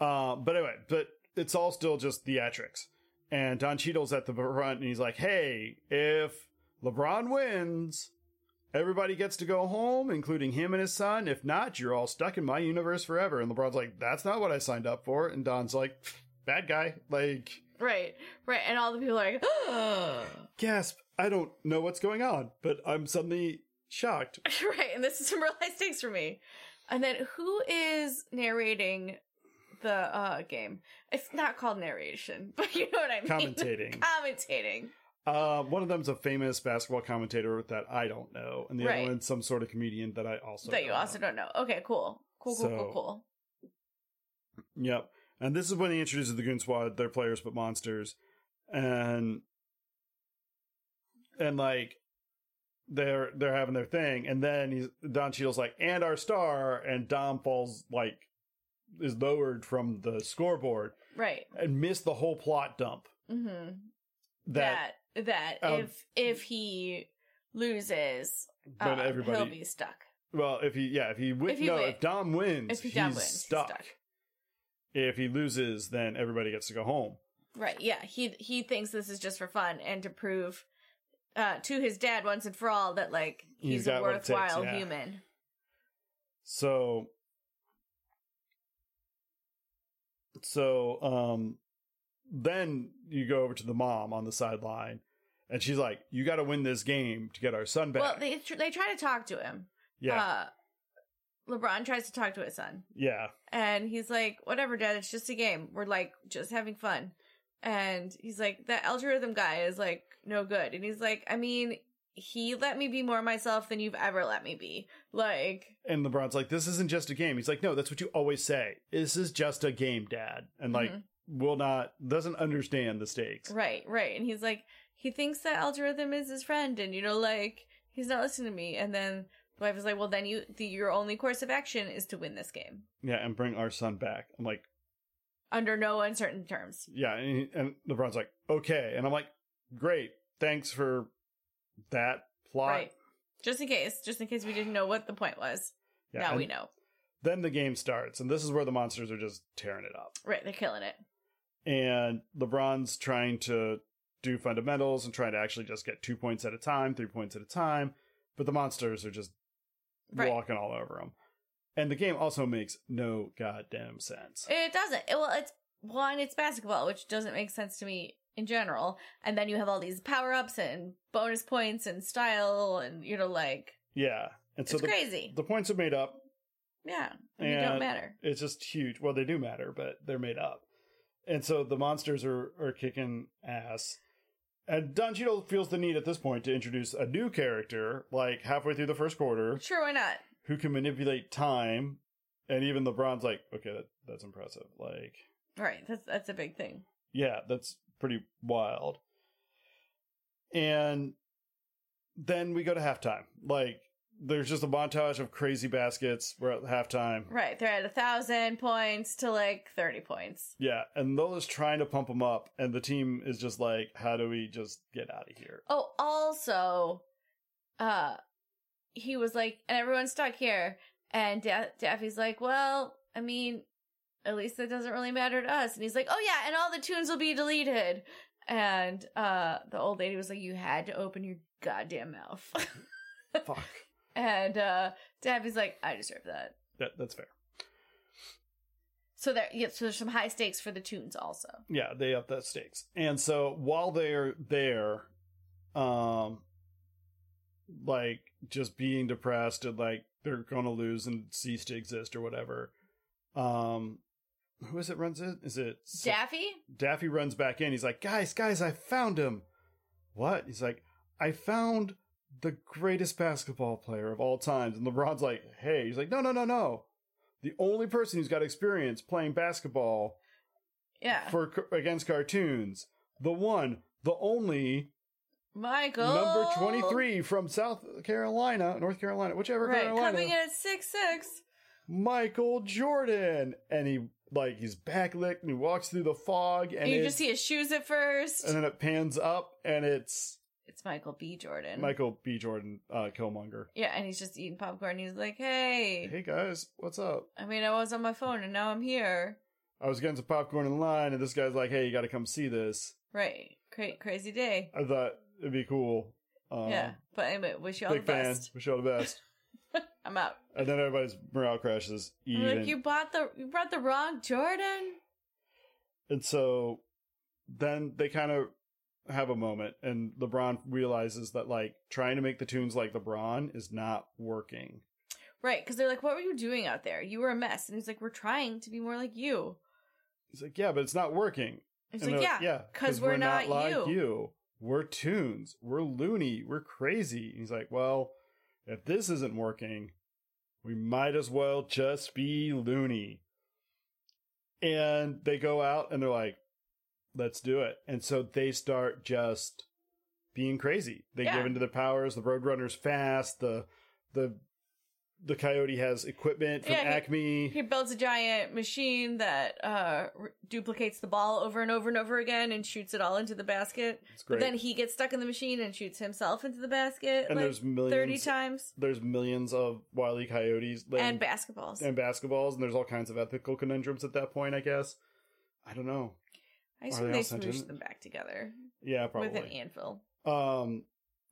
Speaker 1: uh, but anyway but it's all still just theatrics and don Cheadle's at the front and he's like hey if lebron wins everybody gets to go home including him and his son if not you're all stuck in my universe forever and lebron's like that's not what i signed up for and don's like bad guy like
Speaker 2: right, right. And all the people are like,
Speaker 1: gasp i don't know what's going on but i'm suddenly shocked
Speaker 2: right. And this is some real life stakes for me. And then who is narrating the uh, game? It's not called narration, but you know what I mean.
Speaker 1: commentating.
Speaker 2: Commentating.
Speaker 1: Uh, one of them's a famous basketball commentator that I don't know, and the
Speaker 2: Right.
Speaker 1: other one's some sort of comedian that I also
Speaker 2: that
Speaker 1: don't
Speaker 2: you also
Speaker 1: know.
Speaker 2: don't know. Okay, cool. Cool, cool,
Speaker 1: So-
Speaker 2: cool, cool.
Speaker 1: Yep. And this is when he introduces the Goon Squad. They're players but monsters, and and like they're they're having their thing, and then he's Don Cheadle's like, and our star, and Dom falls like is lowered from the scoreboard
Speaker 2: Right.
Speaker 1: and missed the whole plot dump.
Speaker 2: Mm-hmm.
Speaker 1: that,
Speaker 2: that that,
Speaker 1: um,
Speaker 2: if if he loses, um,
Speaker 1: but everybody.
Speaker 2: he'll be stuck.
Speaker 1: well, if he yeah, if he wins,
Speaker 2: If he
Speaker 1: no,
Speaker 2: win-
Speaker 1: if Dom wins,
Speaker 2: If he
Speaker 1: he's,
Speaker 2: Dom wins, he's
Speaker 1: stuck.
Speaker 2: stuck.
Speaker 1: If he loses, then everybody gets to go home.
Speaker 2: Right? Yeah. He he thinks this is just for fun and to prove uh, to his dad once and for all that like
Speaker 1: He's
Speaker 2: he's a
Speaker 1: got what it takes,
Speaker 2: worthwhile
Speaker 1: yeah.
Speaker 2: human.
Speaker 1: So, so um, then you go over to the mom on the sideline, and she's like, "You got to win this game to get our son back."
Speaker 2: Well, they tr- they try to talk to him.
Speaker 1: yeah,
Speaker 2: Uh, LeBron tries to talk to his son,
Speaker 1: yeah,
Speaker 2: and he's like, "Whatever, Dad. It's just a game. We're like just having fun." And he's like, "That algorithm guy is like no good." And he's like, "I mean, he let me be more myself than you've ever let me be. Like,
Speaker 1: and LeBron's like, "This isn't just a game." He's like, "No, that's what you always say. This is just a game, Dad," and like
Speaker 2: Mhm.
Speaker 1: will not doesn't understand the stakes.
Speaker 2: right, right." And he's like, "He thinks that algorithm is his friend, and you know, like, he's not listening to me." And then the wife is like, "Well, then you the, your only course of action is to win this game
Speaker 1: Yeah, and bring our son back. I'm like,
Speaker 2: under no uncertain terms."
Speaker 1: yeah, and, he- and LeBron's like, "Okay," and I'm like, "Great, thanks for that plot."
Speaker 2: Right. Just in case, just in case we didn't know what the point was.
Speaker 1: Yeah,
Speaker 2: now
Speaker 1: and-
Speaker 2: we know.
Speaker 1: then the game starts and this is where the monsters are just tearing it up
Speaker 2: Right, they're killing it.
Speaker 1: and lebron's trying to do fundamentals and trying to actually just get two points at a time three points at a time but the monsters are just
Speaker 2: Right.
Speaker 1: walking all over him and the game also makes no goddamn sense
Speaker 2: It doesn't. It- well, it's one, it's basketball, which doesn't make sense to me in general. And then you have all these power ups and bonus points and style, and you know, like
Speaker 1: yeah and so
Speaker 2: it's
Speaker 1: the,
Speaker 2: crazy.
Speaker 1: the points are made up
Speaker 2: yeah, and you don't
Speaker 1: and
Speaker 2: matter.
Speaker 1: it's just huge well they do matter but they're made up and so the monsters are are kicking ass and Don Cheadle feels the need at this point to introduce a new character, like halfway through the first quarter,
Speaker 2: Sure, why not?
Speaker 1: who can manipulate time. And even LeBron's like, okay, that, that's impressive. Like,
Speaker 2: Right, that's that's a big thing.
Speaker 1: yeah, that's pretty wild. And then we go to halftime. Like, there's just a montage of crazy baskets. We're at halftime.
Speaker 2: Right, they're at a thousand points to like thirty points.
Speaker 1: Yeah, and Lola's trying to pump them up, and the team is just like, how do we just get out of here?
Speaker 2: Oh, also, uh, he was like, and everyone's stuck here. And da- Daffy's like, well, I mean, at least that doesn't really matter to us. And he's like, oh yeah, and all the tunes will be deleted. And uh, the old lady was like, you had to open your goddamn mouth.
Speaker 1: Fuck.
Speaker 2: and uh, Daffy's like, I deserve that.
Speaker 1: That, that's fair.
Speaker 2: So there, yeah, so there's some high stakes for the tunes also.
Speaker 1: yeah they up that stakes and so while they're there um like just being depressed and like they're gonna lose and cease to exist or whatever um who is it runs it is it
Speaker 2: Daffy?
Speaker 1: daffy runs back in he's like guys guys i found him what he's like i found the greatest basketball player of all times and lebron's like hey he's like no no no no the only person who's got experience playing basketball
Speaker 2: Yeah.
Speaker 1: for against cartoons. The one, the only,
Speaker 2: Michael.
Speaker 1: number twenty three from South Carolina, North Carolina, whichever
Speaker 2: Right,
Speaker 1: Carolina,
Speaker 2: coming in at six six.
Speaker 1: Michael Jordan, and he like he's backlit and he walks through the fog, and
Speaker 2: And you
Speaker 1: it-
Speaker 2: just see his shoes at first.
Speaker 1: and then it pans up, and it's
Speaker 2: it's Michael B. Jordan.
Speaker 1: Michael B. Jordan, uh, Killmonger.
Speaker 2: Yeah, and he's just eating popcorn. He's like, hey,
Speaker 1: Hey guys, what's up?
Speaker 2: I mean, I was on my phone and now I'm here.
Speaker 1: I was getting some popcorn in line, and this guy's like, "Hey, you got to come see this."
Speaker 2: Right. Cra- crazy day.
Speaker 1: I thought it'd be cool. Um,
Speaker 2: yeah. But anyway, wish you all the
Speaker 1: big fan.
Speaker 2: best.
Speaker 1: Wish you all the best.
Speaker 2: I'm out.
Speaker 1: and then everybody's morale crashes.
Speaker 2: I'm
Speaker 1: Even
Speaker 2: like, you bought the you brought the wrong Jordan.
Speaker 1: And so then they kind of have a moment, and LeBron realizes that like trying to make the tunes like LeBron is not working.
Speaker 2: Right, because they're like, what were you doing out there? You were a mess. And he's like, we're trying to be more like you.
Speaker 1: He's like, yeah, but it's not working.
Speaker 2: He's
Speaker 1: And
Speaker 2: like,
Speaker 1: they're
Speaker 2: yeah, because we're, not,
Speaker 1: like
Speaker 2: you.
Speaker 1: you. We're tunes. We're loony. We're crazy. And he's like, well, if this isn't working, we might as well just be loony. And they go out and they're like, let's do it. And so they start just being crazy. They
Speaker 2: Yeah.
Speaker 1: give into their powers. The Roadrunner's fast. The the the coyote has equipment from
Speaker 2: Yeah, he-
Speaker 1: Acme.
Speaker 2: He builds a giant machine that uh, re- duplicates the ball over and over and over again and shoots it all into the basket.
Speaker 1: it's great.
Speaker 2: But then he gets stuck in the machine and shoots himself into the basket
Speaker 1: and
Speaker 2: like
Speaker 1: there's millions.
Speaker 2: 30 times.
Speaker 1: There's millions of wily coyotes
Speaker 2: And
Speaker 1: laying-
Speaker 2: basketballs.
Speaker 1: and basketballs, and there's all kinds of ethical conundrums at that point. I guess. I don't know.
Speaker 2: I
Speaker 1: they
Speaker 2: assume
Speaker 1: all
Speaker 2: they
Speaker 1: sent in?
Speaker 2: smooshed them back together
Speaker 1: Yeah, probably.
Speaker 2: with an anvil.
Speaker 1: um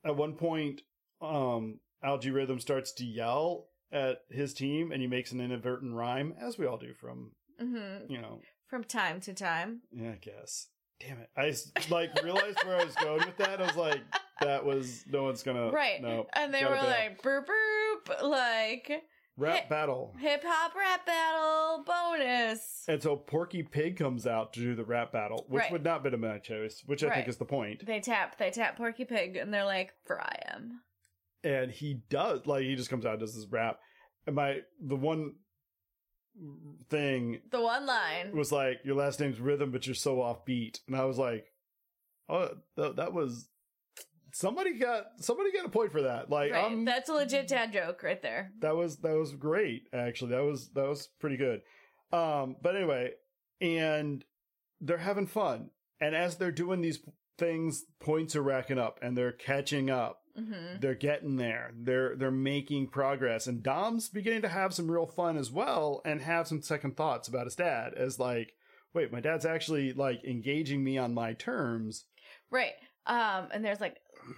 Speaker 1: at one point um algae rhythm starts to yell at his team and he makes an inadvertent rhyme as we all do from
Speaker 2: hmm
Speaker 1: you know
Speaker 2: From time to time.
Speaker 1: yeah, i guess damn it i s- like realized where i was going with that i was like that was no one's gonna
Speaker 2: right.
Speaker 1: Oh, no
Speaker 2: and they were
Speaker 1: gotta bail.
Speaker 2: like, burp, burp, like
Speaker 1: rap
Speaker 2: hit-
Speaker 1: battle
Speaker 2: hip hop rap battle bonus.
Speaker 1: and so porky pig comes out to do the rap battle which
Speaker 2: Right.
Speaker 1: would not have been my choice which i think
Speaker 2: Right.
Speaker 1: is the point
Speaker 2: They tap, they tap Porky Pig, and they're like, fry him.
Speaker 1: and he does like he just comes out and does this rap and my the one thing
Speaker 2: The one line.
Speaker 1: was like, "Your last name's Rhythm, but you're so offbeat," and I was like, "Oh, th- that was somebody got somebody got a point for that." Like,
Speaker 2: right.
Speaker 1: um, that-,
Speaker 2: That's a legit dad joke right there.
Speaker 1: was that was great actually. That was that was pretty good. Um, but anyway, and they're having fun, and as they're doing these things, points are racking up, and they're catching up.
Speaker 2: hmm
Speaker 1: They're getting there. They're they're making progress, and Dom's beginning to have some real fun as well, and have some second thoughts about his dad. As like, wait, my dad's actually like engaging me on my terms.
Speaker 2: Right. Um, and there's like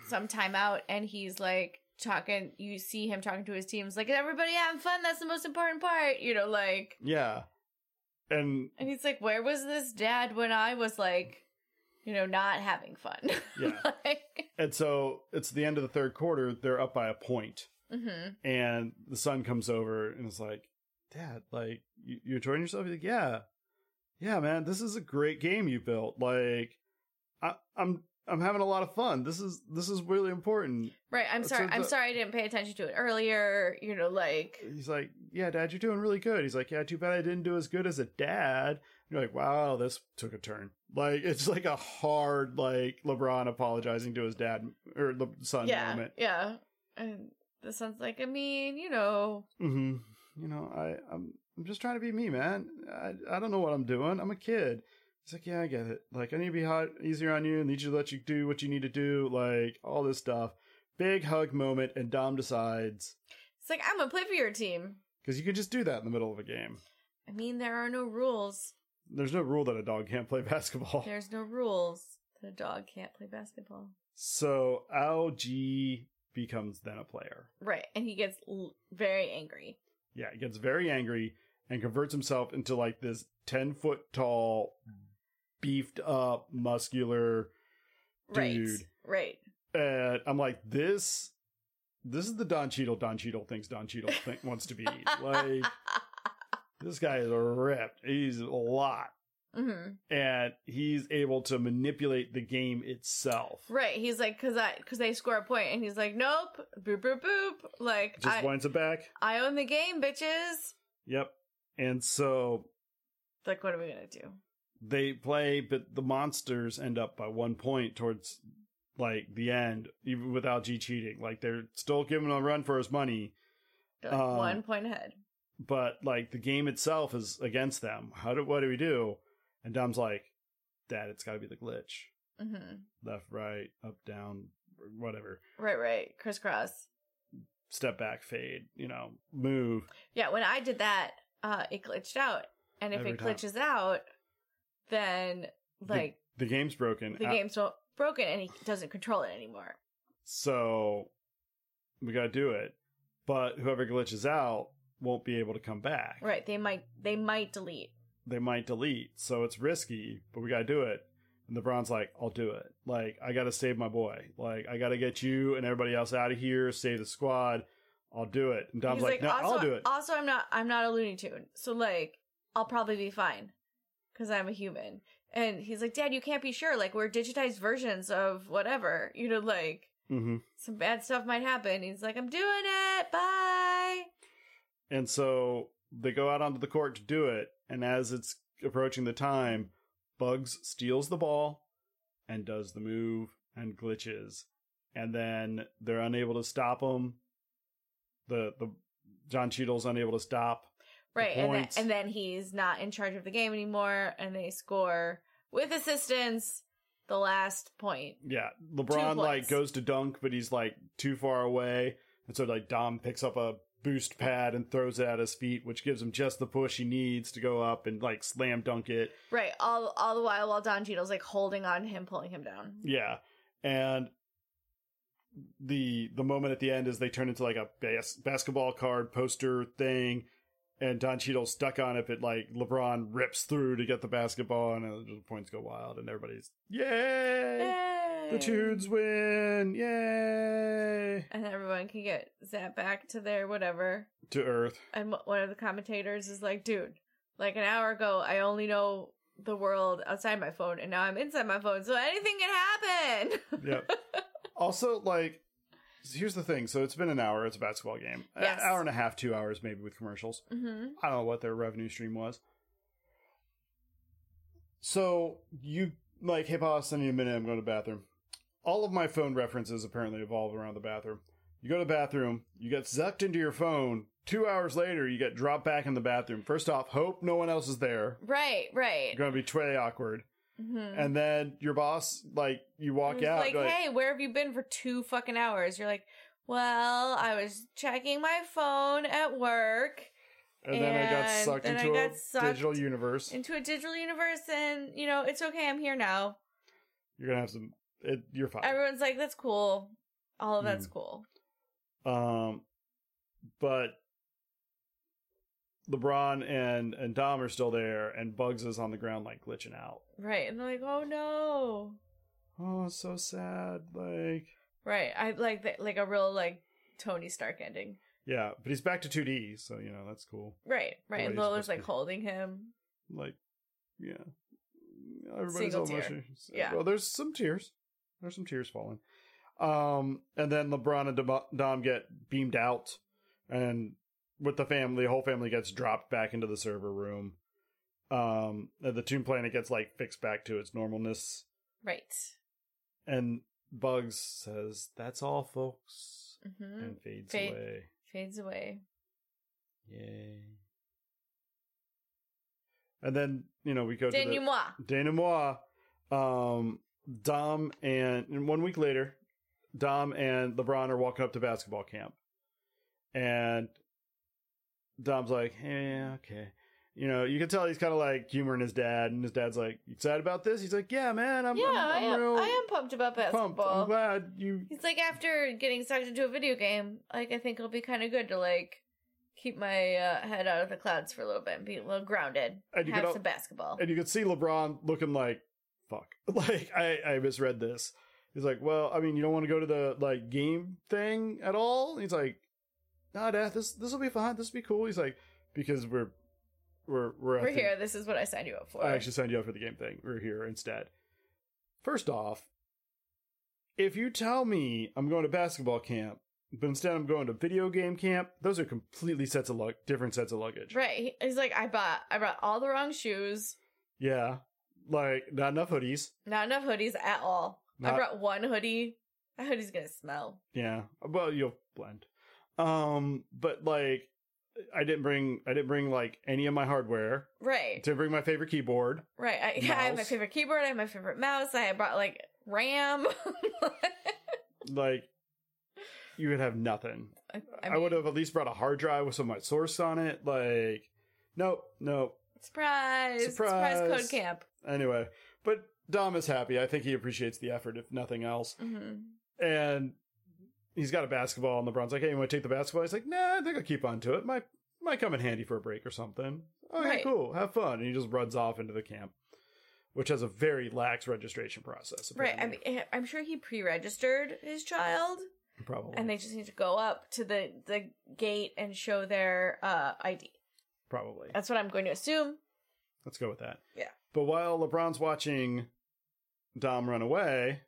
Speaker 2: some time out, and he's like talking. You see him talking to his teams, like everybody having fun. That's the most important part, you know. Like,
Speaker 1: Yeah, and
Speaker 2: and he's like, "Where was this dad when I was like, you know, not having fun?"
Speaker 1: Yeah.
Speaker 2: like,
Speaker 1: and so it's the end of the third quarter. They're up by a point,
Speaker 2: hmm
Speaker 1: and the son comes over and is like, "Dad, like you, you enjoying yourself?" He's like, "Yeah, yeah, man. This is a great game you built. Like, I, I'm." I'm having a lot of fun. This is this is really important.
Speaker 2: Right. I'm
Speaker 1: So
Speaker 2: sorry. I'm
Speaker 1: the-
Speaker 2: sorry I didn't pay attention to it earlier. You know, like,
Speaker 1: he's like, "Yeah, Dad, you're doing really good." He's like, "Yeah, too bad I didn't do as good as a dad." And you're like, "Wow, this took a turn." Like it's like a hard like LeBron apologizing to his dad or the son
Speaker 2: yeah,
Speaker 1: moment.
Speaker 2: yeah. And the son's like, I mean, you know,
Speaker 1: hmm You know, I I'm I'm just trying to be me, man. I I don't know what I'm doing. I'm a kid. He's like, "Yeah, I get it. Like I need to be hot, easier on you. I need you to let you do what you need to do. Like all this stuff." Big hug moment, and Dom decides
Speaker 2: it's like I'm gonna play for your team.
Speaker 1: because you can just do that in the middle of a game.
Speaker 2: I mean, there are no rules.
Speaker 1: There's no rule that a dog can't play basketball.
Speaker 2: There's no rules that a dog can't play basketball.
Speaker 1: So Algie becomes then a player.
Speaker 2: Right, and he gets l- very angry.
Speaker 1: Yeah, he gets very angry and converts himself into like this 10 foot tall, beefed up, muscular. Dude.
Speaker 2: Right,
Speaker 1: And I'm like, this, this is the Don Cheadle. Don Cheadle thinks Don Cheadle think, wants to be.
Speaker 2: right.
Speaker 1: Like, this guy is ripped. He's a lot.
Speaker 2: hmm
Speaker 1: And he's able to manipulate the game itself.
Speaker 2: Right, he's like, cause I, cause they score a point, and he's like, nope, boop, boop, boop. Like,
Speaker 1: Just
Speaker 2: I,
Speaker 1: winds it back.
Speaker 2: I own the game, bitches.
Speaker 1: Yep. And so
Speaker 2: Like, what are we gonna do?
Speaker 1: they play, but the monsters end up by one point towards like the end, even without G cheating. Like they're still giving him a run for his money,
Speaker 2: They're like,
Speaker 1: Um,
Speaker 2: one point ahead.
Speaker 1: but like the game itself is against them. How do what do we do? And Dom's like, Dad, it's got to be the glitch.
Speaker 2: hmm
Speaker 1: Left, right, up, down, whatever.
Speaker 2: Right, right, crisscross.
Speaker 1: Step back, fade. You know, move.
Speaker 2: Yeah, when I did that, uh, it glitched out, and if
Speaker 1: Every
Speaker 2: it
Speaker 1: time.
Speaker 2: glitches out, then
Speaker 1: The-
Speaker 2: like.
Speaker 1: the, game's broken.
Speaker 2: the
Speaker 1: Uh,
Speaker 2: game's so broken and he doesn't control it anymore.
Speaker 1: So we got to do it. But whoever glitches out won't be able to come back.
Speaker 2: Right? They might they might delete.
Speaker 1: they might delete. So it's risky, but we got to do it. And LeBron's like, I'll do it. Like, I got to save my boy. Like, I got to get you and everybody else out of here, save the squad. I'll do it. And Dom's
Speaker 2: He's
Speaker 1: like, no,
Speaker 2: also,
Speaker 1: I'll do it.
Speaker 2: Also, I'm not I'm not a Looney Tune, so like I'll probably be fine because I'm a human. And he's like, Dad, you can't be sure. Like we're digitized versions of whatever. You know, like
Speaker 1: hmm
Speaker 2: some bad stuff might happen. He's like, I'm doing it. Bye.
Speaker 1: And so they go out onto the court to do it. And as it's approaching the time, Bugs steals the ball and does the move and glitches. And then they're unable to stop him. The, the John Cheadle's unable to stop. the
Speaker 2: Right, and, then
Speaker 1: points.
Speaker 2: and then he's not in charge of the game anymore, and they score with assistance the last point.
Speaker 1: Yeah, LeBron like
Speaker 2: points.
Speaker 1: goes to dunk, but he's like too far away, and so like Dom picks up a boost pad and throws it at his feet, which gives him just the push he needs to go up and like slam dunk it.
Speaker 2: Right, all all the while while Don Cheadle's like holding on to him, pulling him down.
Speaker 1: Yeah, and the the moment at the end is they turn into like a bas- basketball card poster thing, and Don Cheadle's stuck on it, but like LeBron rips through to get the basketball, and uh, the points go wild, and everybody's yay! The
Speaker 2: Yay!
Speaker 1: Tudes win! Yay!
Speaker 2: and everyone can get zapped back to their whatever.
Speaker 1: To Earth.
Speaker 2: And wh- one of the commentators is like, "Dude, like an hour ago, I only know the world outside my phone, and now I'm inside my phone, so anything can happen."
Speaker 1: Yep. also, like, here's the thing. So it's been an hour. It's a basketball game. A-
Speaker 2: Yes.
Speaker 1: hour and a half, two hours, maybe with commercials.
Speaker 2: hmm
Speaker 1: I don't know what their revenue stream was. So you like, hey boss, I need a minute. I'm going to the bathroom. All of my phone references apparently evolve around the bathroom. You go to the bathroom, you get sucked into your phone. Two hours later, you get dropped back in the bathroom. First off, hope no one else is there.
Speaker 2: Right, right.
Speaker 1: You're going to be way awkward.
Speaker 2: Mm-hmm.
Speaker 1: And then your boss, like, you walk
Speaker 2: It's
Speaker 1: out.
Speaker 2: Like,
Speaker 1: you're
Speaker 2: hey, where have you been for two fucking hours? You're like, well, I was checking my phone at work
Speaker 1: and then I got
Speaker 2: And
Speaker 1: sucked
Speaker 2: then I
Speaker 1: into a
Speaker 2: got sucked
Speaker 1: digital universe.
Speaker 2: into a digital universe, and you know it's okay. I'm here now.
Speaker 1: You're gonna have some. It, you're fine.
Speaker 2: Everyone's like, that's cool. All of
Speaker 1: Mm.
Speaker 2: that's cool.
Speaker 1: um, but LeBron and and Dom are still there, and Bugs is on the ground like glitching out.
Speaker 2: Right. And they're like, oh no.
Speaker 1: Oh, it's so sad. Like,
Speaker 2: Right. I like that like a real like Tony Stark ending.
Speaker 1: yeah, but he's back to 2D, so you know that's cool.
Speaker 2: Right, right. And Lola's
Speaker 1: Nobody's supposed to
Speaker 2: like
Speaker 1: be-
Speaker 2: holding him.
Speaker 1: Like, yeah, everybody's
Speaker 2: Single
Speaker 1: all
Speaker 2: tear.
Speaker 1: mushy.
Speaker 2: Yeah.
Speaker 1: Well, there's some tears. There's some tears falling. Um, and then LeBron and Dom- Dom get beamed out, and with the family, the whole family gets dropped back into the server room. Um, and the Toon Planet gets like fixed back to its normalness,
Speaker 2: Right.
Speaker 1: and Bugs says, "That's all, folks,"
Speaker 2: hmm
Speaker 1: and fades
Speaker 2: Fade.
Speaker 1: away.
Speaker 2: Fades away.
Speaker 1: Yay! And then you know we go to the-
Speaker 2: Denouement.
Speaker 1: Dana Moi, um, Dom and, and one week later, Dom and LeBron are walking up to basketball camp. And Dom's like, hey, okay. You know, you can tell he's kind of like humoring his dad, and his dad's like, "You excited about this? He's like, yeah, man, I'm,
Speaker 2: yeah,
Speaker 1: I'm,
Speaker 2: i
Speaker 1: I'm
Speaker 2: am.
Speaker 1: real
Speaker 2: I am pumped about
Speaker 1: pumped. I'm
Speaker 2: basketball.
Speaker 1: glad you.
Speaker 2: He's like after getting sucked into a video game. Like I think it'll be kind of good to like keep my uh, head out of the clouds for a little bit and be a little grounded.
Speaker 1: And you
Speaker 2: have
Speaker 1: could al-
Speaker 2: some basketball.
Speaker 1: And you could see LeBron looking like, fuck, like I, I misread this. He's like, well, I mean, you don't want to go to the like game thing at all. He's like, nah, Dad, this this will be fine. This will be cool. He's like, because we're we're we're, at
Speaker 2: We're
Speaker 1: the-
Speaker 2: here. This is what I signed you up for.
Speaker 1: I actually signed you up for the game thing. We're here instead. First off, if you tell me I'm going to basketball camp, but instead I'm going to video game camp, those are completely sets of lug different sets of luggage.
Speaker 2: right. He- He's like I bought. I brought all the wrong shoes.
Speaker 1: Yeah, like not enough hoodies.
Speaker 2: Not enough hoodies at all.
Speaker 1: Not-
Speaker 2: I brought one hoodie. That hoodie's gonna smell.
Speaker 1: Yeah. Well, you'll blend. Um, but like I didn't bring I didn't bring like any of my hardware. I
Speaker 2: Right.
Speaker 1: didn't bring my favorite keyboard.
Speaker 2: Right. I, I have my
Speaker 1: Mouse.
Speaker 2: favorite keyboard. I have my favorite mouse. I brought like RAM.
Speaker 1: Like you would have nothing.
Speaker 2: I,
Speaker 1: I,
Speaker 2: I mean,
Speaker 1: would have at least brought a hard drive with some of my source on it. Like nope, nope.
Speaker 2: surprise! Surprise!
Speaker 1: Surprise.
Speaker 2: Code camp.
Speaker 1: Anyway. But Dom is happy. I think he appreciates the effort, if nothing else.
Speaker 2: hmm
Speaker 1: And he's got a basketball and LeBron's like, Hey, you want to take the basketball? He's like, Nah, I think I'll keep on to it. Might might come in handy for a break or something. Okay,
Speaker 2: Right.
Speaker 1: cool. Have fun. And he just runs off into the camp, which has a very lax registration process.
Speaker 2: Right. I
Speaker 1: apparently.
Speaker 2: mean, I'm sure he pre-registered his child,
Speaker 1: probably.
Speaker 2: and they just need to go up to the the gate and show their uh, ID.
Speaker 1: probably.
Speaker 2: That's what I'm going to assume.
Speaker 1: Let's go with that.
Speaker 2: Uh, Yeah.
Speaker 1: But while LeBron's watching Dom run away,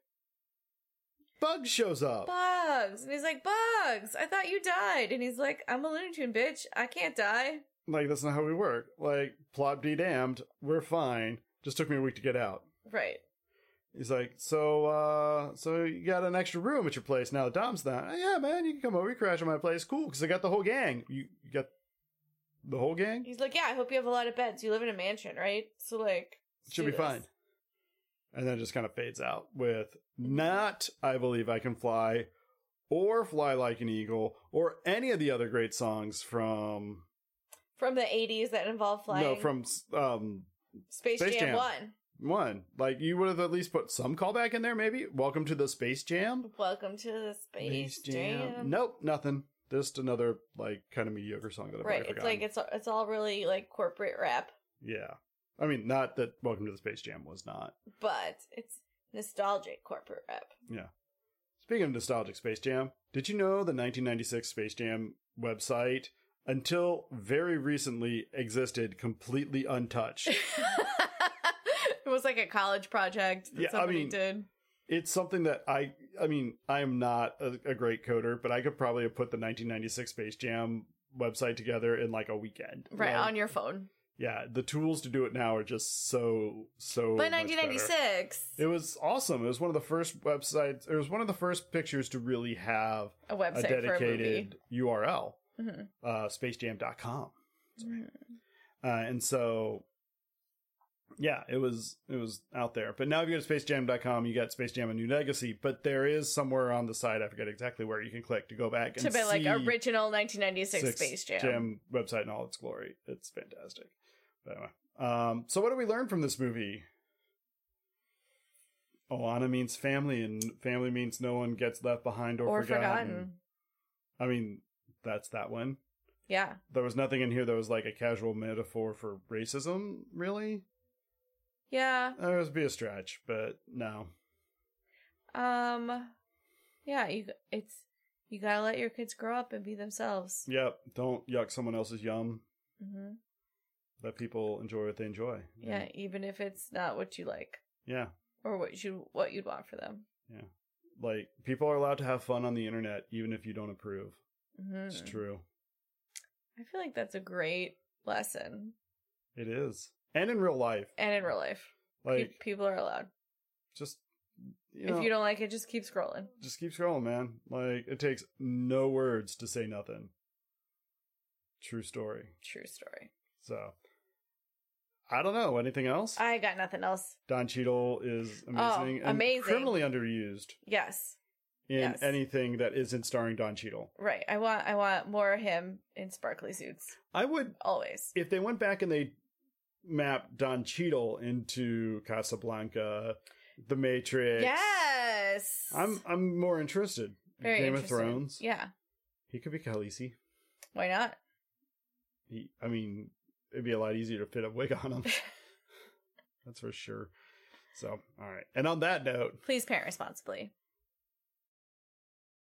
Speaker 1: Bugs shows up.
Speaker 2: Bugs, and he's like, "Bugs, I thought you died," and he's like, "I'm a Looney Tune bitch. I can't die."
Speaker 1: Like that's not how we work. Like plop de damned. We're fine. Just took me a week to get out.
Speaker 2: Right.
Speaker 1: He's like, so, uh, so you got an extra room at your place now that Dom's not. "Oh, yeah, man, you can come over. You crash at my place. Cool, because I got the whole gang. You, you got the whole gang?
Speaker 2: He's like, yeah, I hope you have a lot of beds. You live in a mansion, right? So like, let's
Speaker 1: Should
Speaker 2: do
Speaker 1: be
Speaker 2: this."
Speaker 1: fine. And then it just kind of fades out with not, I believe I can fly, or fly like an eagle, or any of the other great songs from
Speaker 2: From the '80s that involve flying.
Speaker 1: no from um
Speaker 2: Space,
Speaker 1: Space
Speaker 2: Jam,
Speaker 1: Jam.
Speaker 2: One.
Speaker 1: one. Like you would have at least put some callback in there, maybe. Welcome to the Space Jam.
Speaker 2: Welcome to the Space, Jam.
Speaker 1: Nope, nothing. Just another like kind of mediocre song that I've
Speaker 2: right?
Speaker 1: already
Speaker 2: It's like
Speaker 1: forgotten.
Speaker 2: it's it's all really like corporate rap,
Speaker 1: yeah. I mean, not that Welcome to the Space Jam was not.
Speaker 2: but it's nostalgic corporate rap.
Speaker 1: Speaking of nostalgic Space Jam, did you know the 1996 Space Jam website, until very recently, existed completely untouched?
Speaker 2: it was like a college project that
Speaker 1: Yeah, I
Speaker 2: somebody
Speaker 1: mean-
Speaker 2: did.
Speaker 1: it's something that I, I mean, I'm not a, a great coder, but I could probably have put the 1996 Space Jam website together in like a weekend.
Speaker 2: Right
Speaker 1: Like,
Speaker 2: on your phone.
Speaker 1: yeah, the tools to do it now are just so, so.
Speaker 2: But
Speaker 1: Oh, much better.
Speaker 2: 1996,
Speaker 1: It was awesome. It was one of the first websites. It was one of the first pictures to really have
Speaker 2: a
Speaker 1: a
Speaker 2: website
Speaker 1: dedicated URL,
Speaker 2: for a movie. Mhm.
Speaker 1: uh, spacejam.com. Uh, and so, yeah, it was it was out there. But now if you go to spacejam.com, you got Space Jam: A New Legacy. But there is somewhere on the site, I forget exactly where, you can click to go back and
Speaker 2: To be like
Speaker 1: see
Speaker 2: original 1996
Speaker 1: six
Speaker 2: Space Jam.
Speaker 1: website in all its glory. It's fantastic. But anyway, um, so what do we learn from this movie? Alana means family, and family means no one gets left behind or,
Speaker 2: or
Speaker 1: forgotten.
Speaker 2: forgotten.
Speaker 1: I mean, that's that one.
Speaker 2: Yeah.
Speaker 1: There was nothing in here that was like a casual metaphor for racism, really.
Speaker 2: Yeah.
Speaker 1: That would be a stretch, but no.
Speaker 2: Um yeah, you it's you got to let your kids grow up and be themselves.
Speaker 1: Yep, don't yuck someone else's yum.
Speaker 2: Mhm.
Speaker 1: Mm-hmm. Let people enjoy what they enjoy.
Speaker 2: Yeah, even if it's not what you like
Speaker 1: Yeah.
Speaker 2: or what you what you'd want for them.
Speaker 1: Like, people are allowed to have fun on the internet even if you don't approve.
Speaker 2: Mhm.
Speaker 1: It's true.
Speaker 2: I feel like that's a great lesson
Speaker 1: It is. And in real life.
Speaker 2: and in real life. Pe-
Speaker 1: Like,
Speaker 2: people are allowed.
Speaker 1: just, you know,
Speaker 2: if you don't like it, just keep scrolling.
Speaker 1: just keep scrolling, man. Like, it takes no words to say nothing. True story.
Speaker 2: True story.
Speaker 1: So, I don't know. Anything else?
Speaker 2: I got nothing else.
Speaker 1: Don Cheadle is amazing. and
Speaker 2: Oh, amazing.
Speaker 1: Criminally underused
Speaker 2: Yes.
Speaker 1: in
Speaker 2: Yes.
Speaker 1: anything that isn't starring Don Cheadle.
Speaker 2: Right. I want I want more of him in sparkly suits.
Speaker 1: I would
Speaker 2: Always.
Speaker 1: if they went back and they mapped Don Cheadle into Casablanca, The Matrix.
Speaker 2: Yes.
Speaker 1: I'm I'm more interested.
Speaker 2: very
Speaker 1: Game
Speaker 2: interested.
Speaker 1: of Thrones.
Speaker 2: Yeah.
Speaker 1: He could be Khaleesi.
Speaker 2: Why not?
Speaker 1: He, I mean, it'd be a lot easier to fit a wig on him. That's for sure. So, all right. And on that note,
Speaker 2: Please parent responsibly.